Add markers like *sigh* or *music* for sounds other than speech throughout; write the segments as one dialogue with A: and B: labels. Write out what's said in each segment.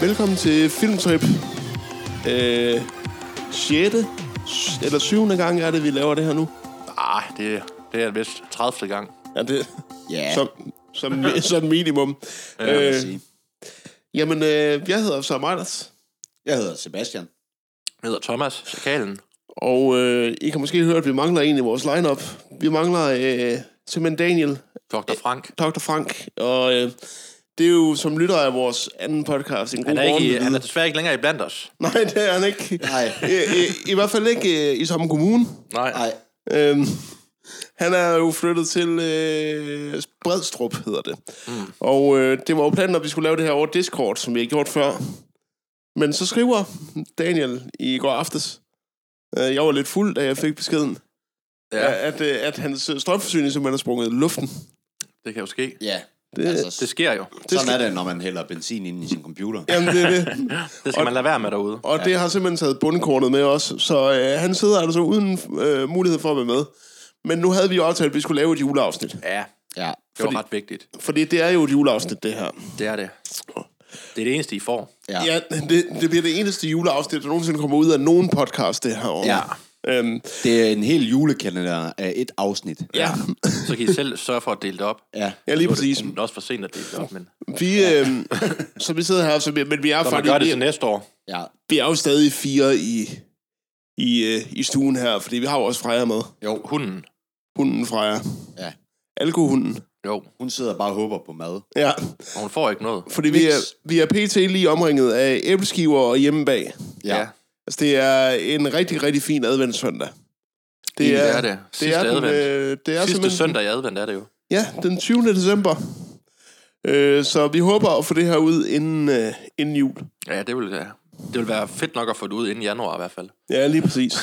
A: Velkommen til Filmtrip. Øh, 6. eller 7. gang er det, vi laver det her nu.
B: Ah, det, det er vist 30. gang.
A: Ja, det,
C: Ja,
A: som, som, som minimum.
C: kan man
A: øh,
C: sige.
A: jamen, øh, jeg hedder Sam Anders,
C: Jeg hedder Sebastian.
B: Jeg hedder Thomas Sakalen.
A: og øh, I kan måske høre, at vi mangler en i vores lineup. Vi mangler øh, simpelthen Daniel,
B: Dr. Frank.
A: Dr. Frank, og øh, det er jo som lytter af vores anden podcast. En god
B: Han er, ikke, i-
A: morgenlyd.
B: han er desværre ikke længere i blandt os.
A: *laughs* Nej, det er han ikke.
C: Nej.
A: I, i, I hvert fald ikke øh, i samme kommune.
B: Nej.
C: Nej,
A: Øhm, han er jo flyttet til øh, Bredstrup, hedder det. Mm. Og øh, det var jo planen, at vi skulle lave det her over Discord, som vi har gjort før. Men så skriver Daniel i går aftes, øh, jeg var lidt fuld, da jeg fik beskeden, ja.
B: Ja,
A: at, øh, at hans strømforsyning simpelthen er sprunget i luften.
B: det kan jo ske.
C: ja.
A: Det-
C: Det, altså,
B: Det sker jo.
C: sådan er det, når man hælder benzin ind i sin computer.
A: Jamen, det er *laughs* det.
B: Det skal man lade være med derude.
A: Og det har simpelthen taget bundkornet med os, så øh, han sidder altså uden øh, mulighed for at være med. Men nu havde vi jo aftalt, at vi skulle lave et juleafsnit.
B: Ja,
C: Ja.
B: det var ret vigtigt.
A: Fordi det er jo et juleafsnit, det her.
B: Det er det. Det er det eneste, I får.
C: Ja.
A: Ja, det, det bliver det eneste juleafsnit, der nogensinde kommer ud af nogen podcast, det her år.
C: Ja.
A: Øhm,
C: Det er en hel julekalender af et afsnit.
A: ja.
B: Så kan I selv sørge for at dele det op.
C: Ja.
A: ja, lige præcis.
B: Det er også for sent at dele det op, men
A: Vi, øhm, så vi sidder her, så vi, men vi er
B: når man gør det
A: faktisk...
B: til
A: Vi,
B: næste år.
C: ja.
A: vi er jo stadig fire i, i, øh, i stuen her, fordi vi har jo også Freja med.
C: Jo,
B: Hunden.
A: Hunden Freja.
C: ja.
A: Alkohunden.
B: Jo,
C: Hun sidder bare og håber på mad.
A: Ja,
B: og hun får ikke noget.
A: fordi vi er, vi er pt. lige omringet af æbleskiver og hjemme bag.
C: Ja.
A: Altså, det er en rigtig, rigtig fin adventssøndag.
B: Det er, det er det. Sidste
A: Det er, den,
B: advent.
A: øh, det er
B: Sidste
A: simpelthen-
B: søndag i advent er det jo.
A: Ja, den 20. december. Øh, så vi håber at få det her ud inden, øh, inden jul.
B: Ja, det vil, ja. det vil være fedt nok at få det ud inden januar i hvert fald.
A: Ja, lige
C: *laughs*
A: præcis.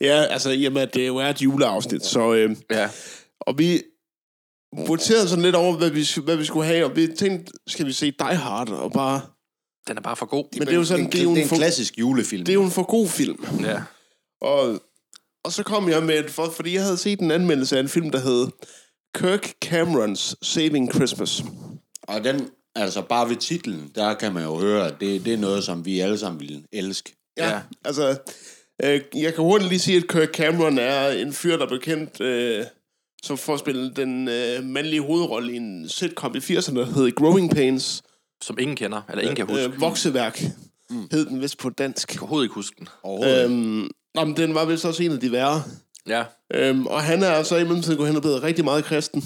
A: ja, altså, jamen, at det jo er et juleafsnit, så... Øh,
B: Ja.
A: og vi voterede sådan lidt over, hvad vi, hvad vi skulle have, og vi tænkte, skal vi se Die Hard, og bare...
B: Den er bare for god.
A: Men det er jo sådan,
C: en,
A: det er jo
C: det
A: en,
C: er
A: for,
C: en klassisk julefilm.
A: det er jo en for god film.
B: Ja.
A: Og, og så kom jeg med, et for, fordi jeg havde set en anmeldelse af en film, der hed Kirk Camerons Saving Christmas.
C: Og den, altså bare ved titlen, der kan man jo høre, at det, det er noget, som vi alle sammen ville elske.
A: Ja,
B: Ja.
A: altså, øh, jeg kan hurtigt lige sige, at Kirk Cameron er en fyr, der blev kendt øh, som for at spille den øh, mandlige hovedrolle i en sitcom i 80'erne, der hed Growing Pains.
B: Som ingen kender, eller ingen kan huske.
A: Øh, vokseværk mm. hed den vist på dansk.
B: overhovedet ikke huske den.
C: Overhovedet. Øhm.
A: Øhm, nå, men den var vist også en af de værre.
B: Ja,
A: Øhm, og han er så i mellemtiden gået hen og blevet rigtig meget kristen.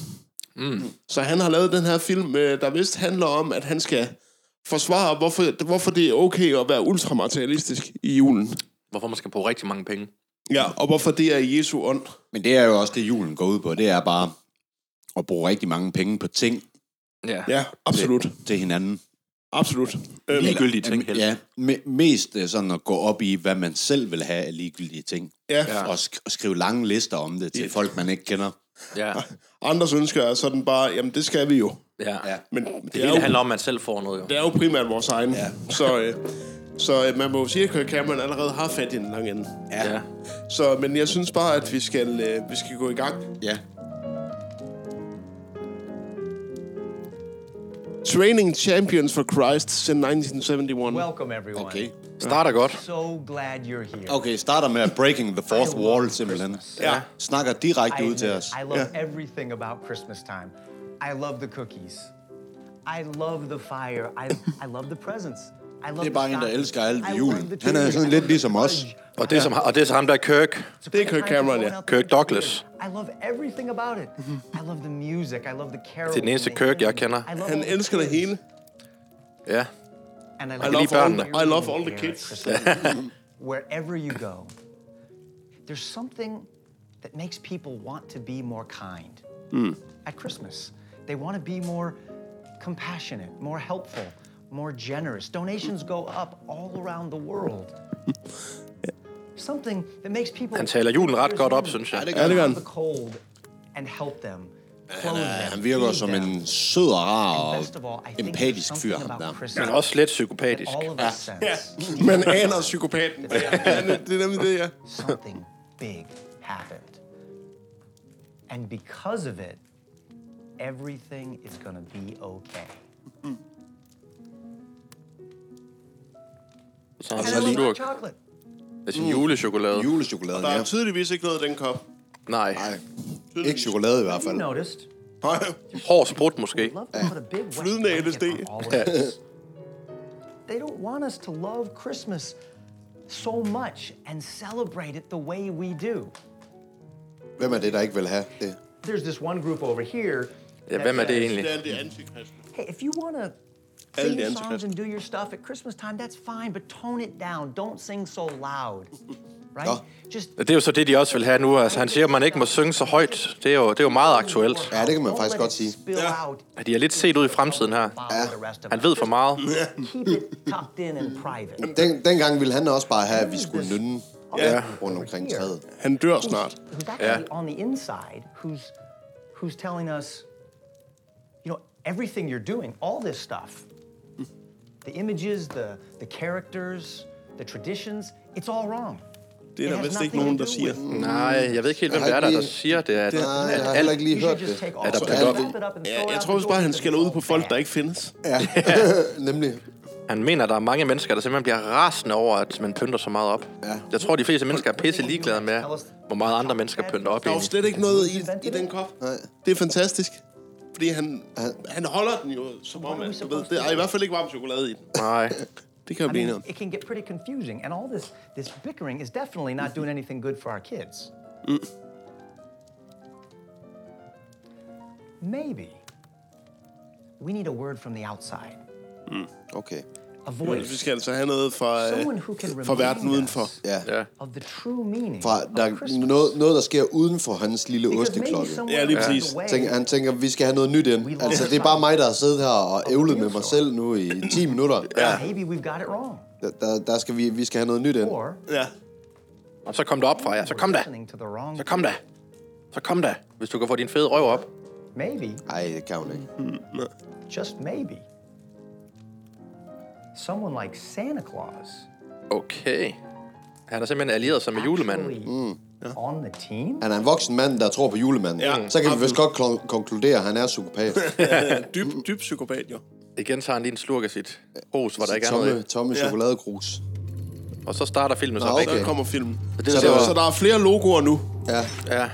A: Mm. Så han har lavet den her film, øh, der vist handler om, at han skal forsvare, hvorfor, hvorfor det er okay at være ultramaterialistisk i julen.
B: hvorfor man skal bruge rigtig mange penge.
A: Ja, og hvorfor det er i Jesu ånd.
C: Men det er jo også det, julen går ud på. Det er bare at bruge rigtig mange penge på ting
B: Ja.
A: Ja, absolut.
C: til hinanden.
A: Absolut. Øhm,
B: Ligegyldige ting helst.
C: øh, Ja, me- mest øh, sådan at gå op i, hvad man selv vil have af ligegyldige ting.
A: ja.
B: Ja.
A: ja.
C: Og, sk- og skrive lange lister om det til folk, man ikke kender.
B: Ja.
A: Andres ønsker er sådan bare, jamen det skal vi jo.
B: ja. ja.
A: Men det,
B: Det
A: er,
B: hele
A: jo,
B: handler om, at man selv får noget, jo.
A: det er jo primært vores egen. Ja. Så, øh, så øh, man må jo sige, at Kirk Cameron allerede har fat i den lange ende.
B: Ja.
A: Så, men jeg synes bare, at vi skal, øh, vi skal gå i gang.
C: Ja.
A: Training Champions for Christ since 1971.
D: Welcome, everyone.
C: Okay. Oh,
B: Starter godt.
D: So glad you're here.
C: Okay, starter med breaking the fourth wall, simpelthen.
A: Ja.
C: Snakker
D: I,
C: direkte ud
D: admit
C: til
D: it,
C: os.
D: I love everything about Christmas time. I love the cookies. I love the fire. I, I love the presents. I
C: Det
D: love
C: er
D: the
C: bare en, der
D: stockings.
C: elsker alt ved
D: I
C: julen.
D: love the
C: Han er
D: tree.
C: sådan
D: I
C: lidt
D: love
C: ligesom
D: the
C: os.
D: fudge.
B: Og det, er som, og det er så ham, der er Kirk.
D: It's a
A: Det er
D: great
A: Kirk
D: time to
A: Cameron,
D: go
A: ja.
D: out
B: Kirk
D: there.
B: Douglas.
D: I love everything about it. I love the music. I love the carols.
B: den eneste
D: and the
B: Kirk, jeg
D: hymns.
B: kender.
D: I love
A: Han
D: all the
A: elsker det
D: kids.
A: hele.
B: Ja.
D: And I
A: I
D: love,
A: love,
B: børnene.
A: all, I love all the kids.
D: *laughs* Wherever you go, there's something that makes people want to be more kind. At Christmas, they want to be more compassionate, more helpful, more generous. Donations go up all around the world. Something that makes people.
B: Han taler julen ret godt op, synes jeg.
A: Ja, det gør han.
D: The cold and help them.
C: Han virker som en sød og rar og empatisk fyr, ham der.
B: Men også lidt psykopatisk.
D: All of us sense
A: Man aner psykopaten. Ja, det er nemlig det, ja.
D: something big happened. And because of it, everything is gonna be okay.
B: Så har
D: And
B: han
D: I
B: så
D: love
B: lige
D: hot chocolate.
B: af sin julechokolade.
C: Julechokoladen,
A: Der er
C: ja.
A: tydeligvis ikke noget i den kop.
B: Nej.
C: Nej, ikke chokolade i hvert
D: You
C: fald.
D: noticed.
A: Nej.
B: Hård sprut måske.
D: Love to put a big
A: Flydende
D: wet blanket
A: LSD.
D: on all of us. They don't want us to love Christmas so much and celebrate it the way we do.
C: Hvem er det, der ikke vil have det?
D: There's this one group over here.
B: Ja,
D: that
B: hvem er det
D: says,
B: egentlig?
A: Det er det antikristne.
D: Hey, if you want to
A: Alle
D: sing
A: de
D: your
A: antikrister.
D: songs and do your stuff at Christmas time, that's fine, but tone it down. Don't sing so
B: *laughs*
D: loud, right?
C: Nå.
D: Just
B: Det er jo så det, de også vil have nu. Altså, han siger, at man ikke må synge så højt. Det er jo, det er jo meget aktuelt.
C: Ja, det kan man
D: Don't
C: faktisk
D: let
C: godt
D: it
C: sige.
D: spill out.
B: Ja, de er lidt set ud i fremtiden her. Han ved for meget.
D: Keep it tucked in and private.
C: Den, dengang ville han også bare have, at vi skulle nynne ja. rundt omkring træet.
A: Han dør snart.
D: Who's actually on the inside? Who's who's telling us, you know, everything you're doing, all this stuff, the images, the the characters, the traditions, it's all wrong.
A: Det er
D: It
A: der
D: has
A: vist ikke
D: nothing
A: nogen,
D: to
A: der
D: do
A: siger.
D: with-
B: Nej, jeg ved ikke helt, hvem det er, der, der siger det. At,
C: Nej, jeg har
B: at
C: heller
B: alt,
C: ikke lige
D: You should
C: hørt
D: just
C: det.
D: take all
B: Er der
D: of
B: blevet
D: it,
B: godt-
D: wrap it up and
A: Ja,
D: throw it
A: jeg
D: out
A: tror
D: the
A: vist
D: door
A: bare, han
D: because
A: skælder
D: it's
A: ud
D: all
A: på folk,
D: bad.
A: der ikke findes.
C: *laughs* Nemlig.
B: han mener, at der er mange mennesker, der simpelthen bliver rasende over, at man pynter så meget op. Jeg tror, de fleste mennesker er pisse ligeglade med, hvor meget andre mennesker pynter op i.
A: Der er jo slet ikke noget i, i den kop. Nej. Det er fantastisk. Fordi han, han holder den jo, som om, at, du ved, det er i hvert fald ikke varm chokolade i den.
B: Nej.
A: Det kan jeg
D: I
A: blive
D: mean,
A: enig om.
D: it can get pretty confusing, and all this this bickering is definitely not doing anything good for our kids. Maybe we need a word from the outside,
C: Okay.
D: a voice,
A: Vi skal altså have noget fra, øh,
D: someone who can
A: fra verden
D: remind
A: udenfor.
D: us
C: Ja.
B: Ja.
D: of the true meaning
C: Fra, der
D: of
C: er
D: Christmas.
C: noget, noget, der sker uden for hans lille
D: Because maybe
C: osteklokke.
D: somewhere
A: Ja, lige
D: along the
A: præcis.
D: way,
C: Tænk, han tænker, vi skal have noget nyt ind. Altså, det er bare mig, der har siddet her og ævlet med mig selv nu
D: *laughs*
C: i 10 minutter.
D: maybe we've got it wrong,
C: Der, der, der skal vi, vi skal have noget nyt ind.
D: or
A: Ja.
B: Og så kom der op fra jer. Så kom da.
D: listening to the wrong.
B: Så kom da. Så kom da. Hvis du kan få din fede røv op.
D: Maybe
C: Ej, det kan hun ikke.
D: just maybe, someone like Santa Claus
B: Okay. Han har simpelthen allieret sig med julemanden.
D: actually on the team?
C: Han er en voksen mand, der tror på julemanden.
A: Ja.
C: Så kan vi vist godt klon- konkludere, at han er psykopat.
A: Dyb, dyb psykopat, jo.
B: Igen tager han lige en slurk af sit hos, *laughs* hvor der ikke er
C: Tomme,
B: noget
C: tomme
A: Ja.
C: chokoladegrus.
B: i. Og så starter filmen så
C: Nå,
A: Så
B: rigtigt.
C: Okay.
A: kommer filmen. Så,
B: det er
A: der,
B: så-
A: så der er flere logoer nu.
C: Ja.
B: Ja.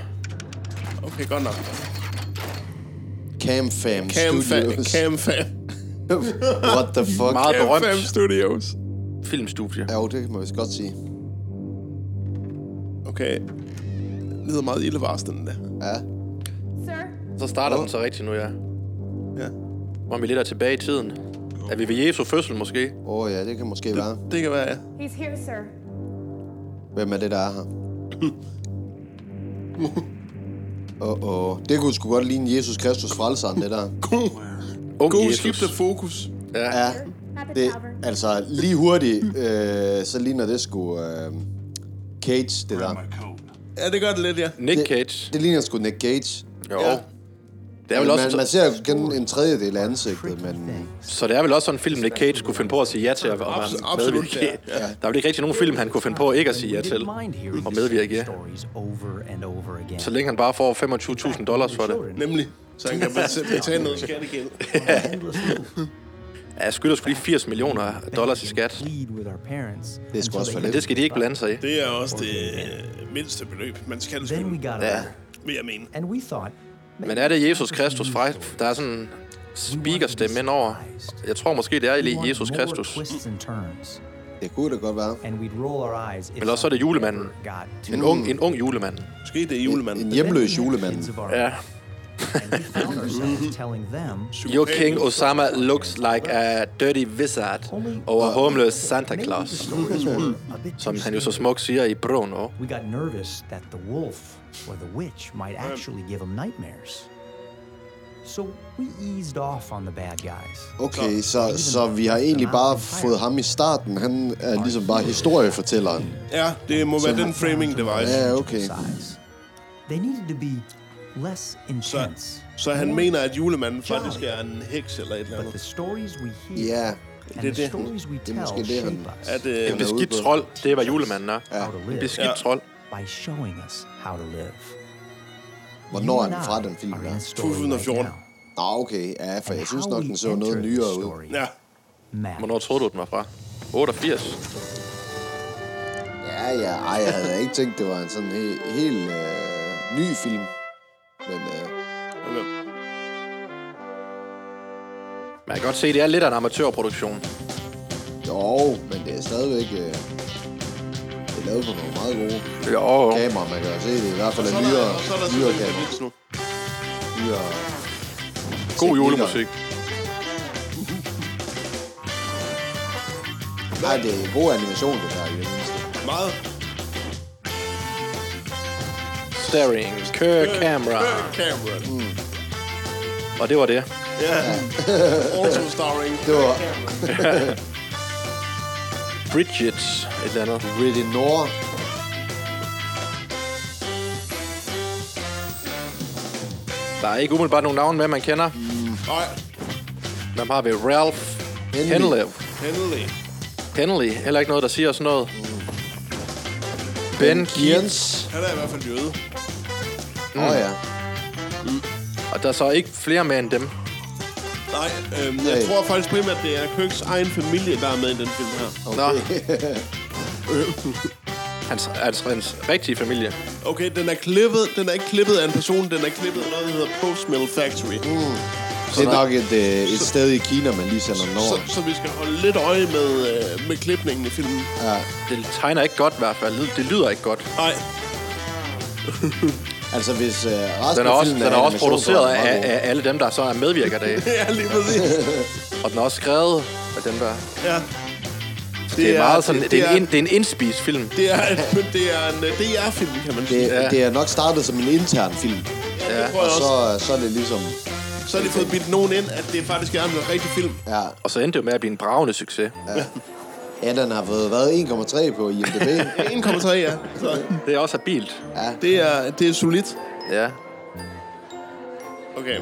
A: Okay, godt nok.
C: Cam Fam
A: Cam Fam.
C: Studios.
A: Cam Fam.
C: *laughs* What the fuck?
B: Meget
A: Cam Fam
B: berømt
A: Studios.
B: filmstudie.
C: Ja, jo, det må vi godt sige.
A: Okay. Det lyder meget ildevarslende, den der.
C: Ja.
E: Sir,
B: Så starter den så rigtigt nu, ja.
A: Ja.
B: Om vi lidt er tilbage i tiden. Er vi ved Jesu fødsel måske?
C: Åh oh, ja, det kan måske være.
A: Det kan være, ja.
E: he's here, sir.
C: Hvem er det, der er *laughs* her? Åh, oh, oh. Det kunne sgu godt ligne Jesus Kristus frelseren, det der.
A: God,
B: Ung
A: god
B: Jesus.
A: skift af fokus.
C: *laughs* Ja,
E: Happy
C: det,
E: Calvary.
C: altså lige hurtigt, øh, så ligner det sgu øh, Cage, det
A: Oh
C: der.
A: Ja, det gør det lidt, ja.
B: Nick Cage.
C: Det ligner sgu Nick Cage.
B: Jo.
A: Ja.
B: Det er vel
C: Men man,
B: også,
C: man ser jo kun en tredjedel af ansigtet, men
B: så det er vel også sådan en film, Nick Cage kunne finde på at sige ja til at være
A: Absolut,
B: medvirke.
A: ja.
B: i. Der er vel ikke rigtig nogen film, han kunne finde på ikke at sige ja til og medvirke. i.
D: Stories over and over again.
B: Så længe han bare får 25.000 dollars for det.
A: Nemlig. Så han kan bet- betale noget skattegæld.
B: *laughs* Ja, jeg skylder sgu lige 80 millioner dollars i skat.
C: det er sgu også for
B: Men det
C: lidt.
B: skal de ikke blande sig i.
A: Det er også det øh, mindste beløb, man skal
D: Then we
A: skylde,
D: got
B: Ja.
D: it.
A: vil jeg mene.
D: And we thought
B: Men er det Jesus Kristus fra? Der er sådan en speakerstemme ind over. Jeg tror måske, det er
D: we
B: lige
D: want
B: Jesus
D: more
B: Kristus.
D: twists and turns,
C: Det kunne det godt være.
D: and we'd roll our eyes if
B: Eller også er det
D: something
B: julemanden.
D: ever got to
B: En ung, en ung julemand.
A: Måske det er
C: En
A: julemanden.
C: hjemløs
D: the
C: julemand.
D: kids of our-
B: Ja.
D: and we found ourselves telling them
B: Your King Osama looks like a dirty wizard *laughs* over homeless Santa
D: maybe the
B: Claus.
D: stories were a bit
B: Som
D: too
B: han jo så
D: scary.
B: smukt siger i Bruno.
D: We got nervous that the wolf or the witch might actually give him nightmares. So we eased off on the bad guys.
C: Okay, så,
D: ligesom
C: så vi har egentlig bare fået ham i starten. Han er ligesom bare historiefortælleren.
A: Ja, det må være den framing device.
C: Ja, okay.
D: Size. They needed to be less intense.
A: Så han mener, at julemanden faktisk er en heks eller et eller
D: But the
A: andet.
D: stories we hear
C: Ja,
D: and
A: det er
D: the
A: det, han-
D: stories we
C: er
D: tell
C: måske det, han-
D: shape us
A: At, øh,
B: En beskidt trold, det er, hvad julemanden er.
D: how to
B: En
D: live
B: beskidt trold.
D: by showing us how to live.
C: hvornår er
D: You
C: den
D: and
C: fra,
D: I
C: den film
D: are in
C: der?
D: a story right
A: 2014.
D: now,
C: Nå, okay. Ja, for
D: and
C: jeg synes
D: how
C: nok,
D: we
C: den så
D: enter
C: noget
D: the
C: nyere ud.
D: story
A: Ja,
D: matters.
B: Hvornår troede du, den var fra? 88.
C: Ja, ja. Ej, jeg havde ikke tænkt, det var en sådan helt, helt øh, ny film. Men øh,
B: Man kan godt se, det er lidt af en amatørproduktion.
C: jo, men det er stadigvæk... Øh, det er lavet på nogle meget gode
B: Jo, jo.
C: kameraer, man kan jo se det. er I hvert fald
A: Så
C: en
A: er der,
C: nyere,
A: og så er der
C: nyere
A: selvfølgelig
C: kamera.
A: Beatles nu.
C: Nyere,
B: God julemusik.
C: nej, det er god animation, det der i det mindste.
A: Meget.
B: Staring, Kirk camera.
A: Camera.
B: Mm. Og det var det.
A: Ja. Also starring.
C: Det var
B: Bridget, et eller andet.
C: Ridley Nord.
B: Der er ikke umiddelbart nogen navn med, man kender.
A: Nej,
B: Man har vi Ralph
C: Henley.
B: Henlev.
A: endelig.
B: Henley. Heller ikke noget, der siger sådan noget. Ben Giens.
A: Han er i hvert fald jøde.
C: Åh oh, ja.
B: Og der er så ikke flere med end dem.
A: Nej, øhm, jeg
C: Nej.
A: tror faktisk primært, det er Kirks egen familie, der er med i den film her.
B: Nå. hans, altså hans rigtige familie.
A: Okay, den er klippet. Den er ikke klippet af en person. Den er klippet af noget, der hedder Post Mill Factory. Mm.
C: Det er nok et, øh, et sted i Kina, man lige sender den over.
A: Så, så vi skal holde lidt øje med, øh, med klipningen i filmen.
B: Det tegner ikke godt i hvert fald. Lyd- Det lyder ikke godt.
A: Nej, *laughs*
C: Altså, hvis øh, resten
B: Den er
C: af
B: også,
C: filmen
B: den er også
C: animation, så
B: produceret
C: den meget
B: af,
C: god.
B: af alle dem, der så er medvirker deri.
A: det er lige præcis.
B: Og den er også skrevet af dem, der...
A: Ja.
B: Det er meget sådan...
A: det,
B: Det er en,
A: det,
B: ind- det er en indspist film.
A: det er, men det er en øh, DR-film, kan man
C: Det,
A: sige.
C: det er nok startet som en intern film,
A: Ja, det tror
C: og
A: jeg
C: så,
A: også.
C: øh, så er det ligesom...
A: Så har de fået bidt nogen ind, at det faktisk er en rigtig film.
C: Ja,
B: Og så endte det jo med at blive en bravende succes.
C: ja den har fået været 1,3
B: *laughs*
C: på IMDb.
A: 1,3, ja. Så
B: Det er også habilt.
A: det er, det er solidt.
B: Ja.
A: Okay.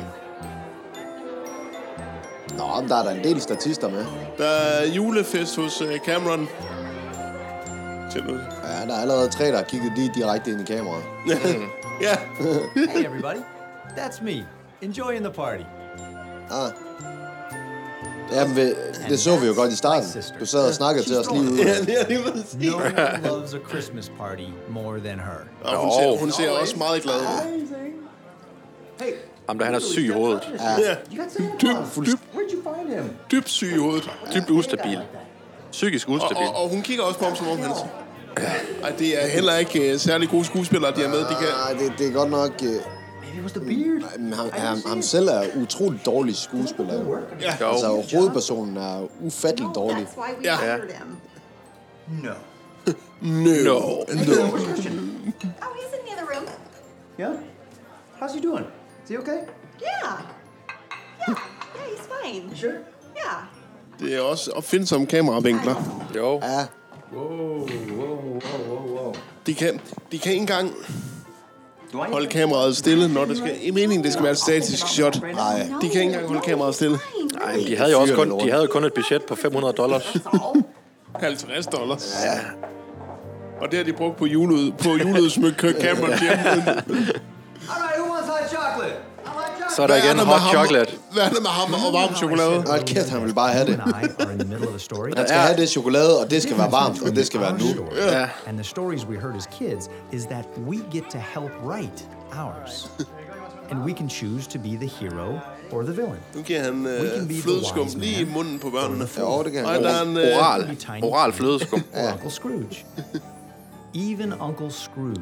C: Nå, men der er da en del statister med.
A: Der er julefest hos øh, Cameron. Tjek nu.
C: Ja, der er allerede tre, der har kigget lige direkte ind i kameraet.
A: Ja, *laughs*
D: Hey, everybody. That's me, enjoying the party.
C: Ah. Jamen, vi, det så vi jo godt i starten. Du sad og snakkede til os lige ude.
A: ja det er lige præcis.
D: No one loves a Christmas party more than her.
A: Og hun ser, hun ser også meget glad ud.
D: Hey,
B: Ham der, han er syg i hovedet.
A: Ja.
D: you got Santa
A: Dyb,
D: Claus.
A: dyb,
D: Where'd you find him?
A: dyb syg i hovedet.
B: Dybt ustabil. Psykisk
A: Og,
B: ustabil.
A: og, og hun kigger også på ham, som om han... Ej, det er heller ikke øh, særlig gode skuespillere, de er med. De kan...
C: Nej, det, det er godt nok... Øh,
D: Maybe it was the beard.
C: men ham, ham, ham selv er utroligt dårlig skuespiller. jo.
A: Ja.
C: Altså, hovedpersonen er ufattelig dårlig.
F: That's why we
A: Yeah.
F: hired him.
A: *laughs*
D: No.
A: No.
D: No. Christian.
F: Oh, he's in the other room.
D: Yeah. How's he doing? Is he okay?
F: Yeah. Yeah. Yeah, he's fine.
D: Sure.
F: Yeah.
A: Det er også at finde som kameravinkler.
B: Jo.
C: Ja,
D: Whoa, whoa, whoa, whoa, whoa.
A: De kan, de kan ikke engang
D: Do I?
A: holde kameraet stille, når det skal... I meningen, det skal være et statisk shot.
C: nej.
A: De kan ikke engang holde kameraet stille.
B: Ej, de havde jo også kun, de havde jo kun et budget på 500
F: *laughs*
B: dollars.
A: 50 dollars. Ja. Og det har de brugt på julet, på juleudsmyk Cameron hjemme.
D: All right, who wants hot chocolate? I like chocolate.
B: Så er der igen hot chocolate.
A: Hvad er der med ham og varm chokolade?
C: Hold kæft, han vil bare have det.
D: I are in the middle of the story.
C: Han skal have det chokolade, og det skal være varmt, og det skal være nu.
B: Ja.
D: And the stories we heard as kids is that we get to help write
B: *laughs*
D: ours. and we can choose to be the hero or the villain.
A: Nu giver han
D: We can
A: øh,
D: be the
A: flødeskum
D: wise
A: lige i
D: man.
A: munden på børnene.
C: Jo, det kan
A: Og
C: han
A: der
C: godt.
A: er en... Øh,
B: Oral. Oral flødeskum.
D: *laughs* Or Uncle Scrooge. Even Uncle Scrooge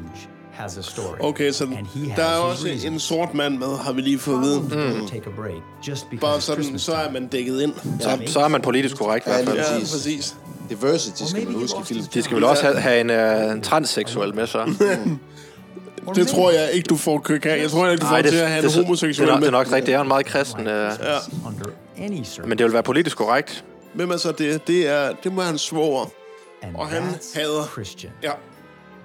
D: has a story.
A: okay, så
D: and he has
A: der er
D: his
A: også en
D: reasons.
A: sort mand med, har vi lige fået at
D: Probably
A: vide.
D: gonna Take a break just because
A: Bare
D: it's
A: sådan,
D: Christmas
A: så er
D: time.
A: man dækket ind.
B: Så, så er man politisk korrekt i hvert fald.
A: Ja,
C: Præcis.
A: præcis.
C: Diversity skal
D: maybe
C: man
D: he
C: huske i
D: lost
C: film.
D: his
B: De skal vel også have, have en, øh, en transseksuel med sig.
D: Or
A: Det
D: maybe-
A: tror jeg ikke, du får køk af. Jeg tror ikke, du får
B: Nej, det,
A: til at have
B: det,
A: en
B: det, det, er
A: homoseksuel
B: nok- det er
A: med.
B: nok rigtigt. Det er jo en meget kristen... Øh,
D: Under any circumstances.
B: men det vil være politisk korrekt.
A: Hvem er så det? Det er, det må han svoger.
D: And
A: Og han
D: that's
A: hader-
D: Christian,
A: Ja,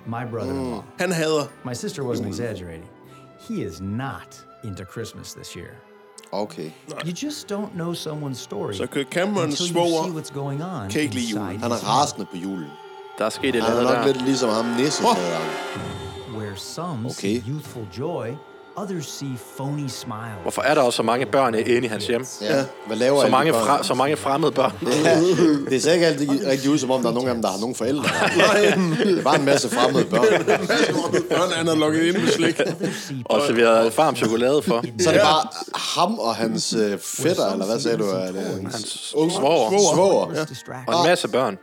D: my brother-in-law.
A: han hader.
D: My sister wasn't exaggerating. He is not into Christmas this year.
C: Okay.
D: You just don't know someone's story.
A: Så Kirk Camerons
D: until you
A: svoger
D: see what's going on
A: kan ikke lide julen.
D: inside
C: Han er
D: his house,
C: rasende på julen.
B: Der er sket et
C: Han
B: eller
C: er nok
B: andet der.
C: lidt ligesom ham nisse.
A: Åh.
C: Oh.
D: Where some
C: Okay.
D: see youthful joy Others see phony smiles.
B: Hvorfor er der også så mange børn inde i hans hjem?
C: Ja. Hvad laver
B: Så
C: alle de
B: mange,
C: børn?
B: fra, så mange fremmede børn.
C: Ja, det ser ikke altid rigtig ud, som om der er nogen af dem, der har nogen *laughs* forældre. det er bare en masse fremmede *laughs* børn.
A: Børn han er lukket ind med slik.
D: *laughs* Others
B: *laughs*
D: see
B: Og serveret varm chokolade
D: *laughs*
B: for
C: Så er det bare ham og hans øh, fætter, eller hvad sagde du? Er det
B: hans svoger.
C: svoger?
D: purpose
B: Og en
D: distractions.
B: masse børn.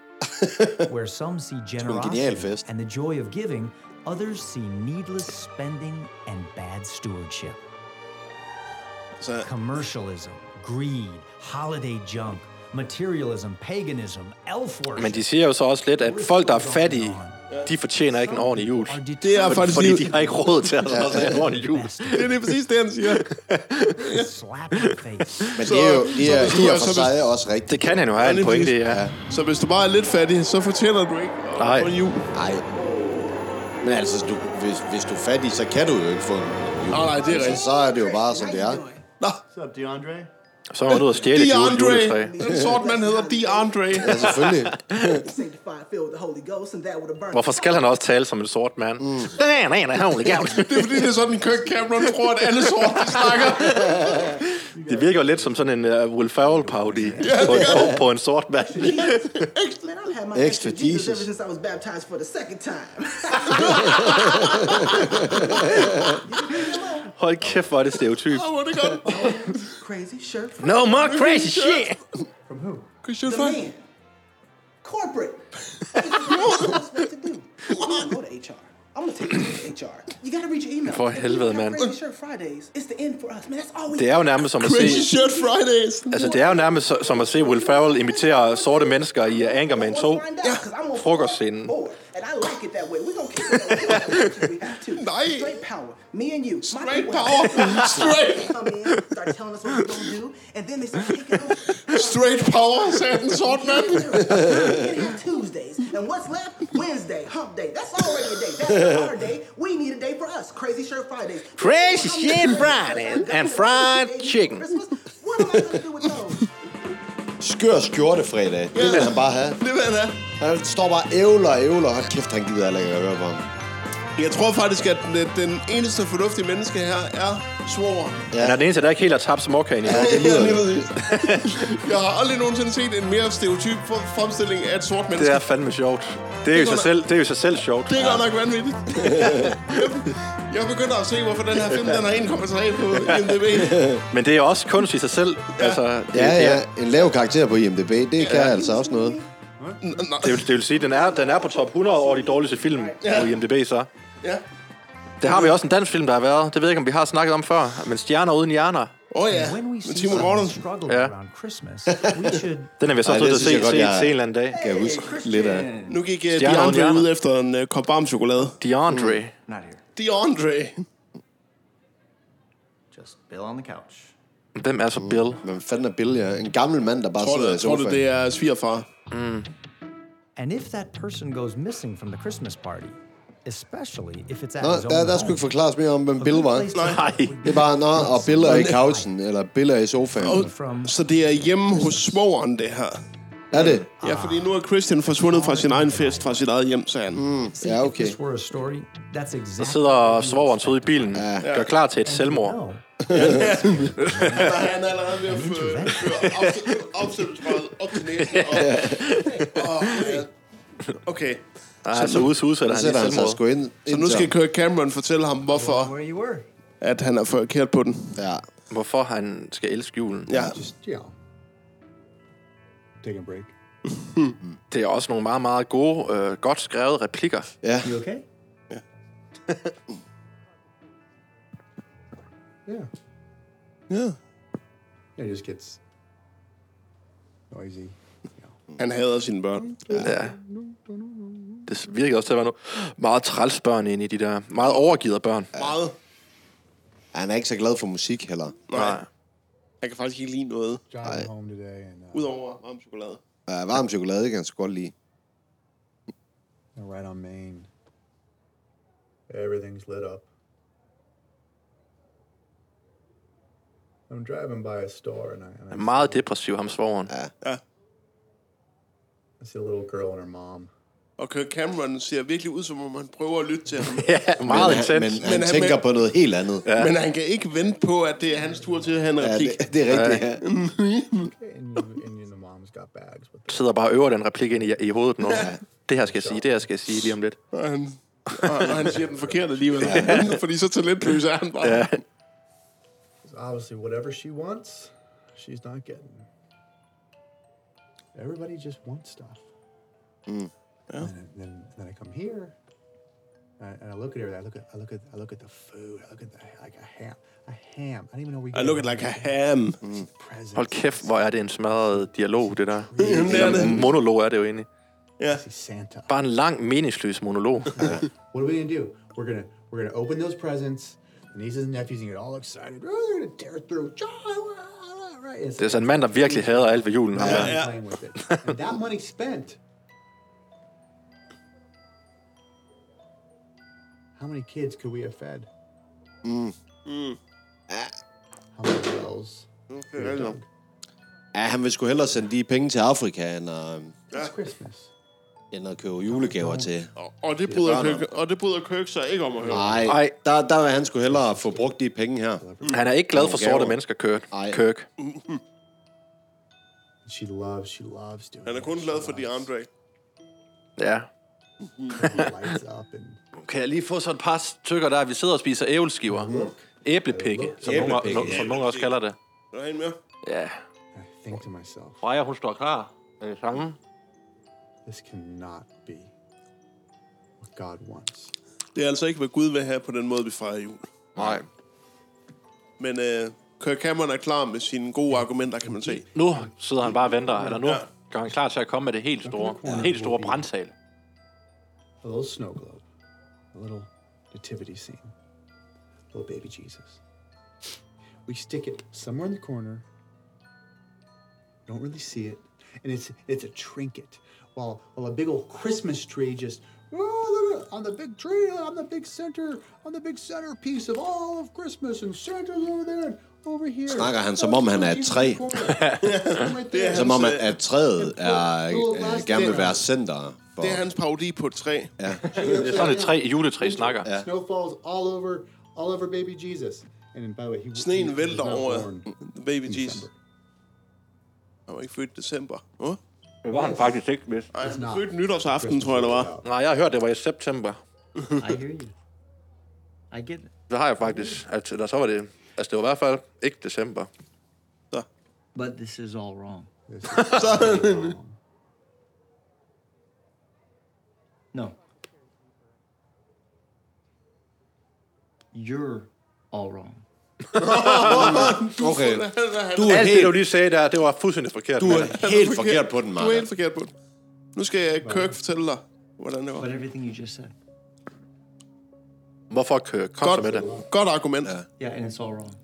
D: Where some see
C: genial
D: generosity
C: fest.
D: and the joy of giving, others see needless spending and bad stewardship.
A: Så
D: Commercialism, greed, holiday junk, materialism, paganism, elf worship.
B: Men de siger jo så også lidt, at folk, der er fattige, de fortjener ikke en ordentlig jul.
A: det er faktisk
B: Fordi
A: lige,
B: de har ikke råd til at have en ordentlig jul.
A: det er lige præcis det, han siger.
D: slap in the face.
C: Men det er jo
A: Så-
C: det
A: så
C: er,
A: hvis du
C: i
A: er-
C: og for
A: så hvis-
C: sig også rigtigt.
B: Det kan han jo have en pointe, ja.
A: Så hvis du bare er lidt fattig, så fortjener du ikke at
B: Nej.
A: få en jul.
C: Nej. Men altså, du, hvis, hvis du er fattig, så kan du jo ikke få en jul.
A: Nå, nej, det er
C: Altså,
A: rigtigt.
C: Så er det jo bare, som det er.
A: Nå,
G: What's up, DeAndre?
B: Så er man ude og stjæle et jule-
A: DeAndre.
B: juletræ.
A: Den sort mand hedder DeAndre.
C: Ja, selvfølgelig.
H: sanctified, filled with the Holy Ghost, and that would have burned.
B: Hvorfor skal han også tale som en sort mand? Den er en af holy cow. *laughs*
A: Det er fordi, det er sådan, Kirk Cameron tror, at alle sorte de snakker.
B: Det virker jo lidt som sådan en uh, Will Ferrell-parodi på, på, på en sort mand.
H: Man, I've had my
C: Extra
H: extra,
C: Jesus.
H: Jesus, ever since I was baptized for the second time. *laughs*
B: Hold kæft, hvor er det stereotyp.
A: Åh, hvor er det godt.
H: Crazy shirt from
B: No more crazy shit!
A: Christian
H: the
A: Falk.
H: man.
B: *laughs*
H: Corporate. That's what to do. I'm gonna go to HR. I'm gonna take this to HR. You gotta read your email.
B: For helvede, man.
H: Crazy shirt Fridays. It's the end for us, man. That's all we
B: Det er jo nærmest som at
A: Crazy
B: se...
A: Shirt Fridays.
B: Altså, det er jo nærmest så- som at se Will Ferrell imitere sorte mennesker i uh, Anchorman 2. Frokostscenen.
H: Oh, And I like it that way. We're gonna keep it that way. We have
B: *laughs*
H: to.
A: Nej.
H: Straight power. Me and you. My
A: Straight
H: people.
A: power. Straight,
H: *laughs* Come in, start telling us what we're gonna do, and then they start taking over.
A: straight power, sagde den sort mand.
H: Can't have Tuesdays. And what's left? Wednesday, hump day. That's already a day. That's our day. We need a day for us. Crazy shirt Fridays.
B: Crazy
H: Hump
B: shit
H: days.
B: Fridays and fried chicken.
H: Christmas. What am I gonna do with those?
C: Skør skjortefredag. Det vil han bare have.
A: Det vil han have.
C: Han står bare og ævler og ævler. Hold kæft, han gider heller ikke at høre på ham.
A: Jeg tror faktisk, at den, den eneste fornuftige menneske her er svoger.
B: Han er den eneste, der ikke helt har tabt småkagen i
C: Ja,
B: år.
C: det lyder det.
A: *laughs* Jeg har aldrig nogensinde set en mere stereotyp for- fremstilling af et sort menneske.
B: Det er fandme sjovt. Det er jo sig selv, det er jo sig selv sjovt.
A: Det er godt nok vanvittigt. Jeg begynder at se, hvorfor den her film den har 1,3 på
C: *laughs*
A: IMDb.
B: Men det er også kunst i sig selv. Altså, det,
C: Ja,
B: det,
C: ja.
B: er,
C: En lav karakter på IMDb, det kan altså også noget.
A: N- nej.
B: det, vil, det vil sige, den er, den er på top 100 over de dårligste film på IMDb, så.
A: Ja.
B: Det har vi også en dansk film, der har været. Det ved jeg ikke, om vi har snakket om før. Men Stjerner uden hjerner.
A: Åh ja,
D: When we
A: med
D: see
A: Timon
D: someone
A: Morten.
D: struggling
B: Yeah.
D: around Christmas, we should
B: Den er vi så
C: Ej,
B: nødt til
C: det
B: at
C: synes
B: se,
C: jeg godt,
B: se,
C: jeg-
B: se en eller anden dag.
C: Kan jeg huske lidt af.
A: Nu gik uh,
B: Stjerner
A: DeAndre
B: og stjerner.
A: ud efter en uh, kop varm chokolade.
B: DeAndre.
I: Not here.
A: DeAndre.
I: Just Bill on the couch.
C: Mm.
B: Hvem er så Bill?
C: Hvem fanden er Bill, ja? En gammel mand, der bare
A: Tror du,
C: sidder i
A: tror du, det
C: sofaen.
A: er svigerfar?
D: And if that person goes missing from the Christmas party, especially if it's at
C: Nå,
D: his own
C: der, der
D: home,
C: skulle ikke forklares mere om, hvem Bill var.
B: Nej.
C: Det er bare, nå, og Bill er i couchen, eller Bill er i sofaen.
D: From
A: Så det er hjemme hos svogeren, det her.
C: Er det?
D: Ah.
A: Ja, fordi nu er Christian forsvundet fra sin egen fest, fra sit eget hjem, sagde han. Mm.
D: see,
C: Ja,
D: if
C: okay.
D: this were a story, that's exactly.
B: Så sidder svogeren så ude i bilen. Gør klar til et selvmord.
D: No,
A: Han er allerede ved at føre opsættelsesbræd op til næsen. Okay,
B: Nej, så ud- så udsætter han
C: Så sætter
B: et
C: han sig sgu
B: selvmord.
C: ind.
A: så nu skal Kirk Cameron fortælle ham, hvorfor
I: Where you were?
A: at han er forkert på den.
C: Ja.
B: Hvorfor han skal elske julen.
A: Ja,
G: Just, you know, taking a break.
B: *laughs* Det er også nogle meget, meget gode, øh, godt skrevet replikker.
C: Ja.
I: You okay?
G: Yeah.
A: Ja.
G: It just gets noisy.
A: han hader sine børn.
B: Ja. Det virker også til at være nogle meget træls børn inde i de der meget overgivet børn.
A: Meget.
C: Han er ikke så glad for musik heller.
B: Nej.
A: Jeg kan faktisk ikke lide noget,
G: John went home today, and uh,
A: udover varm chokolade.
C: Ja, varm chokolade kan han sgu godt lide.
G: right on Main. Everything's lit up. I'm driving by a store, and I, and I
B: Er meget depressiv, ham svogeren.
G: I see a little girl and her mom.
A: Åh, Og Kirk Cameron ser virkelig ud, som om han prøver at lytte
C: *laughs*
A: til ham.
B: *laughs* ja, meget
C: men, han,
B: intens.
C: men, han tænker på noget helt andet.
A: Ja. Men han kan ikke vente på, at det er hans tur til at have en
C: Ja,
A: replik.
C: det, det er rigtigt. Ja.
G: And you, and you, the mom's got bags with
B: sidder bare og øver den replik ind i, i hovedet nu. Det her skal jeg sige, det her skal jeg sige lige om lidt.
A: Og han, og, og han siger den forkerte alligevel. Ja. Fordi så talentløs er han bare. Ja.
G: Because obviously, whatever she wants, she's not getting. Everybody just wants stuff.
A: Mm,
G: And then, then, then I come here, and I, and I look at her. I look at, I look at, I look at the food. I look at the, like a ham, a ham. I don't even know where. you
A: I
G: get
A: look
G: it.
A: at like a ham. Mm.
G: Presents.
B: Hold kæft, hvor er det en smadret dialog, det der.
A: Jamen, det er
B: En
A: det.
B: monolog er det jo egentlig.
A: Ja.
G: See Santa.
B: Bare en lang, meningsløs monolog.
G: What are we gonna do? We're gonna, we're gonna open those presents. The nieces and nephews and get all excited. Oh, they're gonna tear through. Right? It's
B: Det er sådan en mand, der virkelig hader alt ved julen. Ham der.
G: yeah. playing with it. And that money spent. How many kids could we have fed? How many wells?
C: ja, han vil sgu hellere sende de penge til Afrika, end at,
G: It's Christmas.
C: end at købe julegaver til.
A: Og, og, det bryder Kirk, og det bryder Kirk sig ikke om at høre.
C: Nej,
B: Ej.
C: der, der vil han sgu hellere få brugt de penge her.
B: Han er ikke glad for
C: Nogle gaver.
B: sorte mennesker, Kirk.
C: Ej.
B: Kirk.
G: And she loves, she loves doing
A: Han er
G: it.
A: kun
G: She
A: glad for
G: loves
A: DeAndre.
B: Ja.
G: the lights up and
B: Kan jeg lige få så et par stykker der? Vi sidder og spiser
C: Mhm.
B: æbleskiver. Æblepikke, som nogen, no- som nogen også kalder det.
A: Er der en mere?
B: Ja.
G: I think to myself,
B: Freja, hun står klar med det samme.
G: this cannot be what God wants.
A: Det er altså ikke, hvad Gud vil have på den måde, vi fejrer jul.
B: Nej.
A: Men øh, Kirk Cameron er klar med sine gode argumenter, kan man se.
B: Nu sidder han bare og venter, eller nu gør han klar til at komme med det helt store. Den helt store brandtale.
G: A little snow globe, a little nativity scene, a little baby Jesus. We stick it somewhere in the corner. Don't really see it, and it's it's a trinket. While while a big old Christmas tree just oh, look at it, on the big tree, on the big center, on the big centerpiece of all of Christmas, and Santa's over there. and Over here.
C: Snakker han, som om han er et
G: Jesus
C: træ.
G: in the corner. Right there.
C: Som om, at, at træet er, øh, gerne vil være center. For,
A: Det er hans parodi på et træ. Ja.
B: Det er sådan et træ, juletræ snakker. Ja.
G: Snow falls all over, all over baby Jesus. And then, by the way, he
A: Sneen
G: he
A: vælter
G: was not
A: over
G: born
A: The Baby
G: in
A: Jesus.
G: December.
A: Han var ikke født i december. Huh?
B: Det var han faktisk ikke, hvis.
A: Nej, han
G: Nå.
A: blev født nytårsaften, tror jeg, det var.
B: Nej, jeg har hørt, det var i september.
D: I hear you. I get it.
B: Det har jeg faktisk. Altså, eller så var det... Altså, det var i hvert fald ikke december.
A: Så.
D: But this is all wrong. *laughs* No. You're all wrong.
C: okay, du er
B: Alt det, du
C: helt,
B: lige sagde der, det var fuldstændig forkert.
C: du
A: *laughs*
C: er helt forkert på den,
A: Du er helt
C: Mark.
A: forkert på den. Nu skal Kirk fortælle dig, hvordan det var.
D: But everything you just said.
B: Hvorfor køre? Kom så med det.
A: Godt, godt argument. Ja.
D: Yeah, and it's all wrong.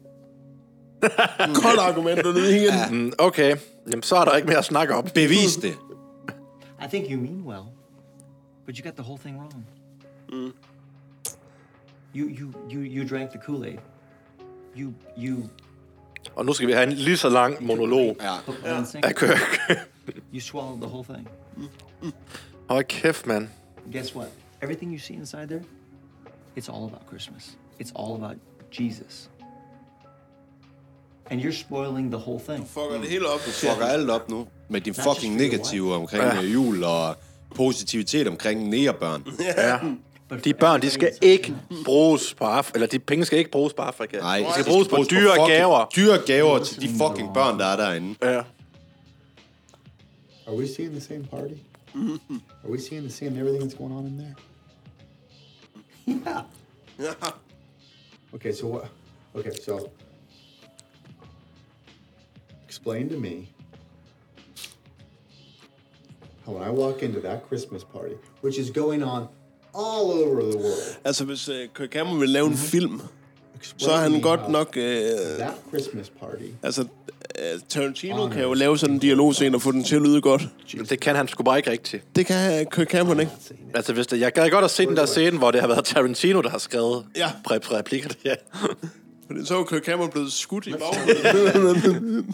A: Godt argument, du lyder igen.
B: Mm, okay, Jamen, så er der ikke mere at snakke om.
C: Bevis det.
D: I think you mean well, but you got the whole thing wrong.
B: Mm.
D: You you you you drank the Kool Aid. You you
B: Og nu skal vi have en lige så lang monolog
D: hook, line, and
B: af
D: sinker.
B: Kirk.
D: You swallowed the whole thing.
B: Hold kæft, mand.
D: Guess what? Everything you see inside there, it's all about Christmas. It's all about Jesus. And you're spoiling the whole thing.
A: Fucker det hele op.
C: Du fucker alt op nu med din fucking negative omkring
B: Ja.
C: ja. jul og positivitet omkring *laughs* nærebørn.
D: But
B: De
D: for
B: børn, de skal
D: everybody inside-
B: ikke bruges på Afrika. Eller de penge skal ikke bruges på Afrika.
C: Nej,
B: de
C: det
B: skal bruges på dyre
C: fucking-
B: gaver.
C: Dyre gaver til de fucking børn, der er derinde.
B: Ja.
G: Are we seeing the same party?
A: Mm-hmm.
G: Are we seeing the same everything that's going on in there? Yeah.
A: *laughs*
G: Okay, so what? Okay, so explain to me how when I walk into that Christmas party, which is going on all over the world,
A: Altså, hvis uh, Kirk Cameron vil lave en film,
G: explain
A: så er
G: to
A: han
G: me how
A: godt nok... Øh,
G: that Christmas party.
A: altså, øh, Tarantino kan jo lave sådan en dialogscene og få den til at lyde godt.
B: Men det kan han sgu bare ikke rigtigt.
A: Det kan uh, Kirk Cameron ikke.
B: Altså, hvis det, jeg gad godt at se den der scene, hvor det har været Tarantino, der har skrevet
A: Ja.
B: pre- pre- replikker. Ja.
A: Fordi så er Kirk Cameron blevet
J: *laughs*
A: skudt i baghovedet.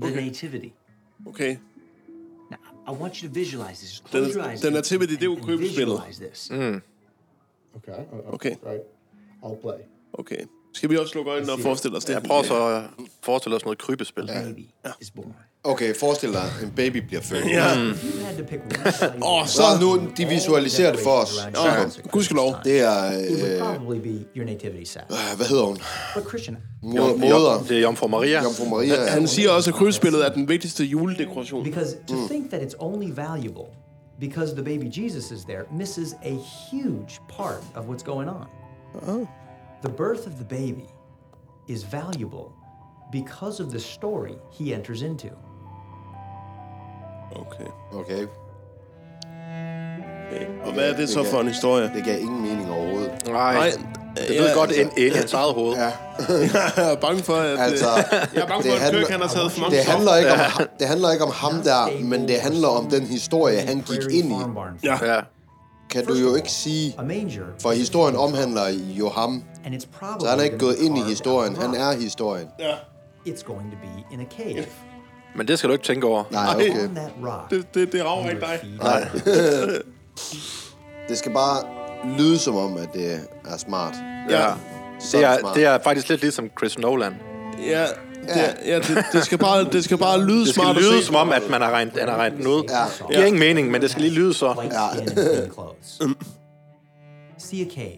D: The nativity.
A: Okay.
D: Now,
J: I want you to visualize this. Just
A: Den,
J: close your eyes.
A: den er til med det, det er jo
J: and
A: krybespillet.
J: visualize this.
K: Okay. I-
A: Okay.
K: Right. I'll play.
A: Okay. Skal vi også lukke øjnene og forestille os det?
B: Jeg prøver så at forestille os noget krybespil. Ja.
C: Okay, forestil dig, en baby bliver født.
B: Ja.
C: Åh, oh, så nu de visualiserer det for os.
D: Ja.
C: gudskelov. Det er,
D: It would
C: øh,
D: probably be your nativity set.
C: øh, hvad hedder hun?
D: But Christian,
C: Moder. moder.
B: Det er Jomfru Maria.
C: Jomfru Maria.
A: Han- Han siger også, at krybespillet er den vigtigste juledekoration.
D: Because to
C: Hmm.
D: think that it's only valuable because the baby Jesus is there misses a huge part of what's going on. Oh. The birth of the baby is valuable because of the story he enters into.
A: Okay.
C: Okay.
A: Og hvad er det så for en historie?
C: Det gav ingen mening overhovedet.
B: Nej. Det lyder godt ind- ind i hans eget hoved.
C: altså- Ja. *laughs*
A: jeg er bange for, at...
C: Altså,
A: jeg er bange for, at Kirk han har taget for mange
C: det
A: stoffer.
C: handler, ikke om,
A: Ja.
C: ha- det handler ikke om ham der, men det handler om den historie, han gik ind i.
B: Ja.
C: Kan du er jo ikke sige, for historien omhandler jo ham.
D: And it's probably
C: Så han er ikke gået
D: gonna be
C: ind i
D: carved
C: historien,
D: out of
C: han er historien.
D: rock. It's going to be in a cave.
B: Men det skal du ikke tænke over.
C: Nej, okay.
D: On that rock.
A: Det, det, det rager ikke dig.
C: Nej. det skal bare lyde som om, at det er smart.
B: Ja. Det
C: Sådan
B: er,
C: smart.
B: det er faktisk lidt ligesom Chris Nolan.
A: Ja, det, ja det, det, skal bare, det skal bare lyde
B: Det skal
A: smart at
B: lyde
A: se.
B: som om, at man har regnet, han har regnet den ud. Ja. Det giver ingen mening, men det skal lige lyde så.
D: White skin and clean *laughs* clothes. See a cave.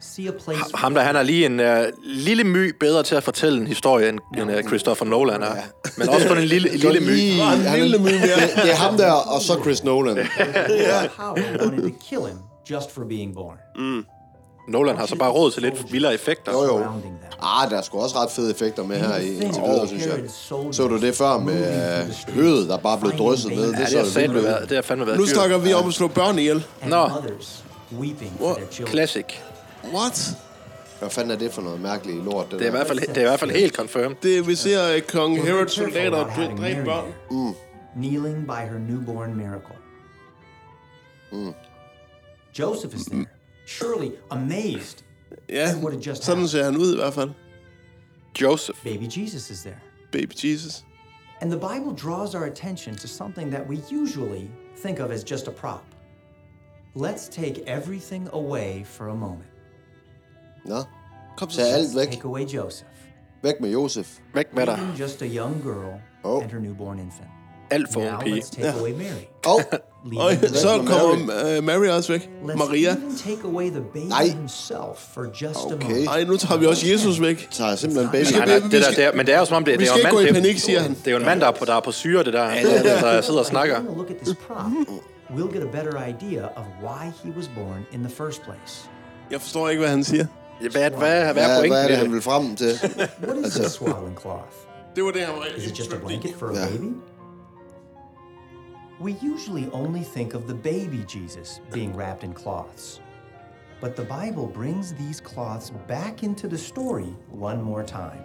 D: See a place.
B: H- Ham der, han er lige en uh, lille my bedre til at fortælle en historie, end, end uh, Christopher Nolan er. Men også kun en lille, en
C: Det var
B: lille my.
C: lige- han- det, det er ham der, og så Chris Nolan.
D: yeah. Mm, Power wanted to kill him just for being born.
B: Nolan har så bare råd til lidt vildere effekter.
C: Jo, jo. Ah, der er sgu også ret fede effekter med her i indtil videre, synes jeg. Så du det før med øh, høet, der bare blev drysset ned?
B: Ja, det har satme været- det har fandme været
A: Nu
B: dyrt.
A: snakker vi om at slå børn ihjel.
B: Nå,
D: Others weeping for their children.
B: classic.
A: What?
C: Hvad fanden er det for noget mærkeligt lort? Det,
B: Det er i
C: der?
B: hvert fald, det er i hvert fald helt confirmed.
A: Det, vi ser uh, kong Herods
D: careful
A: soldater
D: about having
A: dræbe
D: Mary
A: børn.
D: Kneeling by her newborn miracle. Joseph is there, surely amazed.
A: Ja,
D: What had just
A: sådan ser han ud i hvert fald.
B: Joseph.
D: Baby Jesus is there.
A: Baby Jesus.
D: And the Bible draws our attention to something that we usually think of as just a prop. Let's take everything away for a moment.
C: Nå, tag alt væk.
D: Take away Joseph,
C: Væk med Josef.
B: Væk med dig.
D: leaving just a young girl and her newborn infant.
B: Alt for
D: Now
B: en pige.
D: let's take away Mary.
C: Og
A: Og
D: leaving-
A: så kommer uh, Mary også væk.
D: Let's
A: Maria.
D: even take away the baby
C: Nej.
D: himself for just a
C: Okay.
D: moment.
A: Ej, nu tager vi også Jesus væk.
C: tager jeg simpelthen baby.
B: Nej, nej, det der, det er, men det er jo som om, det,
A: Vi
B: det er
A: skal
B: jo en
A: ikke
B: mand,
A: gå i
B: det er-
A: panik, siger han.
B: Det er jo en mand, der er på, der er på syre, det der, der sidder og snakker.
D: Taking a look at this prop, we'll get a better idea of why he was born in the first place.
A: Jeg forstår ikke, hvad han siger.
B: Ja, Hvad, hvad, hvad er
C: Ja, hvad er
B: pointen
C: det,
B: i
C: han
B: det?
C: vil frem til?
D: What is this swaddling cloth?
A: Det var det, han var
D: Is it just a blanket for a
C: Yeah.
D: baby? We usually only think of the baby Jesus being wrapped in cloths. But the Bible brings these cloths back into the story one more time.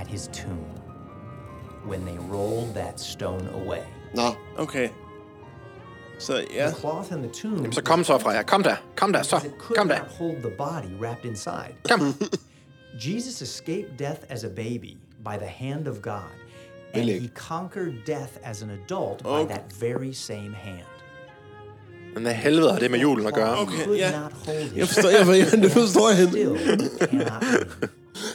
D: At his tomb, when they rolled that stone away.
C: Nå,
A: Okay. Så ja.
D: The cloth in the tomb
B: Så kom så, Freja. Kom der. Kom der, så.
D: because it could
B: Kom der.
D: not hold the body wrapped inside.
B: Kom.
D: *laughs* Jesus escaped death as a baby by the hand of God, and
C: Really?
D: he conquered death as an adult by that very same hand.
B: Men hvad helvede har det med julen at gøre?
A: Okay,
D: could
A: ja.
D: not hold
A: Jeg
D: him.
A: forstår, jeg, jeg, det forstår jeg.
D: Still, he
B: *laughs*
D: cannot move.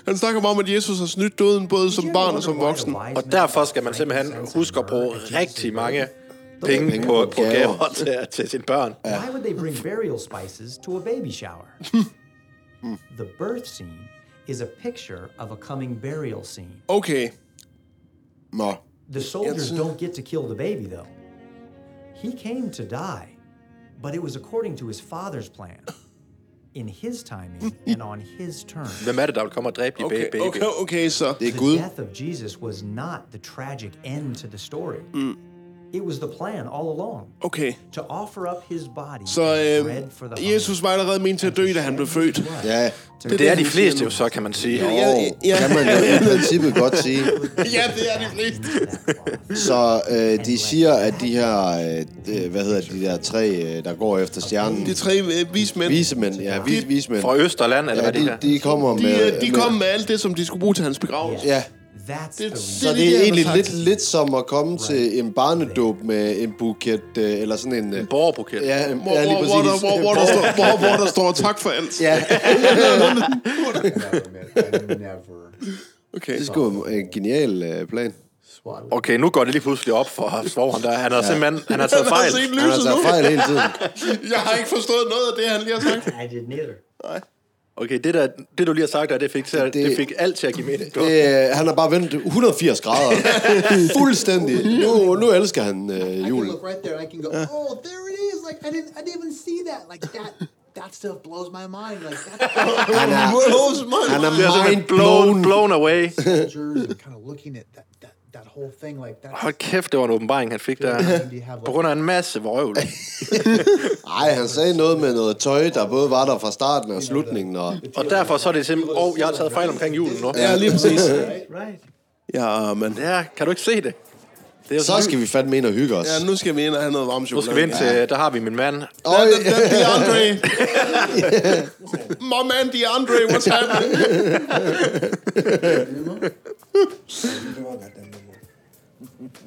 A: Han snakker bare om, at Jesus har snydt døden, både som
D: Did you
A: barn
D: ever
A: og som
D: wonder why
A: voksen.
D: the wise
B: Og
D: men
B: derfor
D: bought
B: skal man simpelthen
D: frankincense and
B: huske at bruge
D: myrrh at Jesus'
B: rigtig
D: birth?
B: mange penge på, på gaver til, til sine børn.
D: Why would they bring burial spices to a baby shower? the birth scene is a picture of a coming burial scene.
A: Okay.
C: nå.
D: The soldiers don't get to kill the baby, though. He came to die, but it was according to his father's plan, in his timing and on his terms.
B: Hvem er det, der vil komme og dræbe de
A: Okay,
B: okay, baby?
A: okay, okay, så.
C: Det er
D: The
C: Gud.
D: death of Jesus was not the tragic end to the story. It was the plan all along
A: Okay.
D: to offer up his body
A: Så
D: as
A: øh,
D: bread for the
A: Jesus var allerede ment til at dø, da han blev født.
D: hungry.
C: Ja,
B: Men det er de fleste jo så, kan man sige.
C: jo, kan man jo i princippet godt sige.
A: *laughs* Ja, det er de fleste. *laughs*
C: Så øh, de siger, at de her, øh, øh, hvad hedder de der tre, øh, der går efter stjernen,
A: De tre øh, vismænd.
C: visemænd, ja, vis, vismænd,
B: Fra Østerland, eller
C: ja,
B: hvad det
C: de,
B: her?
C: de kommer
A: De,
C: med...
A: øh, de kom med alt det, som de skulle bruge til hans begravelse.
C: Ja,
D: That's the
C: Så det er egentlig lidt, lidt som at komme right. til en barnedåb med en buket, øh, eller sådan en... En
B: borgerbuket.
C: Ja, en-
A: Hvor,
C: ja, lige
A: hvor, hvor, der,
C: præcis.
A: hvor, hvor, der står, hvor, hvor der står tak for alt.
C: Ja.
L: Never.
A: Okay.
C: Det skulle være en genial øh, plan.
B: Okay, nu går det lige pludselig op for Svoren. Der. Han har
C: Ja.
B: simpelthen han har taget
C: *laughs*
A: Han har
B: fejl.
A: set lyset
C: nu.
A: *laughs* Jeg har ikke forstået noget af det, han lige har sagt.
D: I didn't either.
B: Okay, det, der, det du lige har sagt, der, det, fik, det, det fik alt til at give mening. Det,
C: Det, han har bare vendt
A: *laughs*
C: 180 grader. Fuldstændig. Nu, nu elsker han øh,
G: I can
C: julen.
G: look right there and I can go,
A: Uh.
G: oh, there it is. Like I didn't, I didn't even see that. Like that, *laughs* that stuff blows my mind. Like
A: *laughs*
G: that.
C: Han er, han
B: det er
C: er
B: simpelthen
C: mind blown.
B: blown, blown away.
L: kind of looking at that, that, that whole thing like that.
B: Hold kæft, det var en åbenbaring, han fik der. På grund af en masse vrøvl.
C: Ej, han sagde noget med noget tøj, der både var der fra starten og slutningen. Og...
B: Og derfor så er det simpelthen, åh, oh, jeg har taget fejl omkring julen nu.
A: Ja, lige præcis.
D: Right.
A: Ja, men...
B: Ja, kan du ikke se det? det er jo
C: Så skal vi fandme ind og hygge os.
A: Ja, nu skal vi ind og have noget varm
B: Nu
A: chokolade.
B: skal vi ind til, der har vi min mand.
C: Øj,
A: Det er Andre. My man, the Andre, what's happening?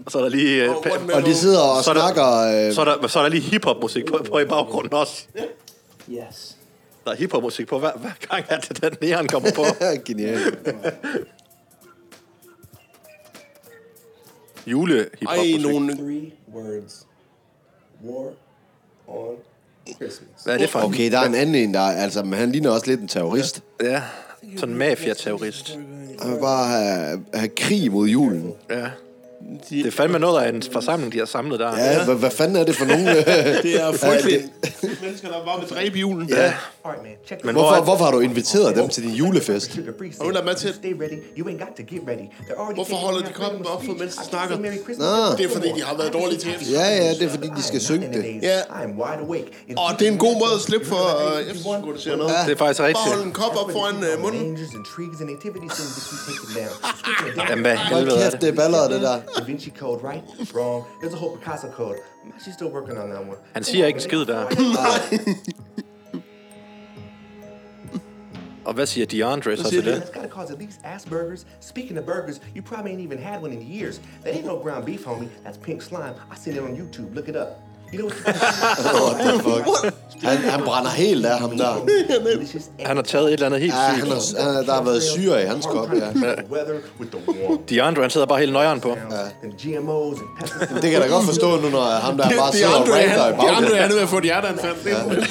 B: Og så er der lige... øh, pa-
C: og de sidder og
B: Så er der-
C: snakker... Øh,
B: så, er der, så er der lige hiphop-musik på, på i baggrunden også.
D: Yes.
B: Der er hiphop-musik på hver, hver gang, at den neon kommer på.
C: *laughs* genialt.
A: Ej,
B: Jule-hiphop-musik.
A: nogle...
M: Three words. War on Christmas.
B: Hvad er det for en-
C: Okay, der er en anden en, der... Altså, men han ligner også lidt en terrorist.
B: Ja, sådan en mafia-terrorist.
C: Han vil bare have, have krig mod julen.
B: Ja. Det er fandme noget af en forsamling, de har samlet der.
C: Ja, hvad, hvad fanden er det for
A: *laughs*
C: nogen?
A: Det er frygteligt. Mennesker, der bare vil dræbe julen.
B: ja.
H: All right, man. Check
B: Men hvor,
H: this.
C: Hvorfor,
B: er,
C: hvorfor har du inviteret dem til din julefest?
H: Keep it brief.
A: Og hun er med til...
H: Stay ready. You ain't got to get ready. They're already
A: Hvorfor
H: taking
A: holder
H: their
A: de kroppen
H: freedom of
A: op for, mens
H: speech.
A: de
H: I can't
A: snakker?
H: say Merry Christmas
C: Nå.
H: anymore.
A: Det er, fordi de har været dårlige til.
C: Ja, ja, det er, fordi de skal synge det.
A: Ja.
H: I am wide awake.
A: Og det er en god måde at slippe for øh, efterskoleserien.
B: det er faktisk
A: Bare
B: rigtigt.
A: holde en kop op foran øh, munden.
H: Dangers, intrigues, and activities in which we take them down.
B: Jamen, hvad
C: Hold
B: helvede er
C: kæft,
B: det?
C: det er ballere, det der.
H: Da Vinci Code, right? Wrong. There's a whole Picasso Code. I'm actually still working on that one.
B: Han siger ikke en skid der.
H: *laughs*
B: Og hvad siger DeAndre så til det?
H: That's gotta cause at least Asperger's. Speaking of burgers, you probably ain't even had one in years. That ain't no ground beef, homie. That's pink slime. I seen it on YouTube. Look it up. You know what?
C: Han, han brænder helt af ham der.
H: Delicious
B: Han har taget et eller andet helt
C: Ja, han
B: sygt.
C: har, han, har- der har været syre i hans kop, ja.
H: Weather with the warm
B: DeAndre, han sidder bare helt nøjeren på.
H: and GMOs and pesticides.
C: Det kan jeg da godt forstå nu, når ham der bare
A: Det er
C: sidder og
A: Andre,
C: ranter i
A: han, det er Andre,
C: baggrunden.
A: han er ved at få et hjerteanfald. Det er problemet.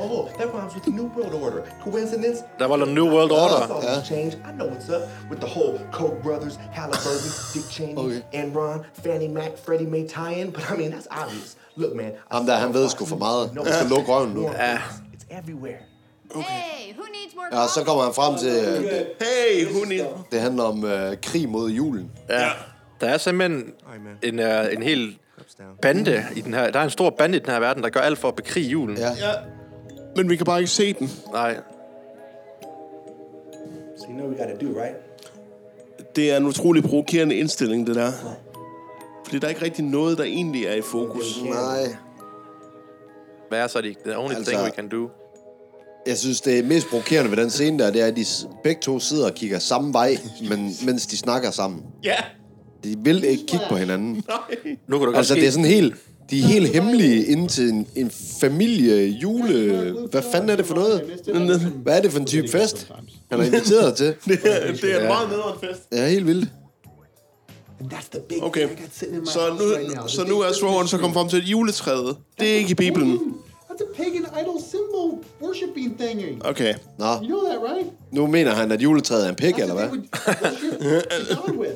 H: Oh, that rhymes with the New World Order. Coincidence?
B: Der var der New World Order.
H: I saw this change. I know what's up with the whole Koch brothers, Halliburton, Dick Cheney,
C: Okay.
H: Enron, Fannie Mac, Freddie Mae tie-in. But I mean, that's obvious. Look, man. I
C: Ham der,
H: saw
C: han
H: it
C: ved
H: on
C: sgu for
H: Fox
C: meget.
H: News. No,
C: Han skal lukke røven nu.
H: It's everywhere.
F: Hey, who needs more
C: Ja, så kommer han frem til, øh, det,
A: Hey, hun er...
C: det handler om øh, krig mod julen.
B: Ja. Der er simpelthen en, uh, en hel bande i den her... Der er en stor bande i den her verden, der gør alt for at bekrige julen.
C: Ja.
A: Ja. Men vi kan bare ikke se den.
B: Nej.
M: So you know what we gotta do, right?
A: Det er en utrolig provokerende indstilling, det der. Fordi der er ikke rigtig noget, der egentlig er i fokus.
C: Nej,
B: Hvad er så det? The only
C: Altså-
B: thing we can do.
C: jeg synes, det mest provokerende ved den scene der, det er, at de s- begge to sidder og kigger samme vej, men, mens de snakker sammen.
A: Ja.
C: De vil ikke kigge på hinanden.
B: Nu kan du godt
C: Altså,
B: ske-
C: det er sådan helt... De er helt hemmelige ind til en, en familie jule... Hvad fanden er det for noget? Hvad er det for en type fest, han har inviteret dig til?
A: Det er en meget nederen fest.
C: Det er helt vildt.
G: And that's the big
A: Okay,
G: thing I got sitting in my
A: så
G: house right now.
A: nu,
G: The
A: så
G: big
A: nu er
G: Christmas
A: Svoren så kommet frem til et juletræet. Det er ikke i Bibelen.
G: That's a pagan idol symbol worshiping thingy.
A: Okay.
C: Nå,
G: You know that, right?
C: nu mener han, at juletræet er en pik,
G: That's
C: eller
G: what
C: hvad?
G: they would *laughs*
A: *laughs*
G: worship God with.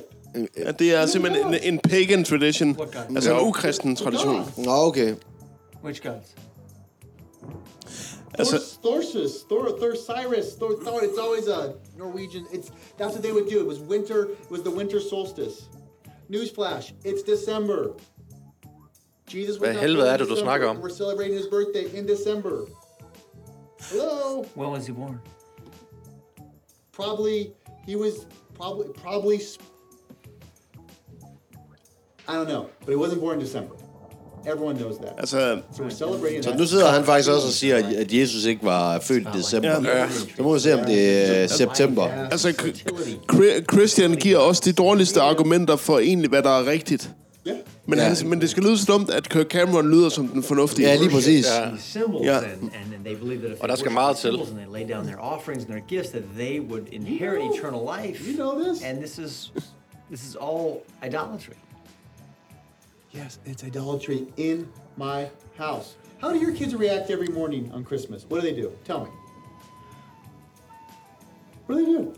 A: Ja, det er simpelthen en, en pagan tradition. Altså en ukristen tradition.
G: God.
C: Nå, okay.
D: Which gods?
A: Altså,
G: Thor, Thorsus, Thor, Thor, Cyrus, Thor, Thor. It's always a Norwegian. It's that's what they would do. It was winter. It was the winter solstice. Newsflash: It's December. Jesus. was
B: Hvad
G: not
B: helvede
G: born
B: er
G: in
B: det, du
G: December.
B: snakker om?
G: We're celebrating his birthday in December. Hello.
D: When was he born?
G: Probably he was probably probably. sp- I don't know, but he wasn't born in December. Everyone knows that.
A: Altså,
G: so we're celebrating
C: Så
G: that.
C: nu sidder han faktisk også og siger, at- at Jesus ikke var født i december.
A: Ja.
C: Så må vi se, om det er september.
A: Altså, Chri- Christian giver også de dårligste argumenter for egentlig, hvad der er rigtigt.
G: Ja.
A: Men,
C: Ja.
A: han, men det skal lyde så dumt, at Kirk Cameron lyder som den fornuftige.
C: Ja, lige præcis.
A: Ja.
H: symbols
A: Ja.
H: and, and, and they believe that if
A: Og
H: they
A: der skal
H: worship
A: meget
H: the
A: til.
H: symbols and they lay down their offerings and their gifts that they would inherit
G: know-
H: eternal life.
G: You know this?
H: And this is this is all idolatry.
G: Yes, it's idolatry in my house. How do your kids react every morning on Christmas? What do they do? Tell me. What do they do?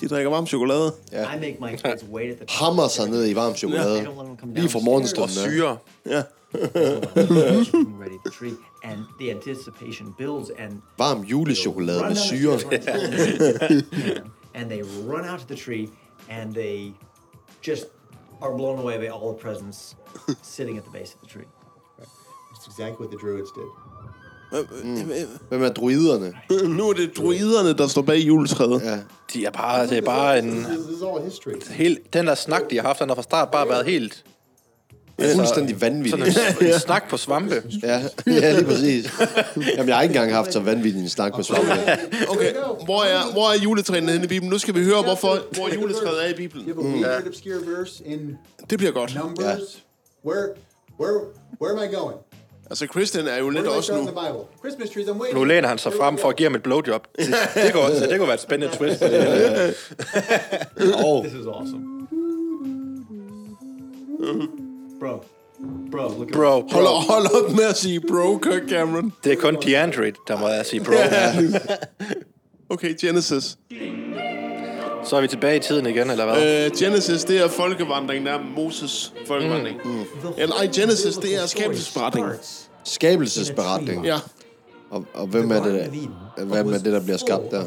A: De drikker varm chokolade.
C: Ja.
H: I make my kids wait at the
C: Hammer sig ned i varm chokolade. Lige fra morgenstunden.
H: Og
B: syre.
A: Ja.
H: being ready to tree and the anticipation builds and
C: Varm julechokolade med syre. *laughs*
H: and they run out to the tree and they just are blown away by all the presents sitting at the base of the tree.
G: That's exactly what the Druids did.
C: Hvem er druiderne?
A: nu er det druiderne, der står bag juletræet.
C: Ja.
B: De er bare, det er bare en...
G: This is all history.
B: Helt, den der snak, de har haft, den har fra start bare været helt...
C: Fuldstændig vanvittig.
B: Sådan en, en snak på svampe.
C: Ja, *laughs* ja, lige præcis. Jamen, jeg har ikke engang haft så vanvittig en snak på svampen.
A: Okay, hvor er, hvor er juletræet henne i Bibelen? Nu skal vi høre, hvorfor, hvor juletræet er i Bibelen.
G: You have a weird obscure verse in
A: Det bliver godt.
G: Numbers. Where, where, where am I going?
A: Altså, Christian er jo
G: Where
A: lidt
G: do I
A: også
G: start in
A: nu.
G: the Bible? Christmas trees. I'm waiting.
B: Nu læner han sig frem for at give ham et blowjob. Det, det, kunne, også, det kunne være et spændende twist.
C: oh.
H: This is awesome. Bro. Bro, look at
B: Bro,
A: Hold, hold op med at sige bro, Kirk Cameron.
B: Det er kun DeAndre, der må sige bro.
A: Okay, Genesis.
B: Så er vi tilbage i tiden igen, eller hvad?
A: Øh, Genesis, det er folkevandringen, der er Moses folkevandring. Mm. Mm. Ja, nej, Genesis, det er skabelsesberetning.
C: Skabelsesberetning.
A: Ja.
C: Og, og hvem er det, der, hvem er det, der bliver skabt der?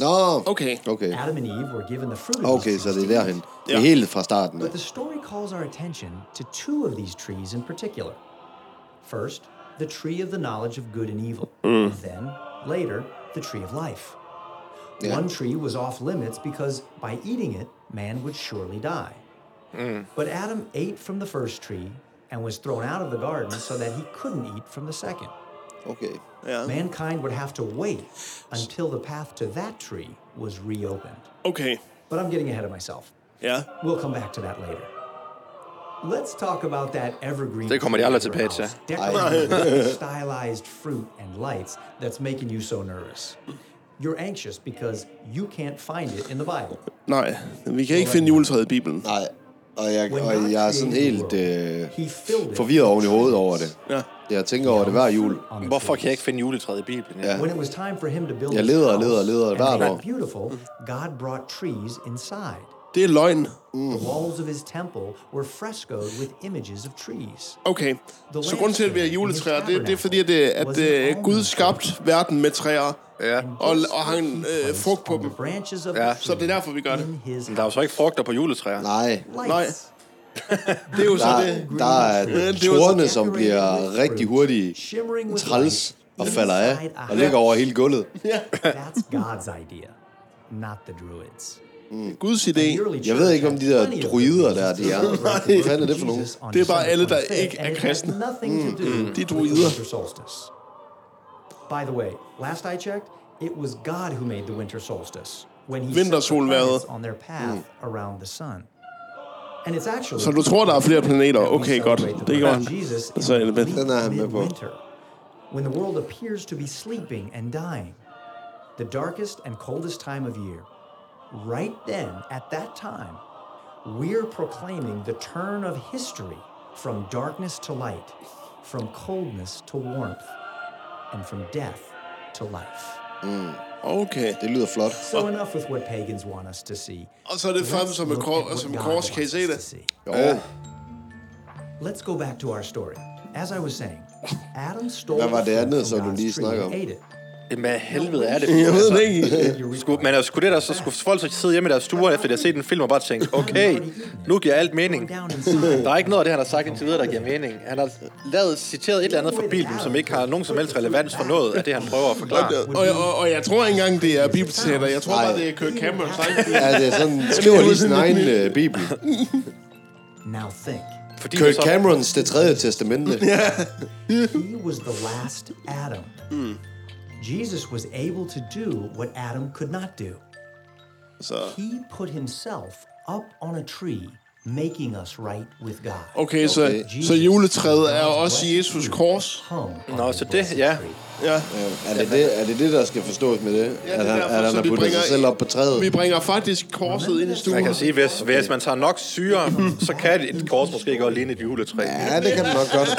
C: Nå,
A: okay.
C: okay.
D: Adam and Eve were given the fruit of these
C: Okay, så det er derhen. Det er helt fra starten. af.
D: But the story calls our attention to two of these trees in particular. First, the tree of the knowledge of good and evil.
J: Mm.
D: Then, later, the tree of life.
J: Yeah.
D: One tree was off limits because by eating it, man would surely die.
J: Mm.
D: But Adam ate from the first tree and was thrown out of the garden so that he couldn't eat from the second.
C: Okay.
D: Mankind would have to wait until the path to that tree was reopened.
A: Okay.
D: But I'm getting ahead of myself.
A: Yeah.
D: We'll come back to that later. Let's talk about that evergreen.
B: Det kommer de aldrig
D: tree
B: tilbage
D: in your
B: til.
D: house,
C: *laughs*
B: Ej.
D: decorated with stylized fruit and lights that's making you so nervous. You're anxious because you can't find it in the Bible.
A: Nej, vi kan ikke finde juletræet i Bibelen.
C: Nej, og jeg, og jeg er sådan helt øh, forvirret oven i hovedet over det.
A: Ja.
C: Jeg tænker over det hver jul.
B: Hvorfor kan jeg ikke finde juletræet i Bibelen?
C: Ja.
D: When it was time for him to build
C: Jeg
D: his
C: leder og
D: house
C: leder og leder
D: and
C: hvert
D: make
C: år.
D: it beautiful, God brought trees inside.
A: Det er løgn.
D: The walls of his temple were frescoed with images of trees.
A: Okay, så grunden til, at vi har juletræer, det, det er fordi, at, øh, at øh, Gud skabte verden med træer.
B: Ja.
A: Og, og hang øh, frugt på dem.
B: Ja.
A: Så det er derfor, vi gør det.
B: Men der er jo så ikke frugter på juletræer.
C: Nej.
A: Nej. Det er jo så
C: Der,
A: det.
C: der er
A: Det er jo så-
C: torne, som bliver rigtig hurtigt træls og falder af og ligger over hele gulvet.
D: That's God's idea, not the Druids.
A: Guds idé.
C: Jeg ved ikke, om de der druider der, de er. Hvad fanden er det for nogen?
A: Det er bare alle, der ikke er kristne.
D: Nothing to do
A: Mm. De er
D: with the
A: druider.
D: winter solstice. By the way, last I checked, it was God who made the winter solstice when he set the
A: Vintersolhvervet.
D: planets on their path
C: Mm.
D: around the sun. And it's actually
A: Så du tror, der er flere planeter? Okay, godt. Det gør han. Det sagde jeg lidt.
D: Den er han med på. when the world appears to be sleeping and dying, the darkest and coldest time of year, right then, at that time, we're proclaiming the turn of history from darkness to light, from coldness to warmth, and from death to life.
C: Mm.
A: Okay.
C: Det lyder flot.
D: So, enough with what pagans want us to see.
A: Og så er det frem
D: Let's
A: som et
D: look at
A: kors,
D: what
A: som et
D: God
A: kors kan I se det?
D: Jo. Let's go back to our story. As I was saying, Adam stole
C: Hvad var det
D: the fruit
C: andet,
D: from
C: som du
D: God's
C: lige
D: tree
C: snakker om?
D: and ate it.
B: Jamen, hvad helvede er det?
C: Jeg ved det
B: ikke. Skulle, men altså, skulle det der, så skulle folk så sidde hjemme i deres stuer, efter de har set en film, og bare tænke, okay, nu giver alt mening. Der er ikke noget af det, han har sagt indtil videre, der giver mening. Han har lavet, citeret et eller andet fra Bibelen, som ikke har nogen som helst relevans for noget af det, han prøver at
A: Og,
B: forklare.
A: og, og, og jeg tror ikke engang, det er bibelcitater. Jeg tror bare, det er Kirk Cameron.
C: Ja, det er sådan, skriver lige sin egen øh, bibel.
D: Now think.
B: Fordi
C: Kirk
B: så-
C: Camerons Det Tredje
A: *laughs*
C: Testamente.
D: he was the last Adam.
B: Hmm.
D: Jesus was able to do what Adam could not do. He put himself up on a tree, making us right with God.
A: Okay, så, så juletræet er også Jesus kors.
B: Nå, så det, ja.
A: ja.
C: Er, det det, er det det, der skal forstås med det? Ja,
A: er
C: at han,
A: derfor,
C: at han
A: så
C: har
A: vi
C: puttet sig
A: bringer-
C: selv op på træet?
A: Vi bringer faktisk korset ind i stuen.
B: Man kan sige, hvis, hvis man tager nok syre, så kan et kors måske godt ligne et juletræ.
C: Ja, det kan det nok
A: *laughs*
C: godt.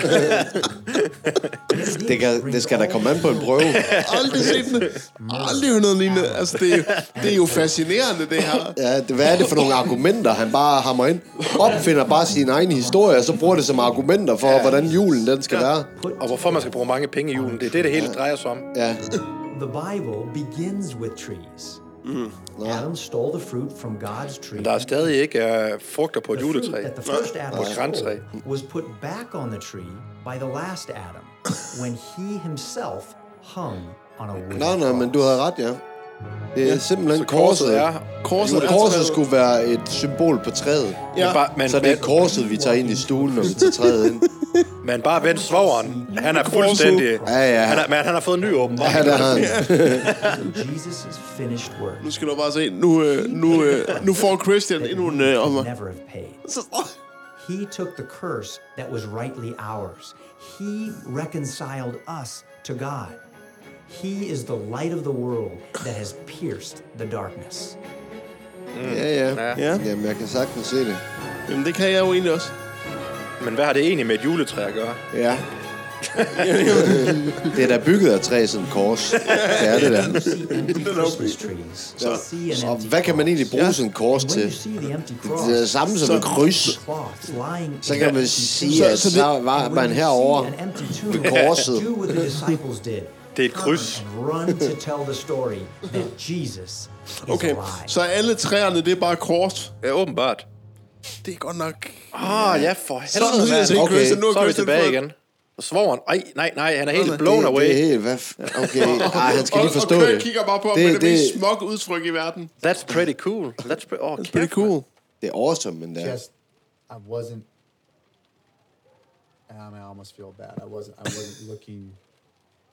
C: det, kan, det skal da komme an på en
D: *laughs*
C: prøve.
A: *laughs* aldrig set det. Aldrig hørt noget lignende. Altså, det er, jo, det er jo fascinerende, det her.
C: Ja, det, hvad er det for nogle argumenter, han bare hammer ind? Opfinder bare sin egen historie, og så bruger det som argumenter for, hvordan julen den skal være.
B: Og hvorfor man skal bruge mange penge i julen, det er det, det hele drejer sig om.
C: Ja.
D: The Bible begins with trees. Adam stole the fruit from God's tree.
B: Men der er stadig ikke uh, frugter på et
D: The fruit
B: juletræ.
D: that the first
B: På
D: Adam
B: et grantræ.
D: stole was put back on the tree by the last Adam when he himself hung on a wooden
C: Nej, nej, men du havde ret, ja. Det er ja. simpelthen korset.
B: korset er-
C: korset,
B: korset er
C: korset
B: træet.
C: skulle være et symbol på træet.
B: Ja. Men bare- men-
C: så det er korset, vi tager ind i stuen, når vi tager træet ind.
B: Men bare vent svogeren. Han er fuldstændig...
C: Ja, ja.
B: Han er, men han har fået en ny åben.
C: Ja, det har han.
D: Jesus' finished work.
A: Nu skal du bare se. Nu, øh, nu, øh, nu får Christian endnu en øh, ommer.
D: never have paid. He took the curse that was rightly ours. He reconciled us to God. He is the light of the world that has pierced the darkness.
C: Ja, ja. ja. Jamen, jeg kan sagtens se det.
A: Jamen, det kan jeg jo egentlig også.
B: Men hvad har det egentlig med et juletræ at gøre?
C: Ja. Øh, det er da bygget af træ, sådan et kors. Det er det der.
D: Christmas trees. See an
C: Så
D: empty
C: hvad kan man egentlig bruge sådan et kors
D: When you
C: til?
D: see the empty
C: Det
D: cross,
C: er det samme som et kryds.
D: cloths lying
C: Så kan man sige, at
D: Så- så det-
C: så var man herovre
D: an empty
C: ved
D: tomb,
C: korset.
D: do what the disciples did.
B: *laughs* Det er et kryds.
D: Run to tell the story that Jesus is
A: Okay,
D: alive.
A: så alle træerne, det er bare kors.
B: Ja, åbenbart.
A: Det er godt nok...
B: Åh, oh, ja, for
A: Så er det
B: helvede,
A: til
B: mand.
A: Okay. Christian. Nu er
B: så er vi
A: Christian
B: tilbage
A: fået-
B: igen. Svogeren. Ej, nej, nej, han er
C: Det-
B: helt blown away.
C: Det er helt, hvad f- Okay, Ej, han skal
A: og,
C: lige forstå
A: og Kirk
C: det.
A: kigger bare på ham med det,
C: det,
A: mest
C: det,
A: smuk udtryk i verden.
B: That's pretty cool. That's, pre- oh, That's
A: pretty cool.
C: det er awesome, men det er.
K: Just, I wasn't. I,
G: Ah,
K: mean, I almost feel bad. I wasn't. I wasn't looking.
B: *laughs*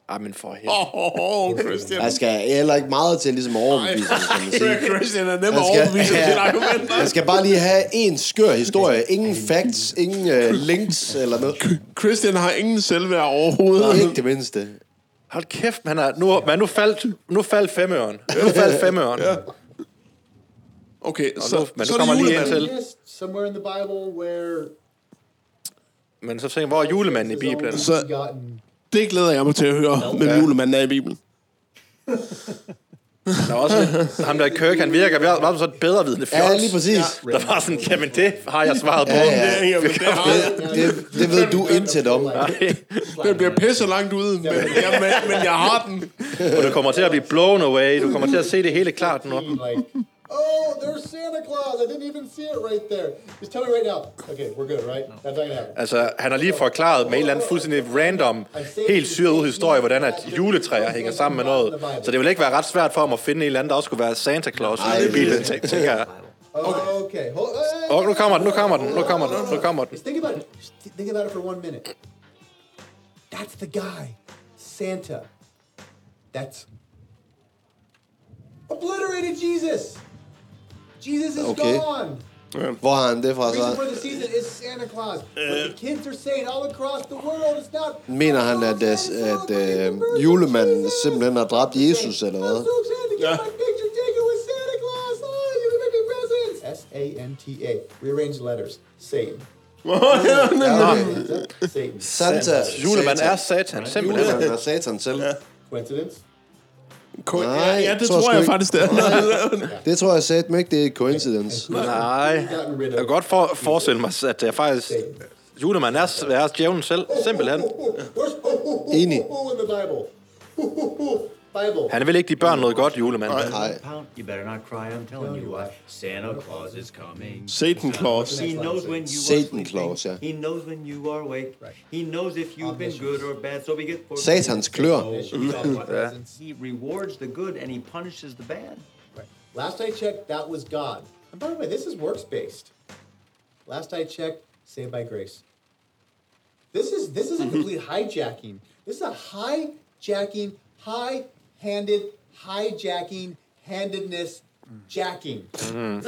B: Ej, men for helvede.
A: Åh, oh, oh, Christian.
C: Der skal heller ikke meget til ligesom at overbevise, ham, kan man sige.
A: Christian er nem at
C: Man skal-
A: overbevise om
C: Ja.
A: sine argumenter.
C: Man skal bare lige have en skør historie. Ingen facts, ingen uh, links eller noget.
A: Christian har ingen selvværd overhovedet.
C: Ikke det mindste.
B: Hold kæft, han er, nu, man, nu faldt, nu faldt femøren. Nu faldt femøren. ja.
A: Okay,
B: Og
A: så,
B: nu- men
A: så
B: nu
A: er det
B: kommer lige ind
A: julemanden.
B: til-
G: Yes, somewhere in the Bible where
B: Men så tænker jeg, hvor er julemanden i
G: *laughs*
B: Bibelen?
A: Så det glæder jeg mig til at høre, men
B: Ja.
A: julemanden er i Bibelen.
B: Der er også lidt- ham der Kirk, han virker var, var sådan et bedrevidende fjols.
C: Ja, lige præcis.
B: Der var sådan, jamen det har jeg svaret på.
C: Ja, ja.
A: Ja, jamen, det, har-
C: Det, det ved du intet om.
A: den bliver pisse langt ude, men, ja, men, men jeg har den.
B: *laughs* Og du kommer til at blive blown away. Du kommer til at se det hele klart nu.
G: like, oh, there's Santa Claus. I didn't even see it right there. Just tell me right now. Okay, we're good, right? That's not gonna happen.
B: Altså, han har lige forklaret med en eller anden fuldstændig random, helt syret ud historie, hvordan at juletræer hænger sammen med noget. Så det vil ikke være ret svært for ham at finde en eller anden, der også skulle være Santa Claus i bilen, tæ- tænker jeg.
G: Oh, okay. Hold, hey,
B: Og nu kommer den, nu kommer den, nu kommer den, nu kommer den.
G: Just think about it. Just think about it for one minute. That's the guy, Santa. That's obliterated Jesus. Jesus is
C: Okay.
G: gone.
C: Hvor har han det fra
G: Reason for
C: så?
G: the season is Santa Claus.
B: Øh.
G: What the kids are saying all across the world is not.
C: Mener han, at, at, at øh, julemanden simpelthen har dræbt Jesus, eller
G: I'm
C: hvad?
G: so excited to get my picture taken with Santa Claus. Oh, you're gonna give me presents. S A N T A. Rearrange letters. Satan. Satan.
C: Santa.
B: Julemand
C: Satan.
B: er satan, simpelthen.
C: Julemanden er satan selv.
G: Coincidence?
A: Ja, ja, det tror,
C: sgu
A: jeg
C: ikke.
A: faktisk, det *laughs* er.
C: Det tror jeg satme ikke, det er coincidence.
B: Nej, jeg kan godt for, forestille mig, at det er faktisk... Julemand er, er djævlen selv, simpelthen.
G: Where's oh,
C: Enig.
G: in the Bible? Bible.
B: Han vil ikke de børn noget godt, julemand.
C: Nej.
H: Pound, you better not cry. I'm telling you why. Santa Claus is coming.
A: Satan Claus.
H: He knows when you
C: Satan
H: are sleeping.
C: Claus, yeah.
H: He knows when you are awake. He knows if you've been good or bad. So we get for
C: Satans klør.
H: He rewards the good and he punishes the bad.
G: Last I checked, that was God. And by the way, this is works based. Last I checked, Saved by Grace. This is this is a complete hijacking. This is a hijacking, high-handed, hijacking, handedness, jacking.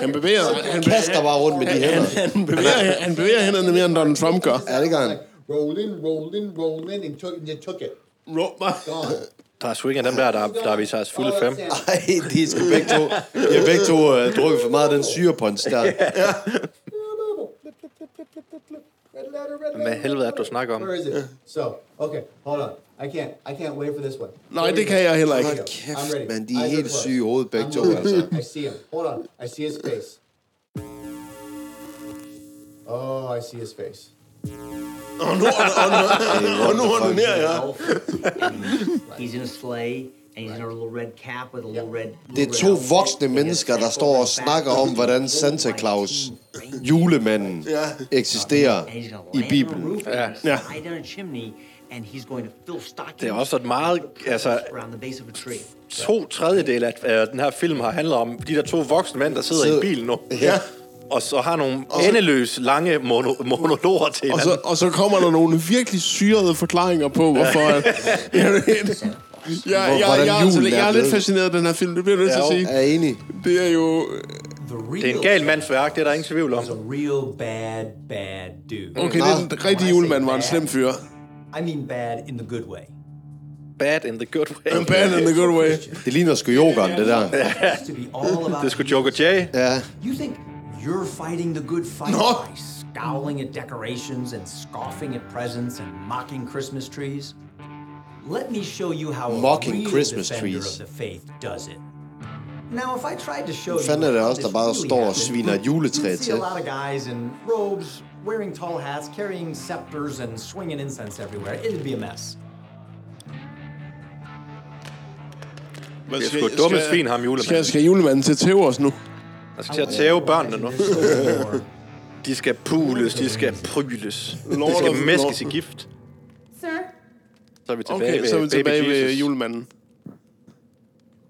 A: Han bevæger... Han
G: kaster
A: bare rundt med de hænder. Han, han, bevæger, han bevæger hænderne mere, end Donald Trump gør. Ja, det gør han.
G: Rolling, rolling, rolling, and took and you took it.
A: Roll my.
B: Der er sgu ikke af dem der, der, der viser os fulde fem.
C: Nej, de er sgu begge to. De har begge to uh, drukket for meget af den syrepunch der.
B: Ja. Hvad helvede er det, du snakker om?
G: Where is it? So, okay, hold on. I can't I can't wait for this one.
A: Nej, det kan jeg heller ikke.
G: Here we go. I'm ready.
C: Man, de er
G: Eyes are
C: helt
G: closed.
C: syge i hovedet begge
G: I'm
C: to,
G: looking.
C: altså.
G: I see him. Hold on. I see his face. Oh, I see his face.
A: Og nu, og, og, og, og nu onanerer jeg.
H: He's in a sleigh, and he's in a little red cap with a little red.
C: Det er to voksne mennesker, der står og snakker om, hvordan Santa Claus, julemanden, eksisterer i Bibelen.
H: Yeah. Yeah. High down a chimney, and he's going to fill stockings.
B: Det er også et meget, altså,
H: around the base of a tree.
B: to tredjedel af øh, den her film har handlet om de der to voksne mænd, der sidder i en bil nu. Ja. Og så har nogle endeløs lange mono, monologer til
A: Og så,
B: hinanden.
A: og så kommer der nogle virkelig syrede forklaringer på, hvorfor... At, jeg, jeg, jeg, jeg, jeg, er altså- jeg er lidt fascineret af den her film, det bliver jeg nødt til at sige.
B: Ja, jo, er
C: enig.
A: Det er jo...
B: Det er en gal mands værk, det er der ingen tvivl om.
D: Real bad, bad dude.
A: Okay, den rigtige julemand var en slem fyr.
D: I mean bad in the good
B: *laughs*
D: way.
B: Bad in the good way.
A: Bad in the good way.
C: Det ligner sgu yoghurt, det der.
B: Det skulle Joker J.
C: Ja.
D: You think you're fighting the good fight by scowling at decorations and scoffing at presents and mocking Christmas trees? Let me show you how
C: Mocking
D: a real
C: Christmas
D: defender
C: trees.
D: of the faith does it. Now, if I tried to show you
C: Fanden er det
D: how
C: også, der
D: this
C: bare
D: really
C: står og
D: happened,
C: sviner et juletræ
D: you'd see
C: til.
D: a lot of guys in robes, wearing tall hats, carrying scepters, and swinging incense everywhere. It'd be a mess.
A: Hvad
B: Det er sgu et dumme svin, ham julemanden.
A: Skal, skal julemanden til at tæve os nu?
B: Der skal til at tæve børnene nu. *laughs* De skal pules, de skal pryles. De
A: Lord
B: skal
A: of-
B: mæskes i gift.
E: Sir?
B: Så er vi tilbage
A: Okay,
B: ved
A: så er vi
B: Baby
A: tilbage ved
B: Jesus.
A: julemanden.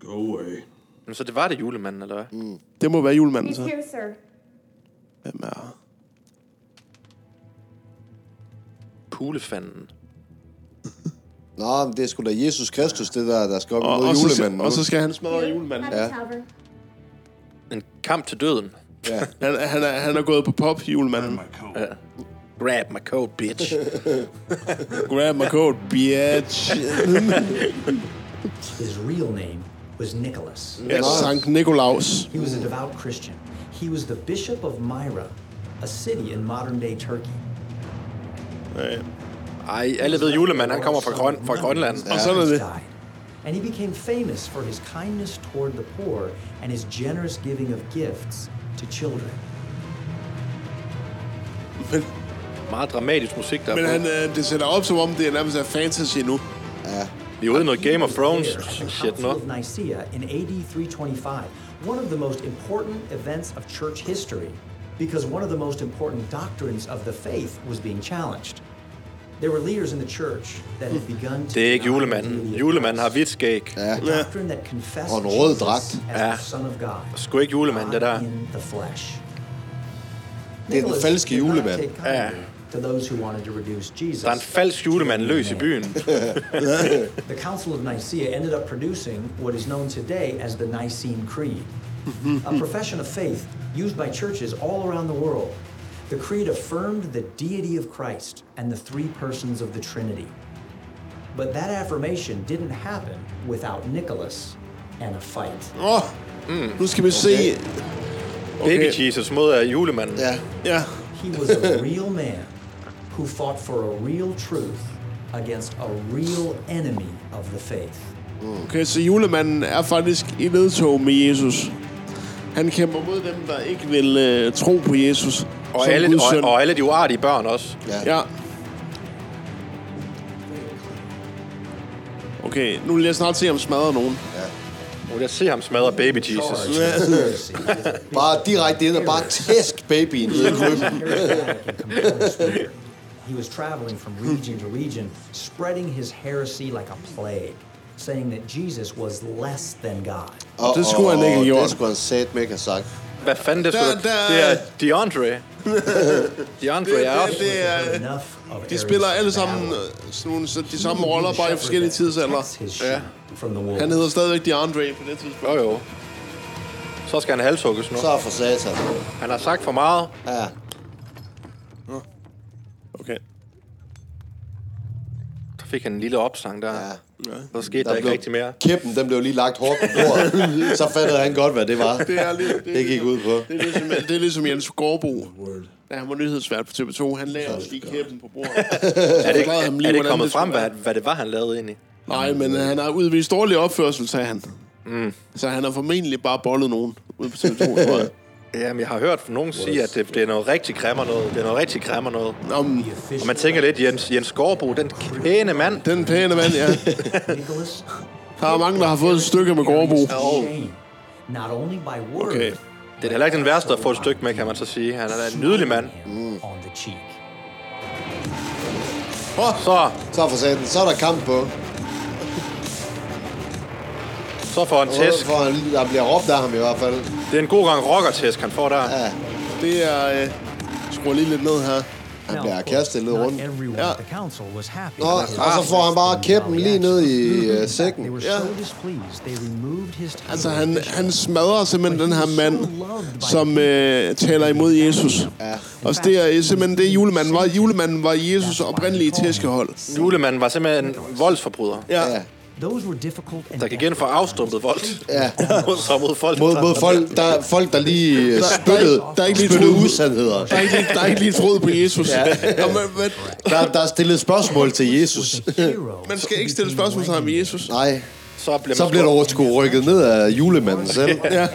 B: Go away. Men så det var det julemanden, eller hvad? Mm.
A: Det må være julemanden,
E: He's
A: så.
E: here, sir.
A: Hvem er...
B: Pulefanden.
C: Nå, men det er sgu da Jesus Kristus, det der, der skal op
B: Og-
C: imod
B: og så-
C: julemanden.
B: og så skal han
A: smadre julemanden.
C: Ja.
B: En kamp til døden.
C: Ja.
A: Han, han, er, han er gået på pop, julemanden.
B: Ja. Grab my coat, bitch.
A: Grab my coat, bitch.
D: His real name was Nicholas.
A: Ja, Sankt Nikolaus.
D: He was a devout Christian. He was the Bishop of Myra, a city in modern day Turkey.
B: Ej, alle ved julemanden, han kommer fra, Grøn, fra Grønland.
D: Ja. Og sådan er det. And he became famous for his kindness toward the poor and his generous giving of gifts to children.
B: Meget dramatisk musik, der er
A: Men
B: på.
A: han, øh, det sætter op, som om det er nærmest er fantasy nu.
C: Ja.
B: Vi er ude i noget Game of Thrones.
D: There at the
B: Shit,
D: Council
B: nå.
D: of Nicaea in AD 325, one of the most important events of church history, because one of the most important doctrines of the faith was being challenged. There were leaders in the church that had begun to
B: Det er ikke julemanden. Julemanden har hvidt skæg.
D: the doctrine that confessed
B: Og en rød
D: Jesus
B: dragt.
D: as
B: Ja.
D: the Son of God.
B: Sgu ikke julemanden, det der.
D: in the flesh.
B: Det er den
D: Nicholas
B: falske
D: did not
B: julemand.
D: take kindly To those who wanted to reduce Jesus.
B: Der er en falsk julemand løs i
A: *laughs*
B: byen.
D: the Council of Nicaea ended up producing what is known today as the Nicene Creed, a profession of faith used by churches all around the world. The creed affirmed the deity of Christ and the three persons of the Trinity. But that affirmation didn't happen without Nicholas and a fight.
A: Åh, oh,
B: Mm.
A: nu skal vi se...
B: Baby Jesus mod af julemanden.
A: Ja. ja.
D: He was a real man who fought for a real truth against a real enemy of the faith.
A: Okay, så julemanden er faktisk i ledtog med Jesus. Han kæmper mod dem, der ikke vil øh, tro på Jesus.
B: Og
A: som
B: alle,
A: Guds søn.
B: og, og alle de uartige børn også.
A: Ja. Okay, nu vil jeg snart se ham smadre nogen.
B: Nu vil jeg se ham smadre Baby Jesus.
C: Bare direkte ind og bare tæsk babyen ned i krybben.
D: He was traveling from region to region, spreading his heresy like a plague, saying that Jesus was less than God.
C: Og,
A: Det skulle han ikke have
C: og,
A: gjort.
C: Det skulle han satme ikke have sagt.
B: Hvad fanden det
A: Der-
B: skulle...
A: der- *laughs*
B: Det er DeAndre. DeAndre er også.
A: det er, de spiller alle sammen øh, sådan nogle, så de samme roller, bare i forskellige tidsalder.
B: Ja.
A: Han hedder stadigvæk DeAndre på det tidspunkt.
B: Jo, jo. Så skal han halshugges nu.
N: Så for satan.
B: Han har sagt for meget.
N: Ja.
A: Okay.
B: Så fik han en lille opsang der. Ja. Så skete der,
C: Der
B: ikke
C: blev-
B: rigtig mere.
C: Kæppen, den blev lige lagt hårdt på
B: *laughs*
C: bordet. Så fattede han godt, hvad det var.
A: Det er lige- det er-
C: *laughs* det gik ud på.
A: Det er ligesom, det er ligesom Jens Gårdbo, da han var nyhedsvært på TV2. Han lagde også lige kæppen på bordet.
B: Er det, ikke,
A: forklarede ham lige,
B: er det
A: hvordan
B: kommet
A: skulle
B: frem, hvad,
A: være.
B: hvad det var, han lavede egentlig?
A: Nej, men øh, han har udvist dårlig opførsel, sagde han. Mm. Så han har formentlig bare bollet nogen ude på TV2, tror jeg.
B: Jamen, jeg har hørt nogen sige, at det, det er noget rigtig grimmer noget. Det er noget rigtig grimmer noget.
A: Om,
B: og man tænker lidt, Jens, Jens Skorbo, den pæne mand.
A: Den pæne mand, ja. *laughs*
D: Nicholas
A: Der er mange, der har fået et stykke med Gårdbo.
D: shame, not only by word,
B: Okay. Det er da heller ikke den værste at få et stykke med, kan man så sige. Han er da en nydelig mand. Mm.
D: On the cheek.
B: Så.
C: Så for satan, så er der kamp på.
B: Så får han tæsk.
C: For han, der bliver råbt af ham i hvert fald.
B: Det er en god gang rocker-tæsk, han får der.
C: Ja.
A: Det er... Øh, skruer lige lidt ned her.
C: Han bliver kastet lidt rundt.
D: Everyone at the council was happy.
C: Nå,
D: about his
C: og så får han bare kæppen lige ned i øh,
D: action. They
C: sækken.
D: were so displeased they removed his
A: Altså, han, han smadrer simpelthen den her mand, som øh, taler imod Jesus. Og det er øh, simpelthen det, julemanden var. Julemanden var Jesus oprindelige tæskehold.
B: Julemanden var simpelthen en voldsforbryder.
A: Ja.
D: Those were difficult and
B: Der gik ind for afstumpet
D: *laughs*
B: vold.
C: Ja.
B: *laughs* så mod folk.
C: Mod, mod folk, der, folk, der lige øh,
A: Der- der er
C: spyttede,
A: ikke- der er ikke lige
C: spyttede
A: troet-
C: usandheder.
A: Der er ikke lige, der er ikke lige et frod på Jesus.
C: Ja.
A: Nå, men, men,
C: Der, der er stillet spørgsmål til Jesus. *laughs*
A: man skal ikke stille spørgsmål til ham i Jesus.
C: Nej.
B: Så bliver,
C: Så bliver der sgu rykket ned af
D: *laughs*
C: julemanden selv.
A: Ja.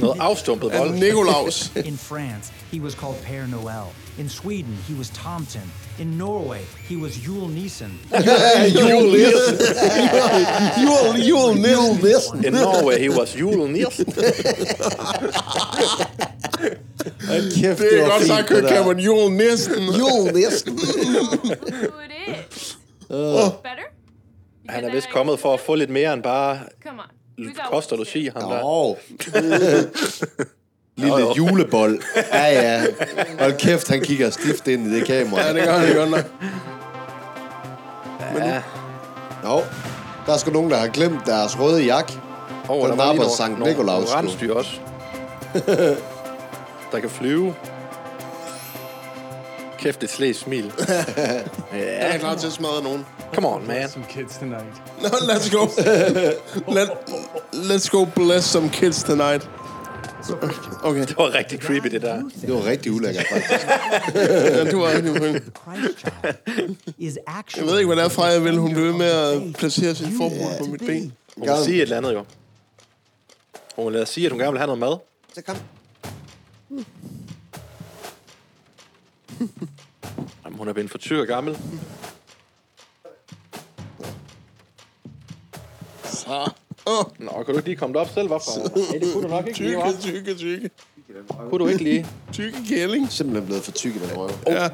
B: Noget afstumpet vold.
A: Nikolaus.
D: In France, he was called Père Noël. In Sweden, he was Tomten. In Norway, he was Yule Nissen.
C: Jule Nielsen. Jule, Jule
B: In
C: Nielsen.
B: Norway, he was Jule Nielsen.
C: Hold kæft,
A: Det er
C: var
A: godt
C: fint,
A: sagt,
C: det der.
A: Cameron. Jule næsten.
C: Jule Nielsen.
F: Who it is? Better?
B: Han er vist kommet for at få lidt mere end bare
F: Come on.
B: kost og logi. Ham der.
C: Åh. Lille julebold. Ja, ja. Hold kæft, han kigger stift ind i det kamera.
A: Ja, det gør han godt nok.
B: Ja.
C: Jo. Der er sgu nogen, der har glemt deres røde jak.
B: Oh,
C: Oh, den napper Sankt Nikolaus. sgu.
B: rensdyr
C: *laughs*
B: også. der kan flyve. Kæft, et slæs smil.
A: Jeg
B: ja.
A: er klar til at smadre *laughs* nogen.
B: Come on, *laughs* man.
O: Some kids tonight.
A: No, let's go. Let, let's go bless some kids tonight. Okay.
B: Det var rigtig creepy, det der.
C: Det var rigtig ulækkert, faktisk.
A: Ja, du var rigtig pointe.
D: *laughs* Is
A: Jeg
D: actually
A: ved ikke, hvad det er fra, jeg vil. Hun blev ved med at placere sin forbrud på mit ben.
B: Hun vil sige et eller andet, jo. Hun vil sige, at hun gerne vil have noget mad.
C: Så kom.
B: *laughs* Jamen, hun er blevet for tyk og gammel.
A: Så. Åh,
B: Nå, kan du ikke lige komme derop selv,
C: *laughs*
B: hvorfor? Ja, det kunne du nok ikke lige,
A: tykke,
B: hva'?
A: tykke, tykke.
B: Kunne du ikke lige?
A: Tykke kælling.
C: Simpelthen blevet for tyk i den røv.
A: Ja.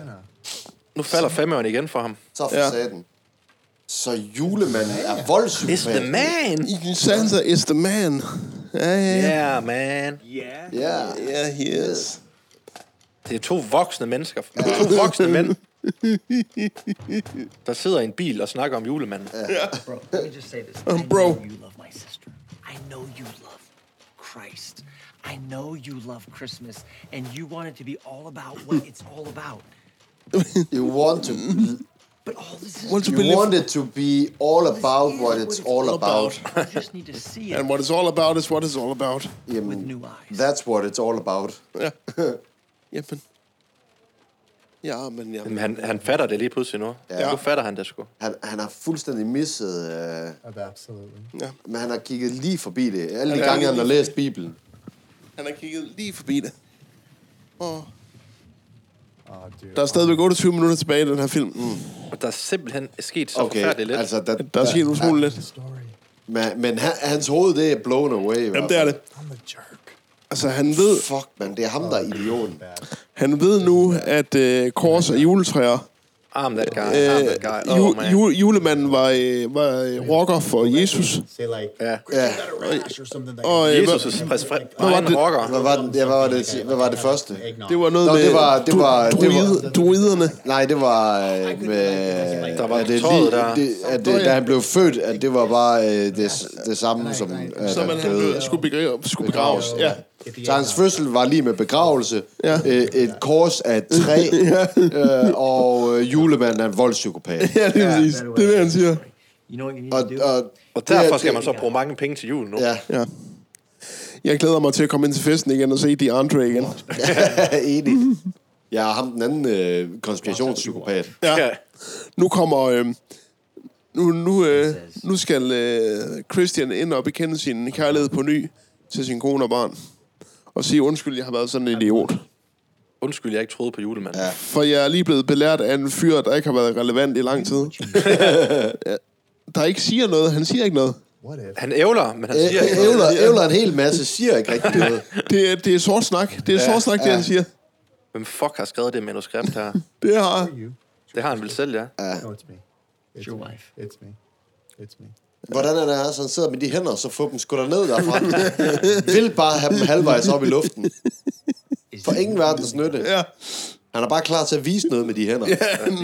B: Nu falder femøren igen for ham.
C: Så for
A: Ja.
C: satan. Så julemanden er voldsyg.
B: It's the man!
A: Ethan Sansa is the man. Ja, ja, ja.
B: Yeah, man.
C: Ja.
A: Ja, he is.
B: Det er to voksne mennesker. To voksne mænd, der sidder i en bil og snakker om julemanden.
H: Bro, let me just say this.
A: Um,
H: I
A: bro.
H: know you love my sister. I know you love Christ. I know you love Christmas, and you want it to be all about what it's all about.
C: You want to,
H: But
C: oh,
H: all this is
A: Want to
C: you
A: believe-
C: want it to be all about what it's all about.
H: you just need to see it
A: And what it's all about is what it's all about.
H: with
C: Jamen,
H: new eyes.
C: that's what it's all about.
A: Ja. Jamen. Ja, men ja.
B: Jamen, han, han fatter det lige pludselig nu. Ja. Nu fatter han det sgu.
C: Han, han har fuldstændig misset, øh,
K: Absolutely.
C: men han har kigget lige forbi det. Alle de
A: Ja,
C: gange, han har
A: lige
C: læst Bibelen.
A: Han har kigget lige forbi det. Åh.
K: Oh, dude.
A: Der er stadigvæk 28 minutter tilbage i den her film. Mm.
B: Og der er simpelthen sket så okay.
C: Okay,
B: forfærdeligt lidt. Altså,
C: altså, der,
A: Der er sket utroligt lidt.
K: Story.
C: men, men han, hans hoved, det er blown away. i hvert
A: Jamen, det er
C: fald.
A: det.
K: I'm the jerk.
A: Altså, han ved,
C: Fuck, man, det er ham, der er idioten.
A: han ved nu, at øh, kors og juletræer
B: Arm that guy, arm
A: Øh,
B: that guy.
A: ju,
B: Oh, man.
A: ju, julemanden var, øh, var øh, rocker for Jesus.
G: Say like,
B: ja.
C: Ja.
G: or something
A: Og, øh, hvad-
C: Hvad var det?
B: rocker.
C: Hvad var, den, ja, hvad var det, hvad var det første?
A: Det var noget
C: Nå,
A: med
C: det var, det
A: du-
C: var, det
A: druid- druiderne.
C: Nej, det var øh, med...
B: Der var
C: er det
B: tøjet der.
C: Det, at det, da han blev født, at det var bare øh, det, det samme som... Øh,
A: Så man han blev, skulle, begrave, skulle begraves. Ja.
C: Så hans fødsel var lige med begravelse, ja. øh, et kors af
A: *laughs*
C: træ, øh, og øh, julemanden er en voldspsykopat.
A: *laughs* Ja, det er præcis. Det er det, han siger.
O: Uh,
C: Og, og,
B: Og derfor
C: det-
B: skal man så bruge mange penge til jul nu.
C: Ja.
A: Ja. Jeg glæder mig til at komme ind til festen igen og se DeAndre igen.
C: *laughs* Enig. Jeg har ham den anden øh, konspirationspsykopat.
A: Ja. Nu kommer... Øh, nu, nu, øh, nu skal øh, Christian ind og bekende sin kærlighed på ny til sin kone og barn. Og sige, undskyld, jeg har været sådan en idiot.
B: Undskyld, jeg ikke troede på julemanden. Ja.
A: For jeg er lige blevet belært af en fyr, der ikke har været relevant i lang tid.
B: *laughs*
A: ja. Der ikke siger noget. Han siger ikke noget.
B: Han ævler, men han
C: Æ-
B: siger ikke
C: ævler,
B: noget.
C: ævler en hel masse, siger ikke rigtig noget.
A: Det, er- det er sort snak. Det er
B: Ja,
A: ja, sort snak, ja.
B: ja.
A: det han siger.
B: Hvem fuck har skrevet det manuskript her?
A: Det har...
B: Det har han vel selv, ja.
G: No, it's me. It's your wife. It's me. It's me.
C: Hvordan er det, altså, han sidder med de hænder, så får dem sgu ned *laughs* derfra. Vil bare have dem halvvejs op i luften. For ingen verdens nytte.
A: Ja.
C: Han er bare klar til at vise noget med de hænder.
A: Ja, han,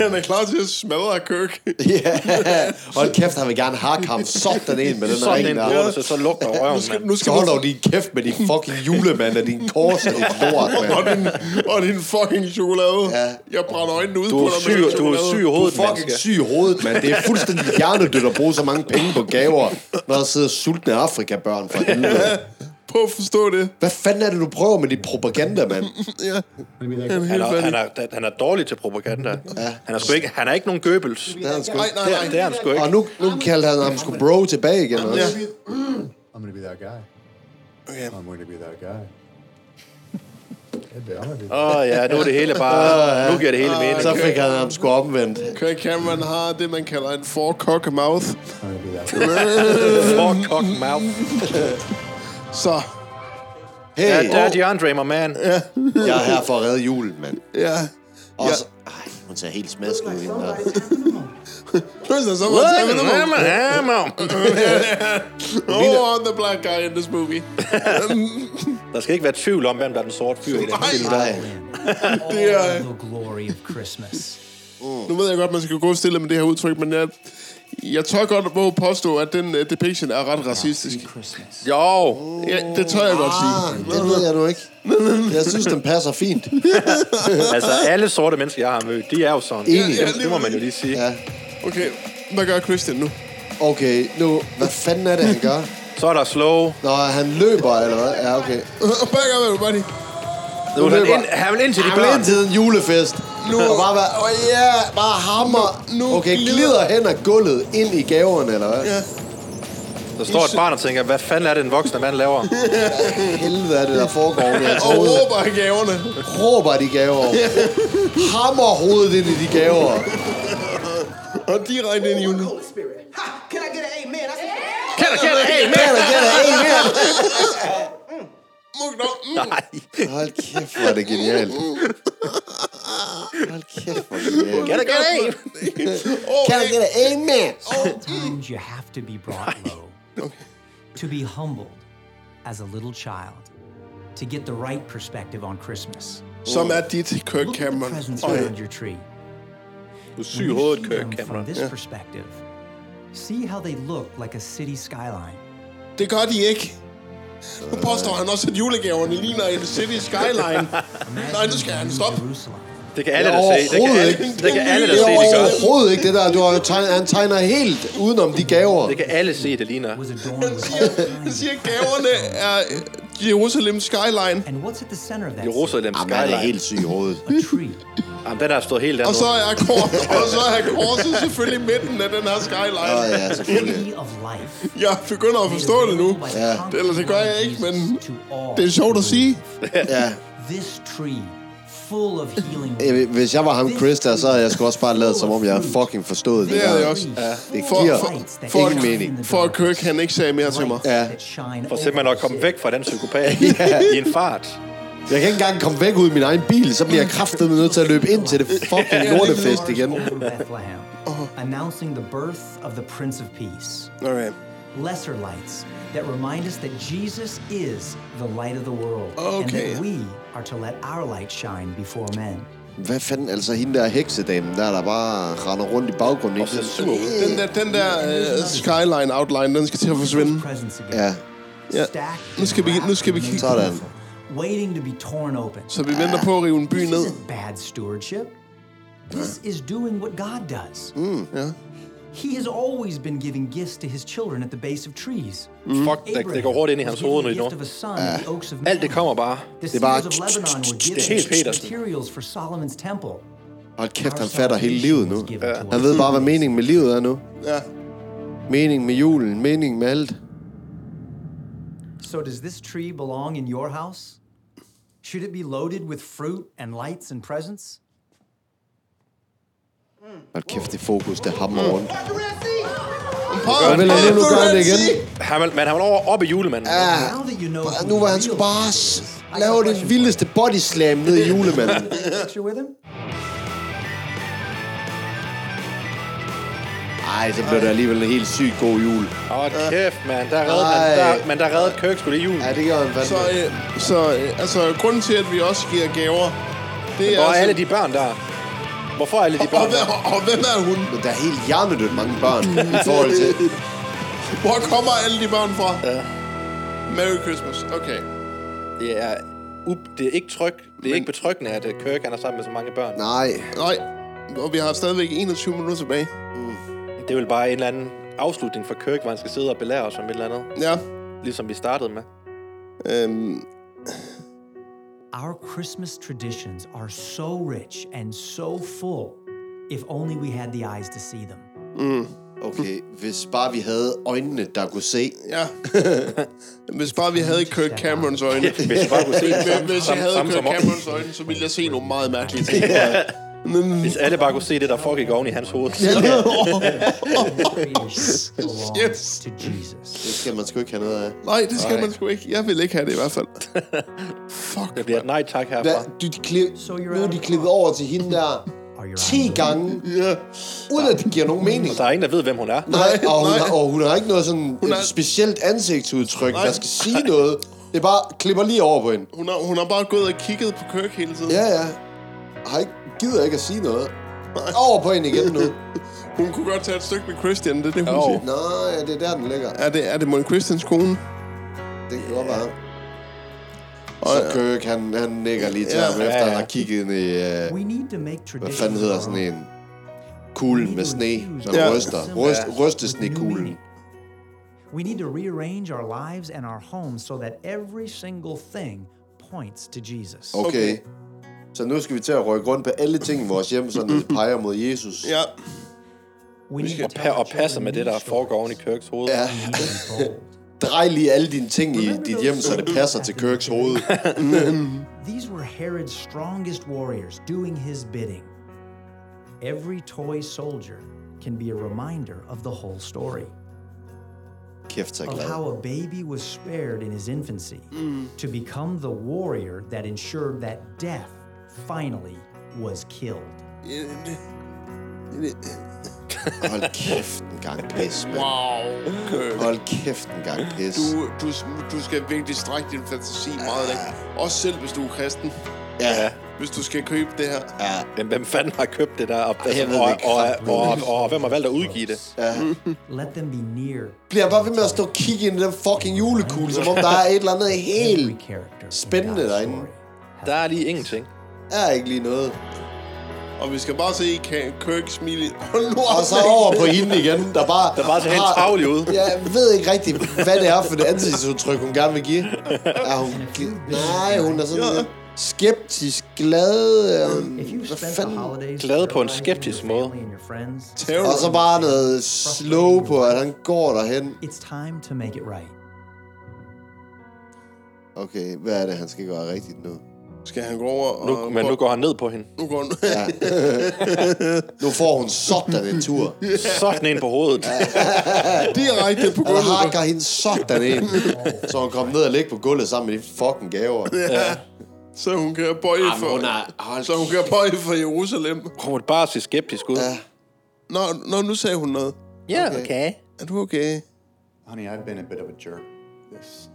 A: han er klar til at smadre Kirk.
C: *laughs* Ja, hold kæft, han vil gerne hakke ham. Sådan en med den
B: Sådan
C: ring
B: en
C: der.
B: bruger du, så- så lugter røven,
C: Nu skal,
B: mand.
C: nu skal så hold dog din kæft med din fucking julemand og din kors og dit lort,
A: og,
C: mand.
A: din, og din fucking chokolade. Ja. Jeg brænder øjnene ud
C: Du
A: på
C: er
A: dig.
C: syg,
A: med den
C: du er
A: chokolade.
C: syg i hovedet, Du er fucking menneske. syg i hovedet, mand. Det er fuldstændig hjernedødt at bruge så mange penge på gaver, når der sidder sultne Afrika-børn for helvede.
A: Prøv at forstå det.
C: Hvad fanden er det, du prøver med dit propaganda, mand?
A: Ja.
B: Han er, han, er, han er dårlig til propaganda. Ja. Han, er sgu ikke, han er ikke nogen Goebbels. Det
C: er han sgu
A: Nej,
C: ikke.
A: nej,
B: er,
A: nej.
B: det er han sgu ikke.
C: Og nu, nu kaldte han ham sgu bro tilbage igen også.
A: Ja.
G: I'm gonna be that guy.
A: Okay.
G: I'm gonna be that guy. Hey, babe, I'm gonna be
B: Åh oh, ja, nu er det hele bare... Nu giver det hele mening.
C: Så fik han ham sgu omvendt.
A: Kirk Cameron har det, man kalder en four-cock mouth.
G: I'm gonna be that guy.
B: Fuck, cock, mouth.
A: Så,
B: Ja,
C: Hey,
B: der er DeAndre, my man.
C: jeg er her for at redde julen, mand.
A: ja.
C: Og så, ej, hun ser helt smasket ud. hende altså. der.
A: Listen, someone tell me the
B: Hammer,
A: movie.
B: hammer.
A: Oh, I'm the black guy in this movie.
B: Der skal ikke være tvivl om, hvem der er den sorte fyr i den
A: Nej.
B: film.
C: Nej,
A: Det er...
D: The glory of Christmas.
A: Nu ved jeg godt, man skal gå stille med det her udtryk, men jeg, jeg tør godt må påstå, at den uh, depiction er ret racistisk.
D: Christmas.
B: Jo,
A: Ja, det tør jeg godt sige.
C: det ved jeg nu ikke. Jeg synes, den passer fint.
B: altså alle sorte mennesker, jeg har mødt, de er jo sådan.
C: Enig.
B: Dem, det må man jo lige sige.
C: Ja.
A: Okay, hvad gør Christian nu?
C: Okay, nu, hvad fanden er det, han gør?
B: Så er der slow.
C: Når han løber, eller hvad? Ja, okay.
A: Back up, everybody.
B: Nu er han,
C: løber-
B: ind, han vil ind til de
C: Han vil
B: børn.
C: ind til en julefest. Nu og bare være, oh yeah, bare hammer.
A: Nu- nu
C: okay,
A: glider-
C: glider hen ad gulvet ind i gaverne, eller hvad?
A: Ja.
B: Der står et barn og tænker, hvad fanden er det, en voksen mand laver?
C: Helvede er det, der foregår med hans
A: Og
C: hoved.
A: råber i gaverne.
C: Råber de gaver. Hammer hovedet ind i de gaver.
A: Og direkte ind i julen.
J: Spirit. Ha! Can I get an amen? I said,
B: Kan der, kan der, hey, man!
C: Kan der get an amen?
A: Mug dog. Mm.
B: Nej.
C: Hold kæft, hvor er det genialt. Hold kæft, hvor er det genialt.
B: Kan der, kan der, hey!
A: Oh,
C: Kan der get an amen?
D: Oh. Sometimes you have to be brought low. To be humbled as a little child. To get the right perspective on Christmas.
A: Som er dit Kirk
D: Look at the
A: Cameron.
D: presents
A: Og
D: around your tree.
B: Du er syg
D: When
B: i
D: you
B: hovedet,
D: Oh, see
B: Kirk
D: them
B: Cameron.
D: From this perspective, see how they look like a city *laughs* skyline.
A: det gør de ikke. Nu påstår han også, at julegaverne ligner en city skyline. Nej, nu skal han stoppe.
D: Jerusalem.
B: Det kan *laughs* alle da se. Det kan
C: Overhovedet
B: alle,
C: ikke.
B: det kan alle da
C: Det
B: se,
C: er
B: det gør.
C: overhovedet ikke det der. Du har jo tegnet, han tegner helt udenom de gaver.
B: Det kan alle se, det ligner.
D: Was *laughs* adorned with all
A: Han
D: kinds
A: siger,
D: of
A: at gaverne er Jerusalems skyline.
D: And what's at the center of that?
B: Jerusalem
C: Jamen, han er
B: Skyline.
C: helt syg i hovedet.
D: city? A tree. *laughs*
B: Jamen, den har stået helt
A: Og så
B: dernede.
A: er, kor- og så er korset selvfølgelig midten af den her
C: Åh *laughs*
A: skyline.
C: ja, selvfølgelig.
D: Tree of life.
A: Jeg begynder at forstå det nu.
D: Ja.
A: Ellers det gør jeg ikke, men det er sjovt at sige.
C: *laughs* Ja.
D: This tree, full of healing.
C: Øh, Hvis jeg var ham, Chris, der, så havde jeg sgu også bare lavet, som om jeg fucking forstod det.
A: Det havde
C: der.
A: jeg også.
C: Det
A: For,
C: giver
A: for, for,
C: ingen mening.
A: at, for at Kirk, han ikke sagde mere til mig.
C: Ja.
D: That shine
B: For simpelthen
D: over
C: *laughs*
B: at komme væk fra den psykopat i en fart.
C: Jeg kan ikke engang komme væk ud af min egen bil, så bliver jeg kraftet nødt til at løbe ind til det fucking lortefest igen.
D: From Bethlehem, announcing the birth of the Prince of Peace.
C: All right.
D: Lesser lights that remind us that Jesus is the light of the world,
C: Okay.
D: and that we are to let our light shine before men.
C: Hvad fanden, altså hende der heksedamen, der der bare render rundt i baggrunden, ikke? Så
A: Super. Den der, den der øh, skyline outline, den skal til at forsvinde.
C: Ja.
A: ja. Nu skal vi, nu skal vi kigge.
C: Sådan.
D: waiting to be torn open.
A: Så vi venter på at rive en by
D: This
A: ned.
D: isn't bad stewardship. This is doing what God does.
B: Hmm,
D: He has always been giving gifts to his children at the base of trees.
B: Hmm. Fuck, det, det går hårdt ind i hans hoved nu lige nu. Alt det kommer bare.
D: The
B: Det er bare...
D: cedars of Lebanon were
B: Det er
D: given
B: helt
D: as
B: Petersen.
D: materials for Solomon's temple.
C: Hold kæft, han fatter hele livet nu. Han ved bare, hvad meningen med livet er nu.
A: Ja.
C: Mening med julen, mening med alt.
D: So does this tree belong in your house? Should it be loaded with fruit and lights and presents?
C: Hold kæft, det fokus, det hammer rundt.
B: Gør
C: Vel, nu, nu gør han det igen.
B: Han, vil- men han var over op i julemanden.
C: Ja, bare- nu var han sgu bare s- lave det vildeste body slam ned i julemanden.
D: Picture with him?
C: Ej, så blev det alligevel en helt sygt god jul.
B: Åh, oh, kæft, mand. Der redde, man,
C: Ej.
B: der, men der redde Kirk sgu det jul.
C: Ja, det gjorde han
A: Så,
C: fandme.
A: øh, så øh, altså, grunden til, at vi også giver gaver, det er...
B: Hvor er
A: altså-
B: alle de børn der? Hvorfor er alle de
A: Og,
B: børn der?
C: *laughs*
A: hvem- og hvem er hun?
C: Men der er helt hjernedødt mange børn i forhold til...
A: Hvor kommer alle de børn fra?
B: Ja.
A: Merry Christmas. Okay.
B: Det er, up, det er ikke tryg, det er ikke betryggende, at øh, Kirk han er sammen med så mange børn.
C: Nej.
A: Nej, og vi har stadigvæk 21 minutter tilbage.
B: Det er vel bare en eller anden afslutning for Kirk, hvor han skal sidde og belære os om et eller andet.
A: Ja.
B: Ligesom vi startede med.
A: Øhm,
D: Our Christmas traditions are so rich and so full if only we had the eyes to see
C: *laughs*
D: them.
C: Okay, hvis bare vi havde øjnene, der kunne se.
B: *laughs*
A: ja. Hvis bare vi havde Kirk Camerons øjne.
B: Hvis jeg bare kunne se det
A: Hvis-
B: samme,
A: Hvis jeg
B: samme,
A: havde
B: samme
A: Kirk
B: som om.
A: Camerons øjne, så ville jeg se nogle meget mærkelige ting.
B: Hvis alle bare kunne se det, der foregik oven i hans hoved.
C: Oh,
D: Creation belongs
A: Yes.
D: to Jesus.
C: Det skal man sgu ikke have noget af.
A: Nej, det skal man sgu ikke. Jeg vil ikke have det i hvert fald. Fuck.
B: Det bliver et nej tak
C: Hvad?
B: herfra.
C: Du, de klip, nu er de klippet over til hende der 10 gange, uden at det giver nogen mening.
B: Der er ingen, der ved, hvem hun er.
C: Nej, og hun,
A: nej.
C: har, og hun har ikke noget sådan
A: Hun
C: hun
A: er-
C: har... specielt ansigtsudtryk, der skal sige noget. Det er bare klipper lige over på hende.
A: *laughs* Hun har, hun har bare gået og kigget på Kirk hele tiden.
C: Ja, ja. Har ikke, gider ikke at sige noget. Over på hende igen nu.
A: Hun kunne godt tage et stykke med Christian, det er det, hun
B: Jo.
A: siger.
C: *laughs* Nå, ja, det er der, den ligger.
A: Er det, er det Mon Christians kone?
C: Det kan godt være. Så Kirk, han, han nikker lige til
A: Ja,
C: ja, ham,
B: ja,
C: efter han
B: ja.
C: har kigget ind i... Øh,
D: We need to make
C: hvad
D: traditions.
C: fanden hedder sådan en? Kuglen med sne, som
A: Ja.
C: ja. ryster. Ryst, ja. Rystesnekuglen.
D: We need to rearrange our lives and our homes so that every single thing points to Jesus.
C: Okay. Så nu skal vi til at rykke rundt på alle ting i vores hjem, *laughs* sådan at det peger mod Jesus.
A: Ja.
D: We need
B: Og, pa- og passer med det, der foregår oven i Kirks hoved.
C: Ja. Drej lige alle dine ting i dit hjem, så det passer til Kirks hoved.
D: These were Herod's strongest warriors doing his bidding. Every toy soldier can be a reminder of the whole story
C: Kæft, så
D: of
C: glad.
D: how a baby was spared in his infancy
B: Mm.
D: to become the warrior that ensured that death finally was
B: *laughs*
D: killed.
C: Hold kæft en gang pis, mand.
A: Wow, Kirk.
C: Hold kæft en gang pis.
A: Du, du, du skal virkelig strække din fantasi meget langt. Også selv, hvis du er kristen.
C: Ja,
A: Hvis du skal købe det her.
C: ja.
B: Hvem, hvem fanden har købt det der? Og, altså,
C: jeg ved
B: og,
C: det ikke.
B: og, og, og, og, hvem har valgt at udgive det?
D: *laughs* Let them be near
C: Bliver bare ved med at stå og kigge ind i den fucking julekugle, som om der er et eller andet
D: every
C: helt...
D: character. in
C: spændende
D: God's
C: derinde.
D: story.
B: Der er lige ingenting.
C: Er ikke lige noget.
A: Og vi skal bare se Ka- Kirk smile. Hold nu op,
C: Og så over på hende igen, der bare...
B: Der bare ser helt
C: har-
B: travlig ud.
C: Jeg ved ikke rigtigt, hvad det er for det ansigtsudtryk, hun gerne vil give. Er hun... gl- Nej, hun er sådan lidt skeptisk, glad... er hun-
D: If you
C: Hvad
D: spent the
C: fanden?
D: holidays
B: Glad på en
D: terrorizing
B: skeptisk
D: your family
B: måde.
D: and your friends,
A: Terror.
C: Og så bare noget slow på, at han går derhen.
D: It's time to make it right.
C: Okay, hvad er det, han skal gøre rigtigt nu?
A: Skal han gå over og...
B: Nu, men nu går han ned på hende.
A: Nu går han...
C: Nu får hun sådan en tur.
B: Sådan en på hovedet.
A: Direkte på
C: Han
A: gulvet.
C: hakker hende sådan en, så hun kom ned og ligge på gulvet sammen med de fucking gaver.
A: Så hun kan bøje
N: Jamen,
A: for...
N: hun er- hold
A: så hun kan bøje for Jerusalem.
B: Hun måtte bare se skeptisk ud. Ja.
A: Nå, nå, nu sagde hun noget.
B: Yeah, okay.
A: Er du okay?
O: Honey, I've been a bit of a jerk this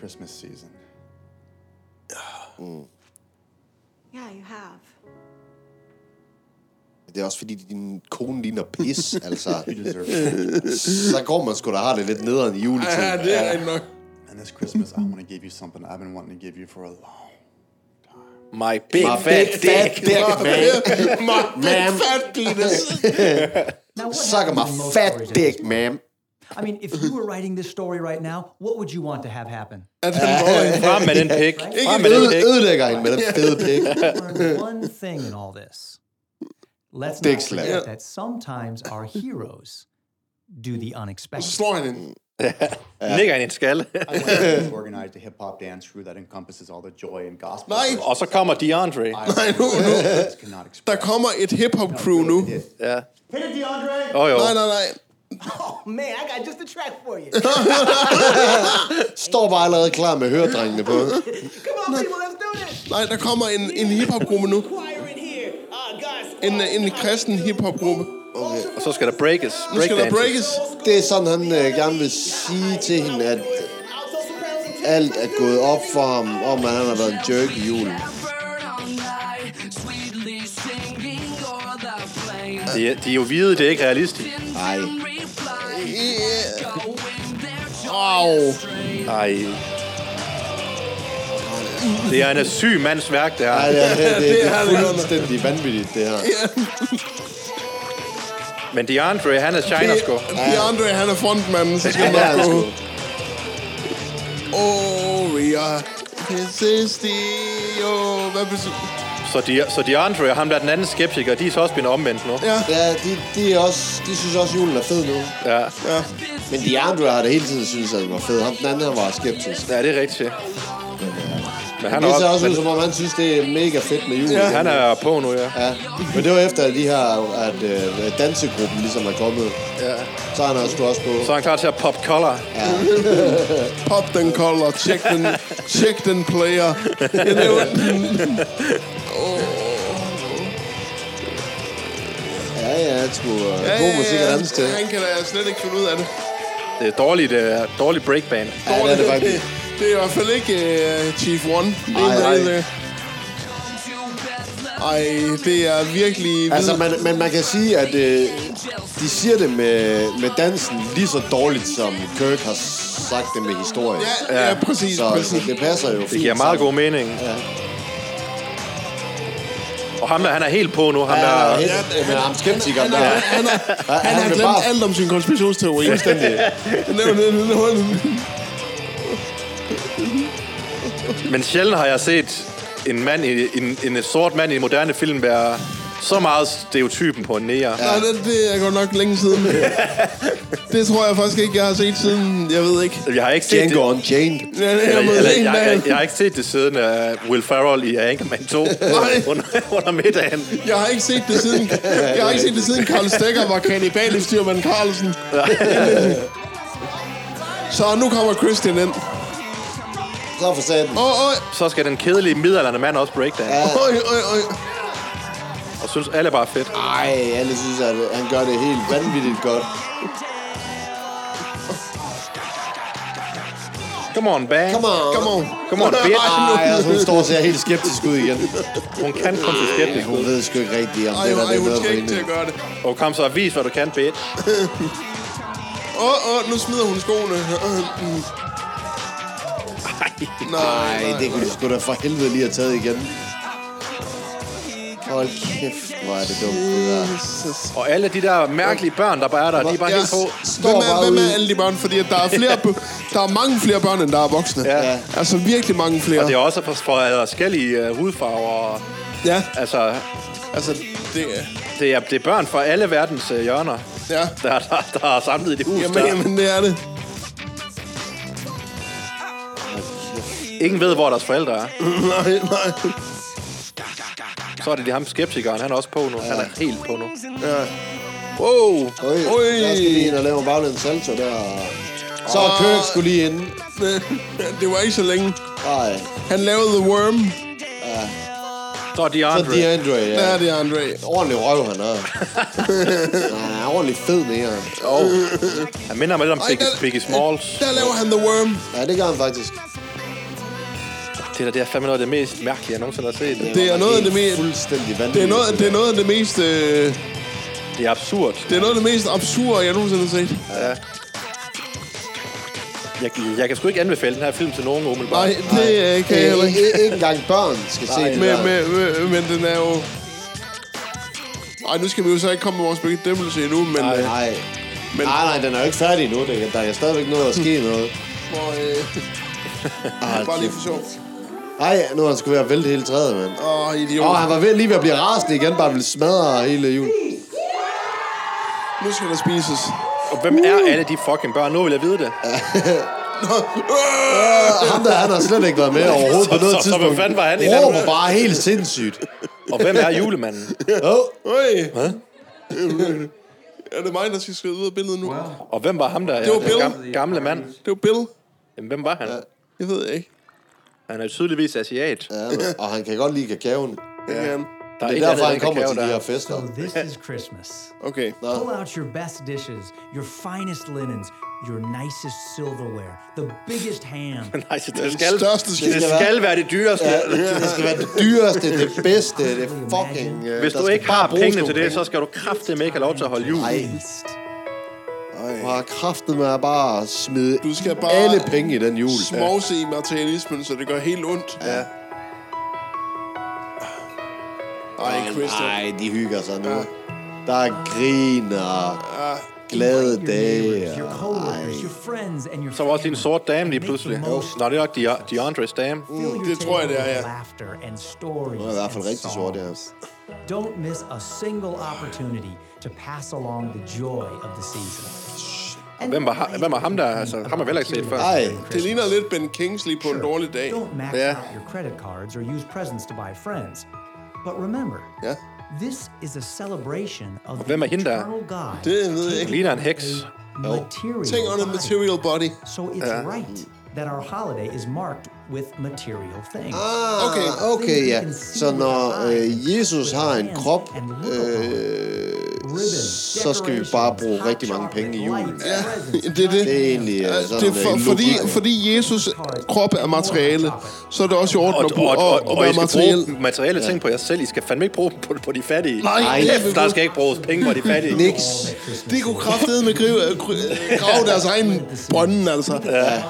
O: Christmas season.
F: Yeah, you have.
C: Det er også fordi, din kone ligner
O: *laughs*
C: pis, altså. så går man sgu da har det lidt nederen i juletiden.
A: Ja, det er rigtigt nok.
O: And this Christmas, I want to give you something I've been wanting to give you for a long
B: My big
C: Ah,
O: My
B: fat
O: big
B: dick.
O: fat dick,
A: man. My
O: Ma'am.
A: fat penis.
C: Suck my fat dick, ma'am.
D: I mean, if you were writing this story right now, what would you want to have
C: *laughs*
D: happen?
A: At
C: han bøjer.
B: Frem med den pik.
C: Ikke
B: Frem med den pik.
C: øde- ødelægger hende med den fede pik.
D: Learn one thing in all this. Let's
C: Dick
D: not
C: slap.
D: forget that sometimes our heroes do the unexpected.
B: Nikker han i en skalle.
O: time. organized a hip hop dance crew that encompasses all the joy and gospel.
A: Nej.
B: Og så kommer DeAndre.
A: Nej, nu, nu. Der kommer et hip-hop crew nu.
B: Ja.
J: Hit it, DeAndre.
B: Oh, jo.
A: Nej, nej, nej.
J: Oh man, I got just a track
C: *laughs*
J: for you.
C: Står bare allerede klar med høredrengene på.
J: Come on, people, let's do this.
A: Nej, der kommer en, en hip-hop-gruppe nu.
J: Choir in here. Ah, guys.
A: En, øh, en kristen hip-hop-gruppe.
B: Og så skal der breakes.
A: Nu skal der breakes.
C: Det er sådan, han øh, gerne vil sige til hende, at alt er gået op for ham, om at han har været en jerk i julen.
B: De, er- de er jo hvide, det er ikke realistisk.
C: Nej.
A: Au.
B: Nej. Det er en syg mands værk, det her.
C: Nej, det er, det, det, det
A: er
C: er
A: det godt nok.
C: fuldstændig vanvittigt, det her.
B: Men DeAndre, han er shiner sgu.
A: De andre, han er frontmanden, så skal
C: Ja,
A: han
C: det
A: nok
C: er han
A: gå.
C: sgu.
A: Oh, we are... This is the... Oh, hvad betyder...
B: Så, de, så DeAndre og ham der er den anden skeptiker, de er så også blevet omvendt nu.
A: Ja.
C: Ja, de, de, er også, de synes også, julen er fed nu.
B: Ja,
A: ja.
C: Men de andre har da hele tiden synes at den var fed. Ham den anden han var skeptisk.
B: ja det er rigtigt. Men han
C: Han det
B: er,
C: ser
B: også,
C: også ud
B: men,
C: som om, han synes, det er mega fedt med julen. Ja.
B: han er på nu, ja.
C: ja. Men det var efter, at de her at, øh, dansegruppen ligesom er kommet.
B: ja.
C: Så er han også, også på.
B: Så er han klar til at pop collar.
A: Pop den collar, check den, check den player. You know it.
C: Ja, ja, det skulle øh, god musik et andet sted.
A: Han kan da slet ikke finde ud af det.
B: Det er dårligt, uh, dårligt breakband.
C: Ja, det er det
A: det,
C: faktisk.
A: det er i hvert fald ikke uh, Chief One.
C: Ej, ej.
A: Ej, øh, ej, det er virkelig...
C: Altså, man, men man kan sige, at øh, de siger det med, med dansen lige så dårligt, som Kirk har sagt det med historien.
A: Ja, ja, præcis,
C: så,
A: præcis.
C: Så det passer jo
B: Det giver meget god mening. Og ham der, han er helt på nu. Ham der,
C: Ja, helt- men ham skeptikeren der.
A: Han, er, han,
C: han
A: har
C: blev
A: glemt
C: bare-
A: alt om sin konspirationsteori.
C: *laughs* Fuldstændig.
A: Nå, nå, nå, nå, nå.
B: men sjældent har jeg set en, mand i, en, en sort mand i en moderne film være så meget stereotypen på en nære.
A: Nej, det, det er godt nok længe siden. det tror jeg faktisk ikke, jeg har set siden. Jeg ved ikke.
B: Jeg har ikke set
C: Django
B: det.
C: Unchained.
A: Ja, det er
B: Eller,
A: med
B: eller, jeg,
A: en
B: jeg, jeg,
A: dag.
B: jeg har ikke set det siden uh, Will Ferrell i Anchorman 2 under, under middagen.
A: Jeg har ikke set det
C: *laughs*
A: siden, jeg har ikke set det siden Karl Stegger var kanibal i styrmand Carlsen.
C: *laughs*
A: Så nu kommer Christian ind.
C: Så for satan.
A: Åh, åh,
B: Så skal den kedelige midalderne mand også breakdown. Ja.
A: åh, åh, åh.
B: Og synes, alle er bare fedt.
C: Ej, alle synes, at han gør det helt vanvittigt godt.
B: Come on, bang.
C: Come on.
A: Come on.
B: Come on, bitch.
C: Ej, altså, hun står og ser helt skeptisk ud igen.
B: Hun kan komme til skeptisk
C: Hun
B: ud.
C: ved sgu ikke rigtigt, om
A: Ej,
C: det der
A: ej,
C: det er
A: hun
C: noget for
A: skal ikke til
C: hende.
A: at gøre det.
B: Og kom så og vis, hvad du kan, bitch.
A: Åh, åh, nu smider hun skoene. Åh, mm. Nej,
C: Ej, det kunne de sgu da for helvede lige have taget igen. Hold kæft, hvor er det dumt, det der.
B: Og alle de der mærkelige børn, der bare er der, de er bare helt
A: Yes.
B: på.
A: Hvem er,
C: bare
A: hvem er
C: ude.
A: alle de børn? Fordi at der er, flere, b- der er mange flere børn, end der er voksne.
B: Ja.
A: Altså virkelig mange flere.
B: Og det er også for, for forskellige uh, hudfarver. og-
A: Ja,
B: Altså,
A: altså det er...
B: det er, det er børn fra alle verdens uh, hjørner,
A: Ja.
B: der, der, der er samlet i det hus.
A: Jamen,
B: Jamen, der.
A: jamen, det er det.
B: Ingen ved, hvor deres forældre er.
A: Nej, nej.
B: Så er det lige ham skeptikeren, han er også på nu. Han er helt på nu.
A: Ja.
B: Wow!
C: Oj,
A: Oj.
C: der skal lige ind og lave en baglæns salto der. Så er Kirk skulle lige inde.
A: Det var ikke så længe.
C: Ej,
A: Han lavede The Worm.
C: ja,
B: Så DeAndre.
C: Så DeAndre, ja.
A: Ja, DeAndre.
C: Ordentlig røv, han er. Han er ordentlig fed mere.
B: Jo. Han minder mig lidt om
C: Ej,
B: Biggie,
C: der-
B: Biggie Smalls.
A: Der laver han The Worm.
C: Ja, det gør han faktisk.
B: Det der, det er fandme noget af det mest mærkelige, jeg nogensinde har set.
A: Det er noget af det mest...
C: Fuldstændig
A: Det er noget, det er noget af det mest... Øh,
B: det er absurd.
A: Det er noget af det mest absurde, jeg nogensinde har set.
B: Ja. Jeg, jeg kan sgu ikke anbefale den her film til nogen umiddelbart.
A: Nej, det øh, kan jeg heller
C: ikke. Ikke engang børn skal se den.
A: Men,
C: der.
A: men, men, men den er jo... Ej, nu skal vi jo så ikke komme med vores bedømmelse endnu, men...
C: Nej,
A: øh,
C: nej. Men... Nej, nej, den er jo ikke færdig endnu. Det, der er stadigvæk noget at ske noget.
A: hvor, øh,
C: Ej,
A: bare lige for sjov.
C: Ej, nu er han sgu ved at vælte hele træet, mand.
A: Åh, oh, idiot.
C: Åh, oh, han var ved, lige ved at blive rasende igen, bare ville smadre hele julen.
A: Nu skal der spises.
B: Og hvem er
A: Uh!
B: alle de fucking børn? Nu vil jeg vide det.
C: Øh, ham der, han har slet ikke været med overhovedet på
B: Så-
C: noget
B: så- så
C: tidspunkt.
B: hvad fanden var han i den
C: Råber
B: uge?
C: bare helt sindssygt.
B: Og hvem er julemanden?
A: Åh, Øj.
B: Hvad?
A: *laughs* Er det mig, der skal skrive ud af billedet nu? Wow.
B: Og hvem var ham der?
A: Det var
B: Den
A: Bill.
B: gam- gamle mand.
A: Det var Bill.
B: Jamen, hvem var han?
A: Jeg ved ikke.
B: Han er tydeligvis asiat.
C: Ja, men- og han kan godt lide kakaoen.
A: Ja.
B: Der er et
C: Det er
B: eller
C: derfor, han
B: andet
C: kommer
B: kakao
C: til de
B: der.
C: her fester.
D: So this is Christmas.
A: Okay.
C: uh.
D: Pull out your best dishes, your finest linens, your nicest silverware, the biggest
C: *laughs*
D: ham.
B: Nej, så det
C: skal- største det skal skal være-
B: være det dyreste.
C: Ja, det skal være det dyreste, det bedste, det fucking... øh,
B: Hvis
C: der
B: du
C: skal
B: ikke
C: bare
B: har
C: bruges
B: pengene
C: nogle
B: til det, så skal du kraftedeme ikke have lov til at holde jul.
C: Nej. Bare kraftet med at bare smide du skal bare alle penge i den jul.
A: Småse i materialismen, så det gør helt ondt.
C: Ja.
A: Ej, Christian.
C: Nej, de hygger sig nu. Der er griner, glade dage.
D: Coworkers, your friends, and your
B: Så var også lige en sort dame lige pludselig. Nå, det er nok De- DeAndres dame.
D: fill your
A: det tror jeg,
D: table
A: det er,
D: with
A: ja.
D: laughter and stories.
C: Hun er i hvert fald
D: and
C: rigtig sort, ja.
D: Don't miss a single opportunity to pass along the joy of the season.
B: Og Hvem var, ha- hvem var ham der? Altså, ham har vi heller ikke set før.
A: Det ligner lidt Ben Kingsley på en dårlig dag.
D: Don't max
B: Yeah.
D: out your credit cards or use presents to buy friends. But remember, this is a celebration of the
B: Hvem er hende der?
D: eternal God.
A: Det ved jeg ikke.
B: Ligner en heks.
D: Material
A: Ting on a
D: body.
A: material body.
D: So it's right that our holiday is marked with material things.
C: Okay, Ah,
A: Ah.
C: okay, ja. Så når øh, Jesus har en krop, øh, så skal vi bare bruge rigtig mange penge i julen.
A: Ja, det er det.
C: *laughs* Det er egentlig øh,
A: Øh,
C: sådan,
A: Det er for,
C: øh,
A: fordi,
C: logikken.
A: fordi Jesus krop er materiale, så er det også i orden
B: Og,
A: at
B: og,
A: bruge
B: og,
A: og,
B: og, og I
A: være
B: skal
A: materiel.
B: bruge materielle ting på jer selv. I skal fandme ikke bruge dem på, på de fattige.
A: Nej, Nej. det-
B: der skal ikke bruges penge på de fattige.
C: Niks.
A: De kunne kraftedeme med grive, grave deres egen brønde, altså.
B: Ja.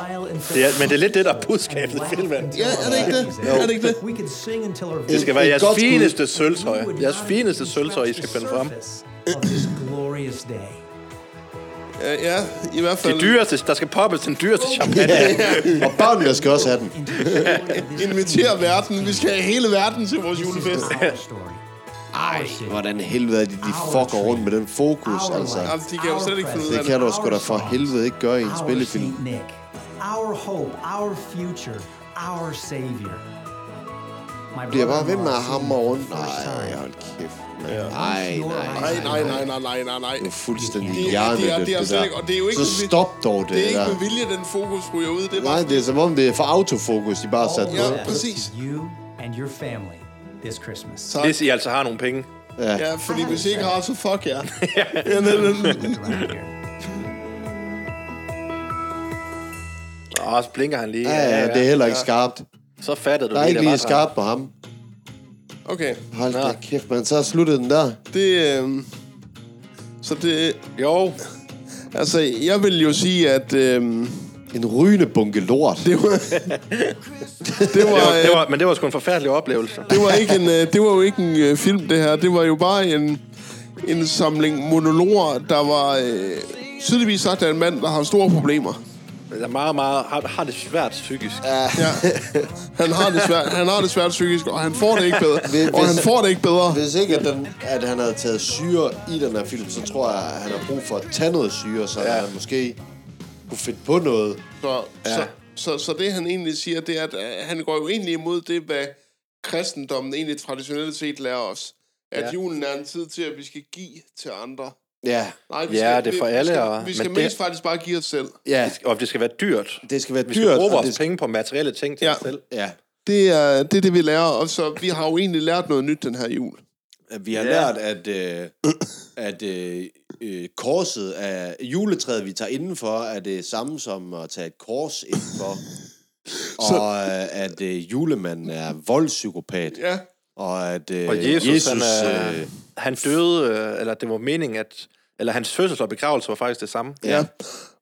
B: Det er, men det er lidt det, der er budskabet i filmen.
A: Ja, er det ikke det? Er det ikke det?
D: We can sing until our
B: Det skal være
D: voices
B: jeres
D: go
B: fineste
D: through.
B: sølvtøj.
D: We would
B: Jeres
D: not
B: fineste
D: even
B: sølvtøj, I
D: scratch
B: skal
D: the
B: finde frem.
D: surface of
B: *laughs*
D: this glorious day.
A: Ja, Øh, ja, i hvert fald.
B: Det dyreste, der skal poppes den dyreste champagne.
C: Og børnene skal også have den.
A: Inviter verden. Vi skal have hele verden til vores julefest.
C: Ej, hvordan helvede er de, de fucker rundt med den fokus, altså.
A: Jamen, de kan jo slet ikke finde ud af
C: Det kan du sgu da for helvede ikke gøre i en
D: Our
C: spillefilm.
D: Saint Nick, our hope, our future, our savior. My
C: Bliver bare ved
D: brother-in-law
C: med at
D: sees
C: hamre
D: you for
C: rundt.
D: the first
C: Nej,
D: time.
C: hold kæft, mand. Ej, nej.
A: Nej, nej, nej, nej, nej, nej, nej.
C: Det er fuldstændig
A: Det er- det er-
C: hjernedødt,
A: det er
C: det
A: slet ikke- og det er jo
C: der.
A: ikke
C: Så
A: med vil-
C: stop dog
A: Det er
C: det
A: ikke
C: der.
A: med vilje, den fokus ryger ud. Det er
C: Nej,
A: bare...
C: det er som om, det er for autofokus, de bare har sat på.
D: All
A: Ja,
D: that
A: præcis.
D: to You and your family this Christmas.
B: Hvis I altså har nogle penge.
C: Ja.
A: Ja, fordi hvis I ikke har, så fuck jer. Ja, nej, nej, nej.
B: Åh, så blinker han lige.
C: Ja, ja, det er heller ikke skarpt.
B: Så fattede du
C: Der er ikke
B: det
C: lige
B: var sådan.
C: skarpt på ham.
A: Okay,
C: Hold da kæft, mand. Så sluttede den der.
A: det... øhm, Så det...
B: Jo.
A: Altså, jeg vil jo sige, at... øhm,
C: En rygende bunke lort.
A: Det var... det
B: Det
A: var,
B: var,
A: øh,
B: det var, men det var sgu en forfærdelig oplevelse.
A: det var ikke en, øh, det var jo ikke en øh, film, det her. Det var jo bare en, en samling monologer, der var øh, tydeligvis sagt af en mand, der har store problemer.
B: Det er meget, meget, har, har det svært psykisk.
A: Ja. Han har det svært, han har det svært psykisk, og han får det ikke bedre.
C: Hvis-
A: Og han får det ikke bedre.
C: Hvis ikke, at, den, at han havde taget syre i den her film, så tror jeg, at han har brug for at tage noget syre, så ja. han måske kunne finde på noget.
A: Så, ja. så, så, så det, han egentlig siger, det er, at øh, han går jo egentlig imod det, hvad kristendommen egentlig traditionelt set lærer os. At
B: Ja.
A: ja. julen er en tid til, at vi skal give til andre.
C: Ja,
A: Nej,
B: Ja, det er for alle,
A: Vi skal,
B: og-
A: vi skal
B: men det-
A: mest faktisk bare give os selv.
C: ja.
B: Og det skal være dyrt.
C: Det skal være
B: Vi skal
C: dyrt.
B: bruge
C: og
B: vores
C: det,
B: penge på materielle ting til
A: Ja.
B: os selv.
C: ja.
A: Det er, det er det, vi lærer. Og så vi har jo egentlig lært noget nyt den her jul.
P: At Vi har ja. lært, at, øh, at øh, øh, korset af juletræet, vi tager indenfor, er det samme som at tage et kors
C: *laughs*
P: indenfor.
A: Så-
P: Og øh, at øh, julemanden er voldspsykopat.
A: Ja.
P: Og at øh,
B: Og Jesus, Jesus han,
P: øh,
B: øh, han døde, øh, eller det var meningen, at eller hans fødsel og begravelse var faktisk det samme.
A: Ja. ja.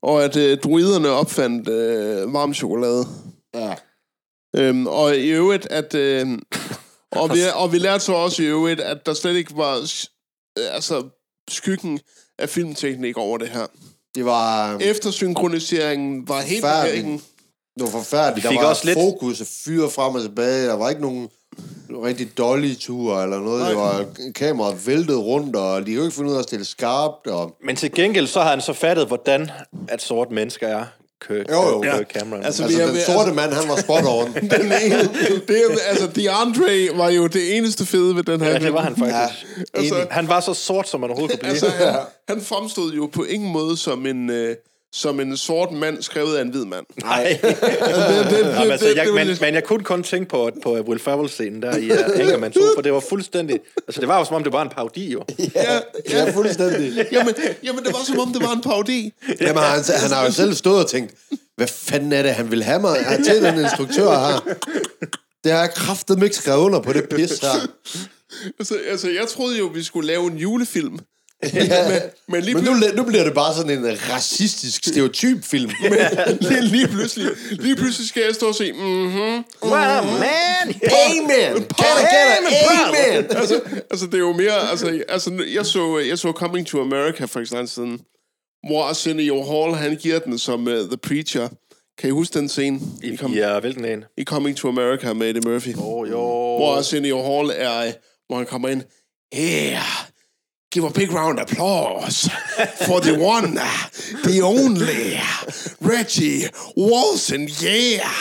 A: Og at øh, druiderne opfandt øh, varm chokolade.
P: Ja.
A: Øhm, og i øvrigt, at... Øh, og, vi, og vi lærte så også i øvrigt, at der slet ikke var øh, altså, skyggen af filmteknik over det her.
C: Det var... øh,
A: Eftersynkroniseringen var helt
C: Forfærdelig.
A: vækken.
C: Det var forfærdeligt.
A: Vi
C: Der
A: fik
C: var
A: også lidt-
C: fokus og fyre frem og tilbage. Der var ikke nogen rigtig dårlige ture eller noget. Nej. Det var øh, kameraet væltet rundt, og de kunne ikke finde ud af at stille skarpt. Og...
B: Men til gengæld så har han så fattet, hvordan at sorte mennesker er. Kø,
C: Jo, jo.
B: Kø,
C: Ja.
B: kø, Cameron.
C: Altså, Altså, vi er den ved- sorte altså- mand, han var spot *laughs* on.
A: Den ene, *laughs* det, er- altså, DeAndre var jo det eneste fede ved den her
B: Ja, det
A: film.
B: var han faktisk. Ja, altså, han var så sort, som man overhovedet kunne blive.
A: Altså, han, han fremstod jo på ingen måde som en, øh, som en sort mand skrevet af en hvid mand.
B: Nej. Jamen, altså, jeg- men- Men jeg kunne kun tænke på, på Will Ferrell-scenen der i uh, Anchorman 2, for det var fuldstændig... Altså, det var jo som om, det var en parodi, jo.
A: Ja,
C: Ja, fuldstændig.
A: jamen, jamen, det var som om, det var en
B: *laughs*
A: parodi.
C: Jamen, han, han har jo selv stået og tænkt, hvad fanden er det, han vil have mig her til, den instruktør her? Det har jeg kraftet ikke skrevet under på det pis her.
A: Altså, altså, jeg troede jo, vi skulle lave en julefilm.
C: Ja.
A: Men, men, lige
C: Men nu, nu bliver det bare sådan en øh, racistisk stereotyp film.
A: men lige, lige, pludselig, lige pludselig skal jeg stå og sige, mhm,
B: *laughs* Wow, man!
C: Amen! Can I get an amen?
A: altså, altså, det er jo mere... Altså, altså jeg, så, jeg så Coming to America for eksempel siden, hvor Arsenio Hall, han giver den som uh, The Preacher. Kan I huske den scene? I, kom,
B: Ja, hvilken en?
A: I Coming to America med Eddie Murphy.
B: Oh, jo.
A: Hvor Arsenio Hall er... øh, Hvor han kommer ind... Yeah! Give a big round of applause for the one, the only, Reggie Walson,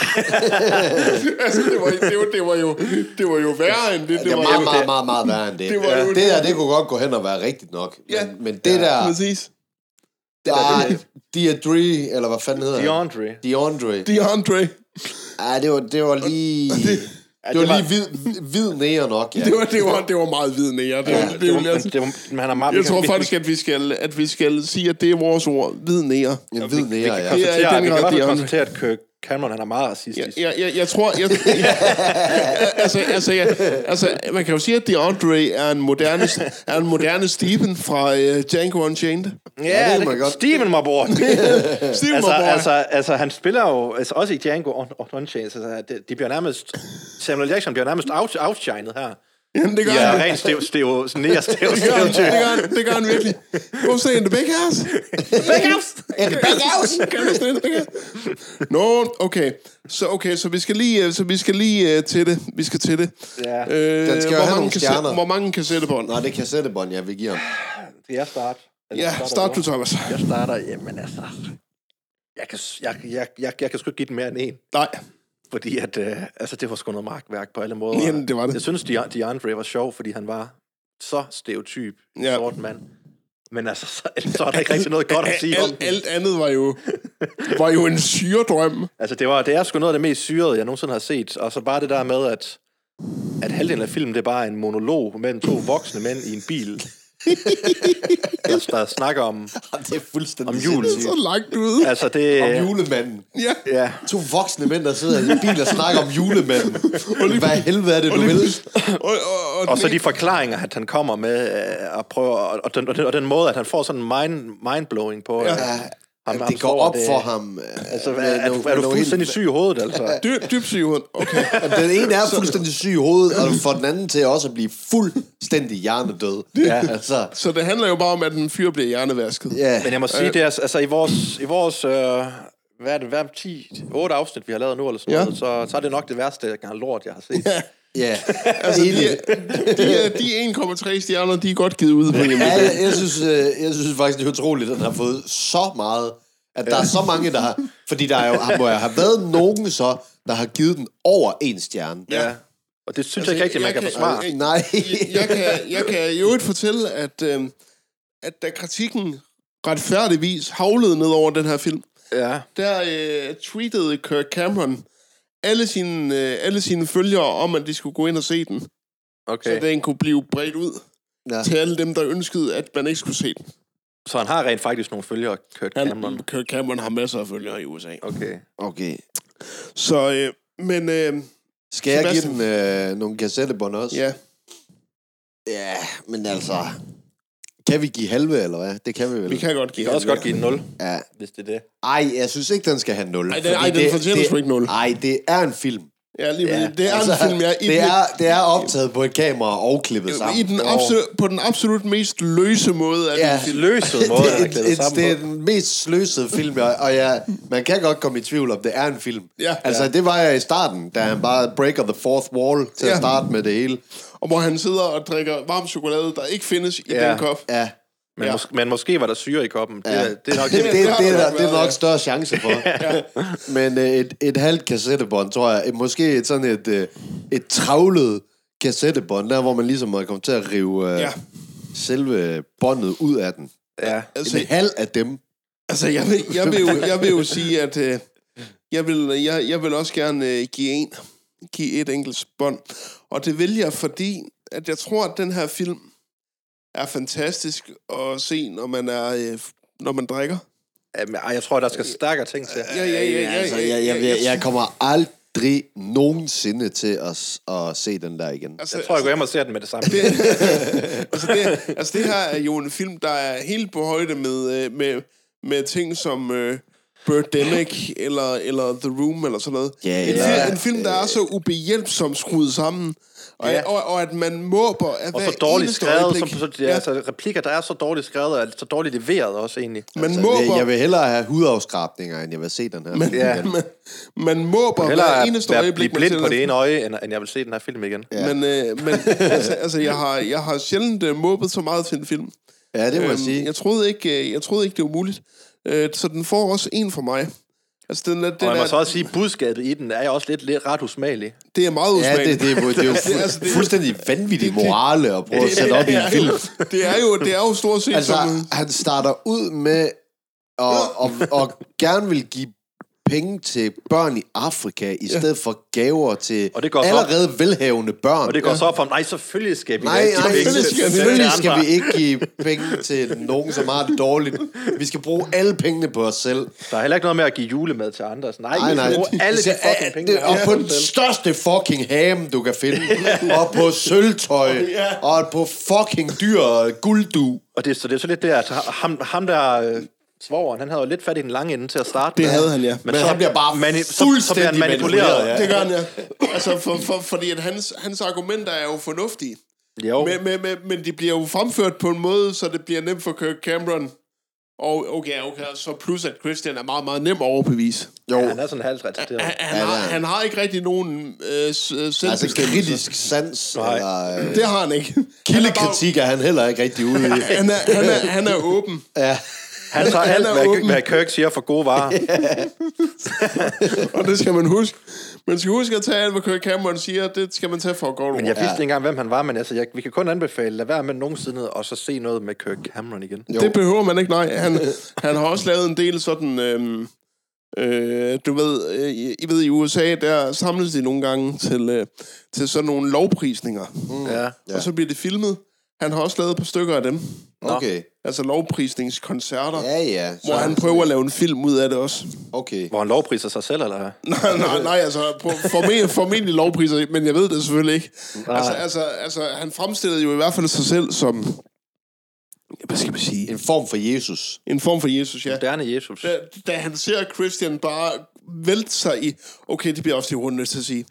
A: yeah! *laughs* altså, det var, det, var, det, var jo, det var jo værre end det.
C: Det var meget, meget, meget, meget værre end
A: Det
C: det. Det,
A: var jo-
C: det der, det kunne godt gå hen og være rigtigt nok.
A: Ja.
C: Men, men det der...
A: Præcis.
C: Det der, Deandre, eller hvad fanden hedder han?
B: DeAndre.
C: DeAndre.
A: DeAndre.
C: Ja, det var, det var lige... Det, det var lige hvid, hvid nære nok, ja.
A: Det var, det var, det var meget viden af jer. Det, ja, det, det,
B: var-
A: det,
B: det var- men han er meget...
A: jeg tror faktisk, at vi skal, at vi skal sige, at det er vores ord, viden af jer.
C: En hvid
B: Vi
C: nære,
B: kan
C: ja.
A: Ja,
B: konstatere,
A: i den
B: vi kan
A: grad,
B: i hvert fald
A: DeAndre.
B: konstatere, at Kirk Cameron, han er meget racistisk.
A: Jeg, jeg, jeg tror... Jeg, altså, altså, jeg, altså, man kan jo sige, at DeAndre er en moderne, er en moderne Steven fra uh, Django Unchained.
B: Ja, det er Steven, my boy.
A: Steven, my
B: altså,
A: boy.
B: Altså, altså, han spiller jo altså, også i Django og on, Unchained. Altså, det, de bliver nærmest... Samuel Jackson bliver nærmest out, outshined her.
A: Jamen, det gør
B: ja,
A: han.
B: rent steo, steo, nær
A: Det gør,
B: steo,
A: han, det,
B: steo,
A: gør han, det gør han virkelig. Go stay in the big house.
B: Big house!
A: In the big house. Kan du stay in the big house? Nå, okay. Så, okay, så vi skal lige, øh, så vi skal lige uh, til det. Vi skal til det.
B: Ja.
A: Øh,
C: Den skal
A: hvor,
C: jo have
A: mange
C: nogle stjerner.
A: kasse- hvor mange kassettebånd?
C: Nå, det er kassettebånd, ja, vi giver
B: *laughs*
C: ham.
B: Skal jeg starte? Eller
A: Ja,
B: starter
A: start du, Thomas.
B: Jeg starter, jamen altså... Jeg kan, jeg, jeg, jeg, jeg kan sgu ikke give den mere end en.
A: Nej.
B: Fordi at, øh, altså, det var sgu noget magtværk på alle måder.
A: Jamen, det var det.
B: Jeg synes, De- DeAndre var sjov, fordi han var så stereotyp ja.
A: Ja.
B: sort mand. Men altså, så,
A: *laughs*
B: så er der ikke rigtig noget godt at sige om
A: alt, alt andet var jo, var jo en syredrøm.
B: Altså, det, var, det er sgu noget af det mest syrede, jeg nogensinde har set. Og så bare det der med, at, at halvdelen af filmen, det er bare en monolog mellem to voksne mænd i en
C: *laughs*
B: bil. der, der snakker om,
C: Ah, Det er fuldstændig
B: om jul.
A: Det er så langt ude.
B: Altså, det...
C: Om julemanden.
A: Ja.
B: Ja.
C: To voksne mænd, der sidder i en bil og snakker om
B: *laughs*
C: julemanden. Hvad helvede er det, du vil?
A: Og, og, og,
B: Og så de forklaringer, at han kommer med, øh, og, prøver, og, og, den, og, den, og den måde, at han får sådan en mind, mindblowing på. Ja. Ham,
C: Det går
B: står,
C: op
B: det-
C: for ham. øh,
B: Altså, er, er, du, er du fuldstændig syg i hovedet,
C: *laughs*
B: altså?
A: Dyb, dyb syg i hovedet. Okay.
C: Den ene
B: *laughs*
C: er fuldstændig syg i hovedet, og får den anden til også at blive fuldstændig hjernedød. Ja. Altså,
A: Så det handler jo bare om, at en fyr bliver hjernevasket.
C: ja.
B: Men jeg må sige, det er, altså i vores, i vores øh, hvad er det, hvad, 10, 8 afsnit, vi har lavet nu, eller sådan
A: Ja.
B: noget, så, så er det nok det værste gang lort, jeg har set.
A: Ja.
C: Ja,
A: Altså,
C: Enig.
A: de, er- de, er- de er 1,3 stjerner, de er godt givet ud på
C: Ja,
A: hjemmesiden.
C: jeg, jeg, synes, øh, jeg synes faktisk, det er utroligt, at den har fået så meget, at der er så mange, der har... Fordi der er jo, har- må jo have været nogen så, der har givet den over en stjerne. Øh,
B: ja. Og det synes altså, jeg ikke rigtigt, man kan, forsvare.
A: Jeg,
C: Nej.
A: jeg,
C: *laughs*
A: jeg, kan, jeg kan i øvrigt fortælle, at, øh, at da kritikken retfærdigvis havlede ned over den her film,
B: Ja.
A: der øh, tweetede Kirk Cameron, alle sine, øh, alle sine følgere om, at de skulle gå ind og se den.
B: Okay.
A: Så den kunne blive bredt ud ja. til Altså, alle dem, der ønskede, at man ikke skulle se den.
B: Så han har rent faktisk nogle følgere, Kurt
A: Han-
B: Cameron.
A: Kurt Cameron har masser af følgere i USA.
B: Okay.
C: Okay.
A: Så, øh, men... Øh,
C: Skal jeg give
A: Sebastian-
C: den øh, nogle kassettebånd også?
A: Ja.
C: Ja, men altså... Kan vi give halve, eller hvad? Det kan vi vel.
A: Vi kan godt give Vi kan også halve. godt give den nul.
C: Ja.
B: Hvis det er det.
C: Ej, jeg synes ikke, den skal have 0.
A: Ej, den- ej, den fortjener sgu ikke 0.
C: Nej, det er en film.
A: Ja, lige ja. Det er altså, en film, jeg... i
C: det,
A: den-
C: er, det er optaget på et kamera og klippet sammen.
A: I den
C: Og-
A: absolut, på den absolut mest løse måde af ja. den film.
B: Løsede
C: det, er et, et, det er den mest sløsede film, jeg, og jeg, man kan godt komme i tvivl om, det er en film.
A: Ja.
C: altså,
A: Ja.
C: det var jeg i starten, da han bare breaker the fourth wall til ja.
A: Ja.
C: at starte med det hele.
A: Og hvor han sidder og drikker varm chokolade, der ikke findes i
B: Ja.
A: den kop.
C: Ja.
B: Men, ja. Mås- men måske var der syre i koppen. Det,
C: Ja.
B: er, det er nok
C: det, det,
A: *laughs*
C: det,
A: det
C: er
A: kan
C: der-
A: godt
C: det er
A: være,
C: nok
A: ja.
C: større chance for. Men øh, et, et halvt kassettebånd, tror jeg. Et- Måske et, sådan et, øh, et travlet kassettebånd, der hvor man ligesom er kommet til at rive øh,
A: Ja.
C: selve båndet ud af den.
B: Ja.
A: Altså-
C: Altså, en halv af dem.
A: Altså, jeg vil, jeg vil, jo, jeg vil jo sige, at øh, jeg, vil, jeg, jeg vil også gerne øh, give en, give et enkelt bånd. Og det vil jeg, fordi at jeg tror, at den her film er fantastisk at se, når man er øh, når man drikker.
B: Jamen, ej, jeg tror, der skal stærkere ting til.
A: Ja, ja, ja, ja,
C: Altså,
A: ja,
C: jeg, jeg, jeg,
A: ja.
C: jeg kommer aldrig nogensinde til at, s- at se den der igen.
A: Altså,
B: Jeg tror, jeg går hjem og ser den med det samme.
A: Det, altså, det, altså, det her er jo en film, der er helt på højde med, øh, med, med ting som øh, Birdemic eller, eller The Room eller sådan noget.
C: Ja,
A: en,
C: eller-
A: film, en film, der er så ubehjælpsom skruet sammen, og,
B: Ja.
A: ja. og, og at man måber af
B: Og
A: hver
B: så dårligt
A: eneste
B: skrevet, som,
A: øjeblik.
B: så, ja, altså, replikker, der er så dårligt skrevet, og så dårligt leveret også egentlig.
A: Man
C: Altså,
A: måber,
C: jeg, jeg vil hellere have hudafskrabninger, end jeg vil se den her.
A: man,
B: Ja.
A: ja. *laughs* man, man måber hver
B: Hellere
A: eneste
B: være blive
A: øjeblik. man
B: blind
A: ser
B: på
A: den.
B: det ene øje, end, end jeg vil se den her film igen. Ja.
A: Men, øh,
B: *laughs*
A: men altså, altså jeg, har, jeg har sjældent øh, mobbet så meget til en film.
C: Ja, det må jeg
A: Øhm,
C: sige.
A: Jeg troede ikke, øh, jeg troede ikke det var muligt. Øh, så den får også en for mig. Altså, den er, den
B: Og man må
A: er,
B: så også sige, at budskabet i den er jo også lidt, lidt ret usmagelig.
A: det er meget
C: Ja,
A: usmageligt.
C: det, det, er, jo- det er jo fu-
A: altså, det er-
C: fuldstændig vanvittig morale at prøve at sætte op i en film.
A: *laughs* det er jo, det er jo stort set altså,
C: Altså,
A: som...
C: han starter ud med at, at, at gerne vil give penge til børn i Afrika, i stedet for gaver til
B: Og det går så-
C: allerede velhavende børn.
B: Og det går så op for mig, nej, selvfølgelig skal vi
C: Nej,
B: ikke give
C: nej,
B: penge
C: selvfølgelig
B: til-
C: skal,
B: til
C: selvfølgelig
B: andre."
C: skal vi ikke give penge til nogen, som har det dårligt. Vi skal bruge alle pengene på os selv.
B: Der er heller ikke noget med at give julemad til andre. Nej,
C: Nej, nej.
B: vi
C: Altså,
B: bruger alle
C: Vi
B: de
C: skal-
B: fucking penge, vi
C: Og
B: har
C: på
B: på
C: den
B: dem.
C: største fucking ham, du kan
B: *laughs*
C: finde. Og på sølvtøj. Og på fucking dyr gulddu.
B: Og det, så det er så lidt der, at ham, ham der øh, svogeren, han havde jo lidt fat i den lange ende til at starte
A: Det
B: med.
A: havde han, ja.
C: Men han bliver bare
B: så, så bliver han
C: fuldstændig
B: manipuleret.
C: manipuleret,
A: Det gør han, ja. Altså, for, for, fordi at hans, hans argumenter er jo fornuftige.
B: Jo.
A: Men, men, men, men de bliver jo fremført på en måde, så det bliver nemt for Kirk Cameron. Og okay, okay, så plus at Christian er meget, meget nem at overbevise.
C: Jo,
B: Ja, han er sådan halvt retarderet.
A: Han, har, han har ikke rigtig nogen øh, s- øh,
C: altså
A: selvbestemmelse.
C: kritisk sans.
B: Nej.
C: Eller, øh,
A: Det har han ikke.
C: kildekritik er han heller ikke rigtig
B: *laughs*
C: ude i.
A: Han er, han er, han er åben.
C: Ja.
B: Han tager
A: Han
B: alt,
A: er
B: hvad,
A: åben.
B: hvad Kirk siger for gode
C: *laughs*
B: varer.
A: Og det skal man huske. Man skal huske at tage alt, hvad Kirk Cameron siger. Det skal man tage for at gå
B: Men jeg vidste ikke engang, hvem han var, men altså, jeg, vi kan kun anbefale, lad være med nogensinde og så se noget med Kirk Cameron igen.
A: Jo. Det behøver man ikke, nej. Han, han har også lavet en del sådan... Øhm, øh, du ved, øh, I, I ved, i USA, der samles de nogle gange til, øh, til sådan nogle lovprisninger. Mm.
B: Ja.
A: Ja. Og så bliver det filmet. Han har også lavet et par stykker af dem.
C: Okay.
A: Altså lovprisningskoncerter, ja,
C: Ja, ja.
A: hvor han prøver at lave en film ud af det også.
C: Okay.
B: Hvor han lovpriser sig selv, eller hvad?
A: nej, nej, nej, altså på, formel, formentlig lovpriser, men jeg ved det selvfølgelig ikke. Altså, altså, altså, han fremstillede jo i hvert fald sig selv som, hvad skal man sige,
C: En form for Jesus.
A: en form for Jesus, ja.
B: Moderne Jesus.
A: Da, da han ser Christian bare vælte sig i, okay, det bliver også det rundt nødt til at sige,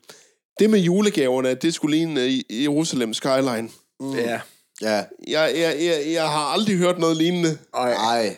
A: det med julegaverne, det skulle ligne øh, Jerusalem skyline.
B: Ja.
C: Ja.
A: Jeg, jeg, jeg, jeg har aldrig hørt noget lignende.
C: Nej.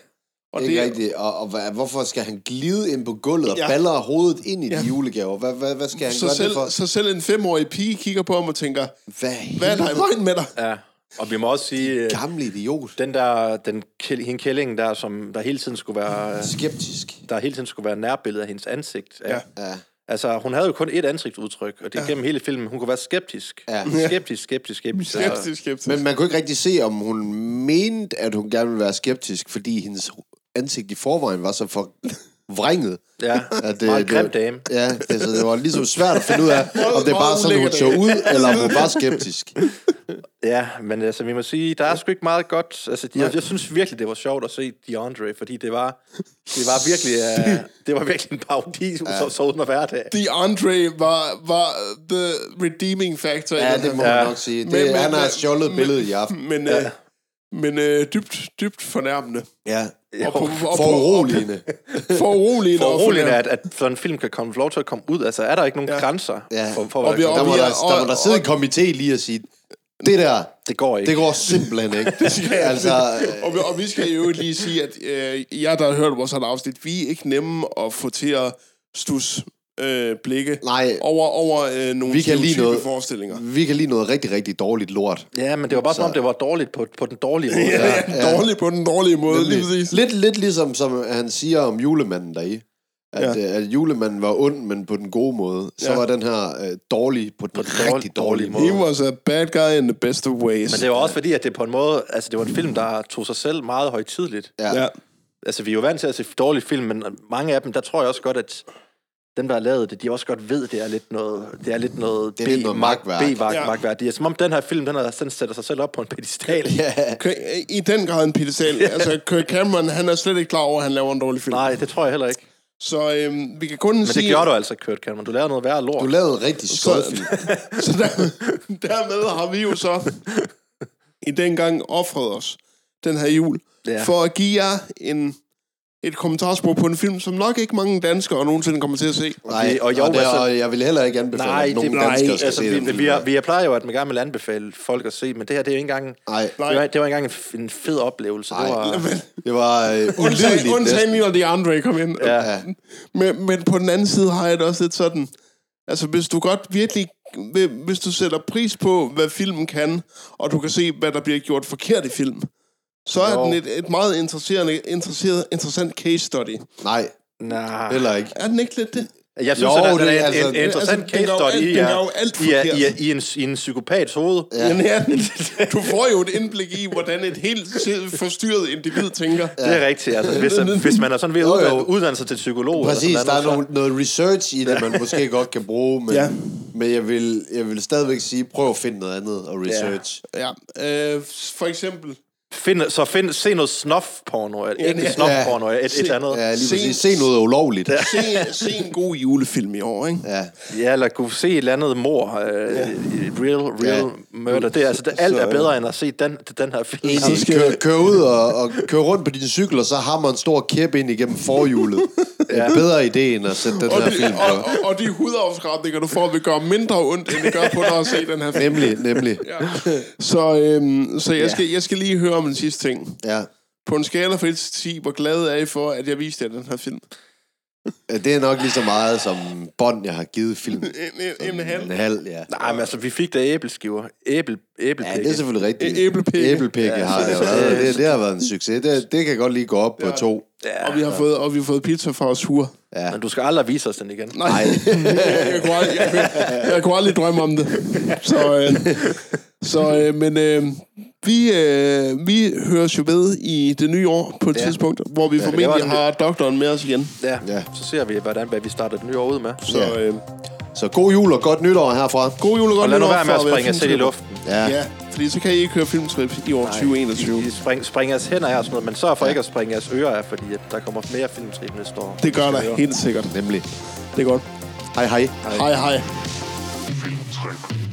C: Og det er ikke rigtigt. Og, og hvad, hvorfor skal han glide ind på gulvet og
A: Ja.
C: baller hovedet ind i ja.
A: Ja.
C: de julegaver? Hvad, hvad, hvad skal han
A: Så
C: gøre det
A: selv,
C: for?
A: så selv en femårig pige kigger på ham og tænker,
C: Hvad,
A: hvad er der i vejen med dig?
B: ja. Og vi må også sige, øh,
C: Gamle idiot.
B: den der, den, kæl- hende kælling der, som der hele tiden skulle være, øh,
C: Skeptisk.
B: der hele tiden skulle være nærbillede af hendes ansigt.
A: Ja.
C: Ja.
B: Altså, hun havde jo kun et ansigtsudtryk, og det ja. gennem hele filmen. Hun kunne være skeptisk.
C: Ja.
B: Skeptisk, skeptisk, skeptisk.
A: Skeptisk, skeptisk.
C: Men man kunne ikke rigtig se, om hun mente, at hun gerne ville være skeptisk, fordi hendes ansigt i forvejen var så for vrænget.
B: Ja,
C: at,
B: meget grim dame.
C: Ja, det, så det var ligesom svært at finde ud *laughs* af, om det er bare
B: Meget
C: sådan, hun
B: ulækkert.
C: så ud, eller om hun var skeptisk.
B: Ja, men altså, vi må sige, der er sgu ikke meget godt. Altså, de,
C: Nej.
B: jeg, jeg, synes virkelig, det var sjovt at se DeAndre, fordi det var, det var virkelig, uh, det var virkelig en parodi, som ja. så uden at være det.
A: DeAndre var, var the redeeming factor. i
C: Ja,
A: den
C: det
A: her
C: må
A: film.
C: man nok sige. Det- han har stjålet
A: men-
C: billedet i aften.
A: Men,
C: Ja.
A: øh, men øh, dybt, dybt fornærmende.
C: Ja.
A: Og på- og på-
C: Foruroligende.
A: Foruroligende. og *laughs*
B: Foruroligende, at,
A: fornærmende.
B: at sådan en film kan komme lov til at komme ud. Altså, er der ikke nogen ja. grænser ja. for, for
C: Og
B: hvad
C: vi,
B: der
C: der,
B: kommer
C: må
B: ud?
C: der, der, må der sidde en komité lige og sige, det der,
B: det går ikke.
C: Det går simpelthen ikke.
A: Det skal jeg
C: altså,
A: altså, *laughs* og, vi, og vi skal jo lige sige, at øh, jeg, der har hørt vores sådan afsnit, vi er ikke nemme at få til at stus øh, blikke
C: Nej.
A: over, over øh, nogle
C: vi kan lide
A: stereotype
C: noget,
A: forestillinger.
C: vi kan lide noget rigtig, rigtig dårligt lort.
B: Ja, men det var bare som om, det var dårligt på, på den dårlige
A: *laughs*
B: måde.
C: Ja, ja.
A: Dårlig på den dårlige måde, lige præcis.
C: Lidt, lidt ligesom som han siger om julemanden deri. At, ja. at julemanden var ond, men på den gode måde. Så
A: Ja.
C: ja. var den her øh, dårlig på den rigtig dårlige måde.
A: He was a bad guy in the best of ways.
B: Men det var også fordi, at det på en måde, altså det var en film, der tog sig selv meget højtidligt.
C: Ja.
A: Ja.
B: Altså vi er jo vant til at se dårlige film, men mange af dem, der tror jeg også godt, at dem, der har lavet det, de også godt ved, det er lidt noget, det er lidt noget,
C: Det er lidt noget magtværk.
B: B-vagt,
A: Ja.
B: ja. magtværk. Det er som om den her film, den, har, den sætter sig selv op på en pedestal.
A: Kø- I den grad en pedestal.
B: Ja.
A: Altså, Kirk Cameron, han er slet ikke klar over, at han laver en dårlig film.
B: Nej, det tror jeg heller ikke.
A: Så øhm, vi kan kun
B: Men
A: sige...
B: det gjorde du altså, Kurt Cameron. Du lavede noget værre lort.
C: Du lavede en rigtig skød film.
A: *laughs* Så der, dermed har vi jo så i den gang offret os den her jul,
B: Ja.
A: for at give jer en, et kommentarspor på en film, som nok ikke mange danskere nogensinde kommer til at se.
C: Nej, og, jo, og, det, altså, og jeg vil heller ikke anbefale,
B: Nej,
C: at Altså, nogen
B: det, nej
C: danskere skal
B: altså,
C: se
B: vi,
C: den
B: vi,
C: film.
B: vi, er- vi, jeg plejer jo at man gerne vil anbefale folk at se, men det her, det er jo ikke engang,
C: Nej.
B: det var, det var ikke engang en, f- en fed oplevelse.
C: Nej.
A: *laughs*
B: Det var,
C: Det var øh,
A: Undtagen,
C: ulideligt
A: undtagen
C: næsten.
A: lige, når DeAndre kom ind.
B: Ja.
A: Men, men på den anden side har jeg det også lidt sådan, altså hvis du godt virkelig, hvis du sætter pris på, hvad filmen kan, og du kan se, hvad der bliver gjort forkert i film, så er
B: Jo.
A: den et, et meget interesserende, interesseret, interessant case study.
C: Nej,
B: Nej.
C: heller ikke.
A: Er den ikke lidt det?
B: Jeg synes,
C: Jo,
B: jo, det
C: det
B: er
C: er
B: en,
C: altså-
B: en, en interessant
A: altså, den gør
B: case
A: jo
B: study
A: alt- den
B: i,
A: gør
B: er-
A: jo alt
B: i, er- i, er-
A: forkert.
B: i, en, i en psykopats hoved.
A: Ja. Jamen, ja. Du får jo et indblik i, hvordan et helt forstyrret individ tænker.
B: Ja. Det er rigtigt. Altså, hvis, hvis man er sådan ved at
C: Jo, ja.
B: udgå uddannelse til psykolog,
C: Præcis,
B: eller
C: der
B: sådan
C: er
B: noget,
C: noget, noget research i det, man måske godt kan bruge, men,
A: Ja.
C: ja. men jeg, vil, jeg vil stadigvæk sige, prøv at finde noget andet og research.
A: Ja, øh, for eksempel,
B: så, find, så find, se noget snuff-porno, et, ikke
A: Ja.
B: snuff-porno, et, et,
A: Se-
B: et andet.
C: Ja, ja lige
A: Se-
C: præcis. Se noget ulovligt. Ja.
A: se, se en god julefilm i år, ikke?
C: ja.
B: Ja, eller kunne se et eller andet mor, øh, real, real
C: Ja.
B: murder. Det, er, altså, det, alt er bedre end at se den, den her film.
C: Enig.
B: Altså,
C: Kør, kør ud og, og kør rundt på din cykel, og så hammer en stor kæp ind igennem forhjulet.
A: *laughs*
C: ja. En bedre idé, end at sætte den
A: Og
C: her
A: de,
C: film
A: og,
C: på.
A: og, og de hudafskrabninger, du får, vil gøre mindre ondt, end det gør på dig at se den her film.
C: Nemlig, nemlig.
A: Ja. Så, øhm, så
B: Ja.
A: jeg, skal, jeg skal lige høre om en sidste ting.
C: Ja.
A: På en skala fra 1 til 10, hvor glad er I for, at jeg viste jer den her film?
C: Det er nok lige så meget som bånd, jeg har givet film.
A: En, en, en halv.
C: En halv, ja.
B: nej, men altså, vi fik da æbleskiver. Æble,
C: Ja,
B: æblepikke.
C: det er selvfølgelig rigtigt.
A: Æ- æblepikke.
C: Æblepikke
B: Ja,
C: har
B: så-
C: det,
B: så-
C: været. det, det har været en succes. Det, det kan godt lige gå op på
A: Ja.
C: to.
B: Ja,
A: Og vi har fået, og vi har fået pizza fra os hure.
C: Ja.
B: Men du skal aldrig vise os den igen.
A: Nej. *laughs* jeg, kunne aldrig, jeg, kunne- jeg kunne aldrig drømme om det. Så, øh, så øh, men øh, vi, øh, vi høres jo ved i det nye år på et ja. tidspunkt, hvor vi ja,
B: var
A: formentlig
B: den-
A: har doktoren med os igen.
B: Ja.
C: Ja.
B: så ser vi, hvordan, hvad vi starter det nye år ud med.
A: Så
C: Ja.
A: øh,
C: Så god jul og godt nytår herfra.
A: god jul og
B: Og
A: godt
B: lad nu
A: nytår
B: være
A: fra
B: med at springe
A: være
B: jer selv i
A: filmtripper.
B: luften.
C: Ja.
A: Ja, fordi så kan I ikke høre filmtrip i år 2021.
B: I, I spring, spring jeres hænder af og sådan noget, men sørg for ikke at springe jeres ører af, fordi at der kommer mere filmtrip næste år.
A: Det gør der helt sikkert.
C: Nemlig.
A: Det er godt.
C: Hej hej.
A: Hej hej.
Q: Filmtrip.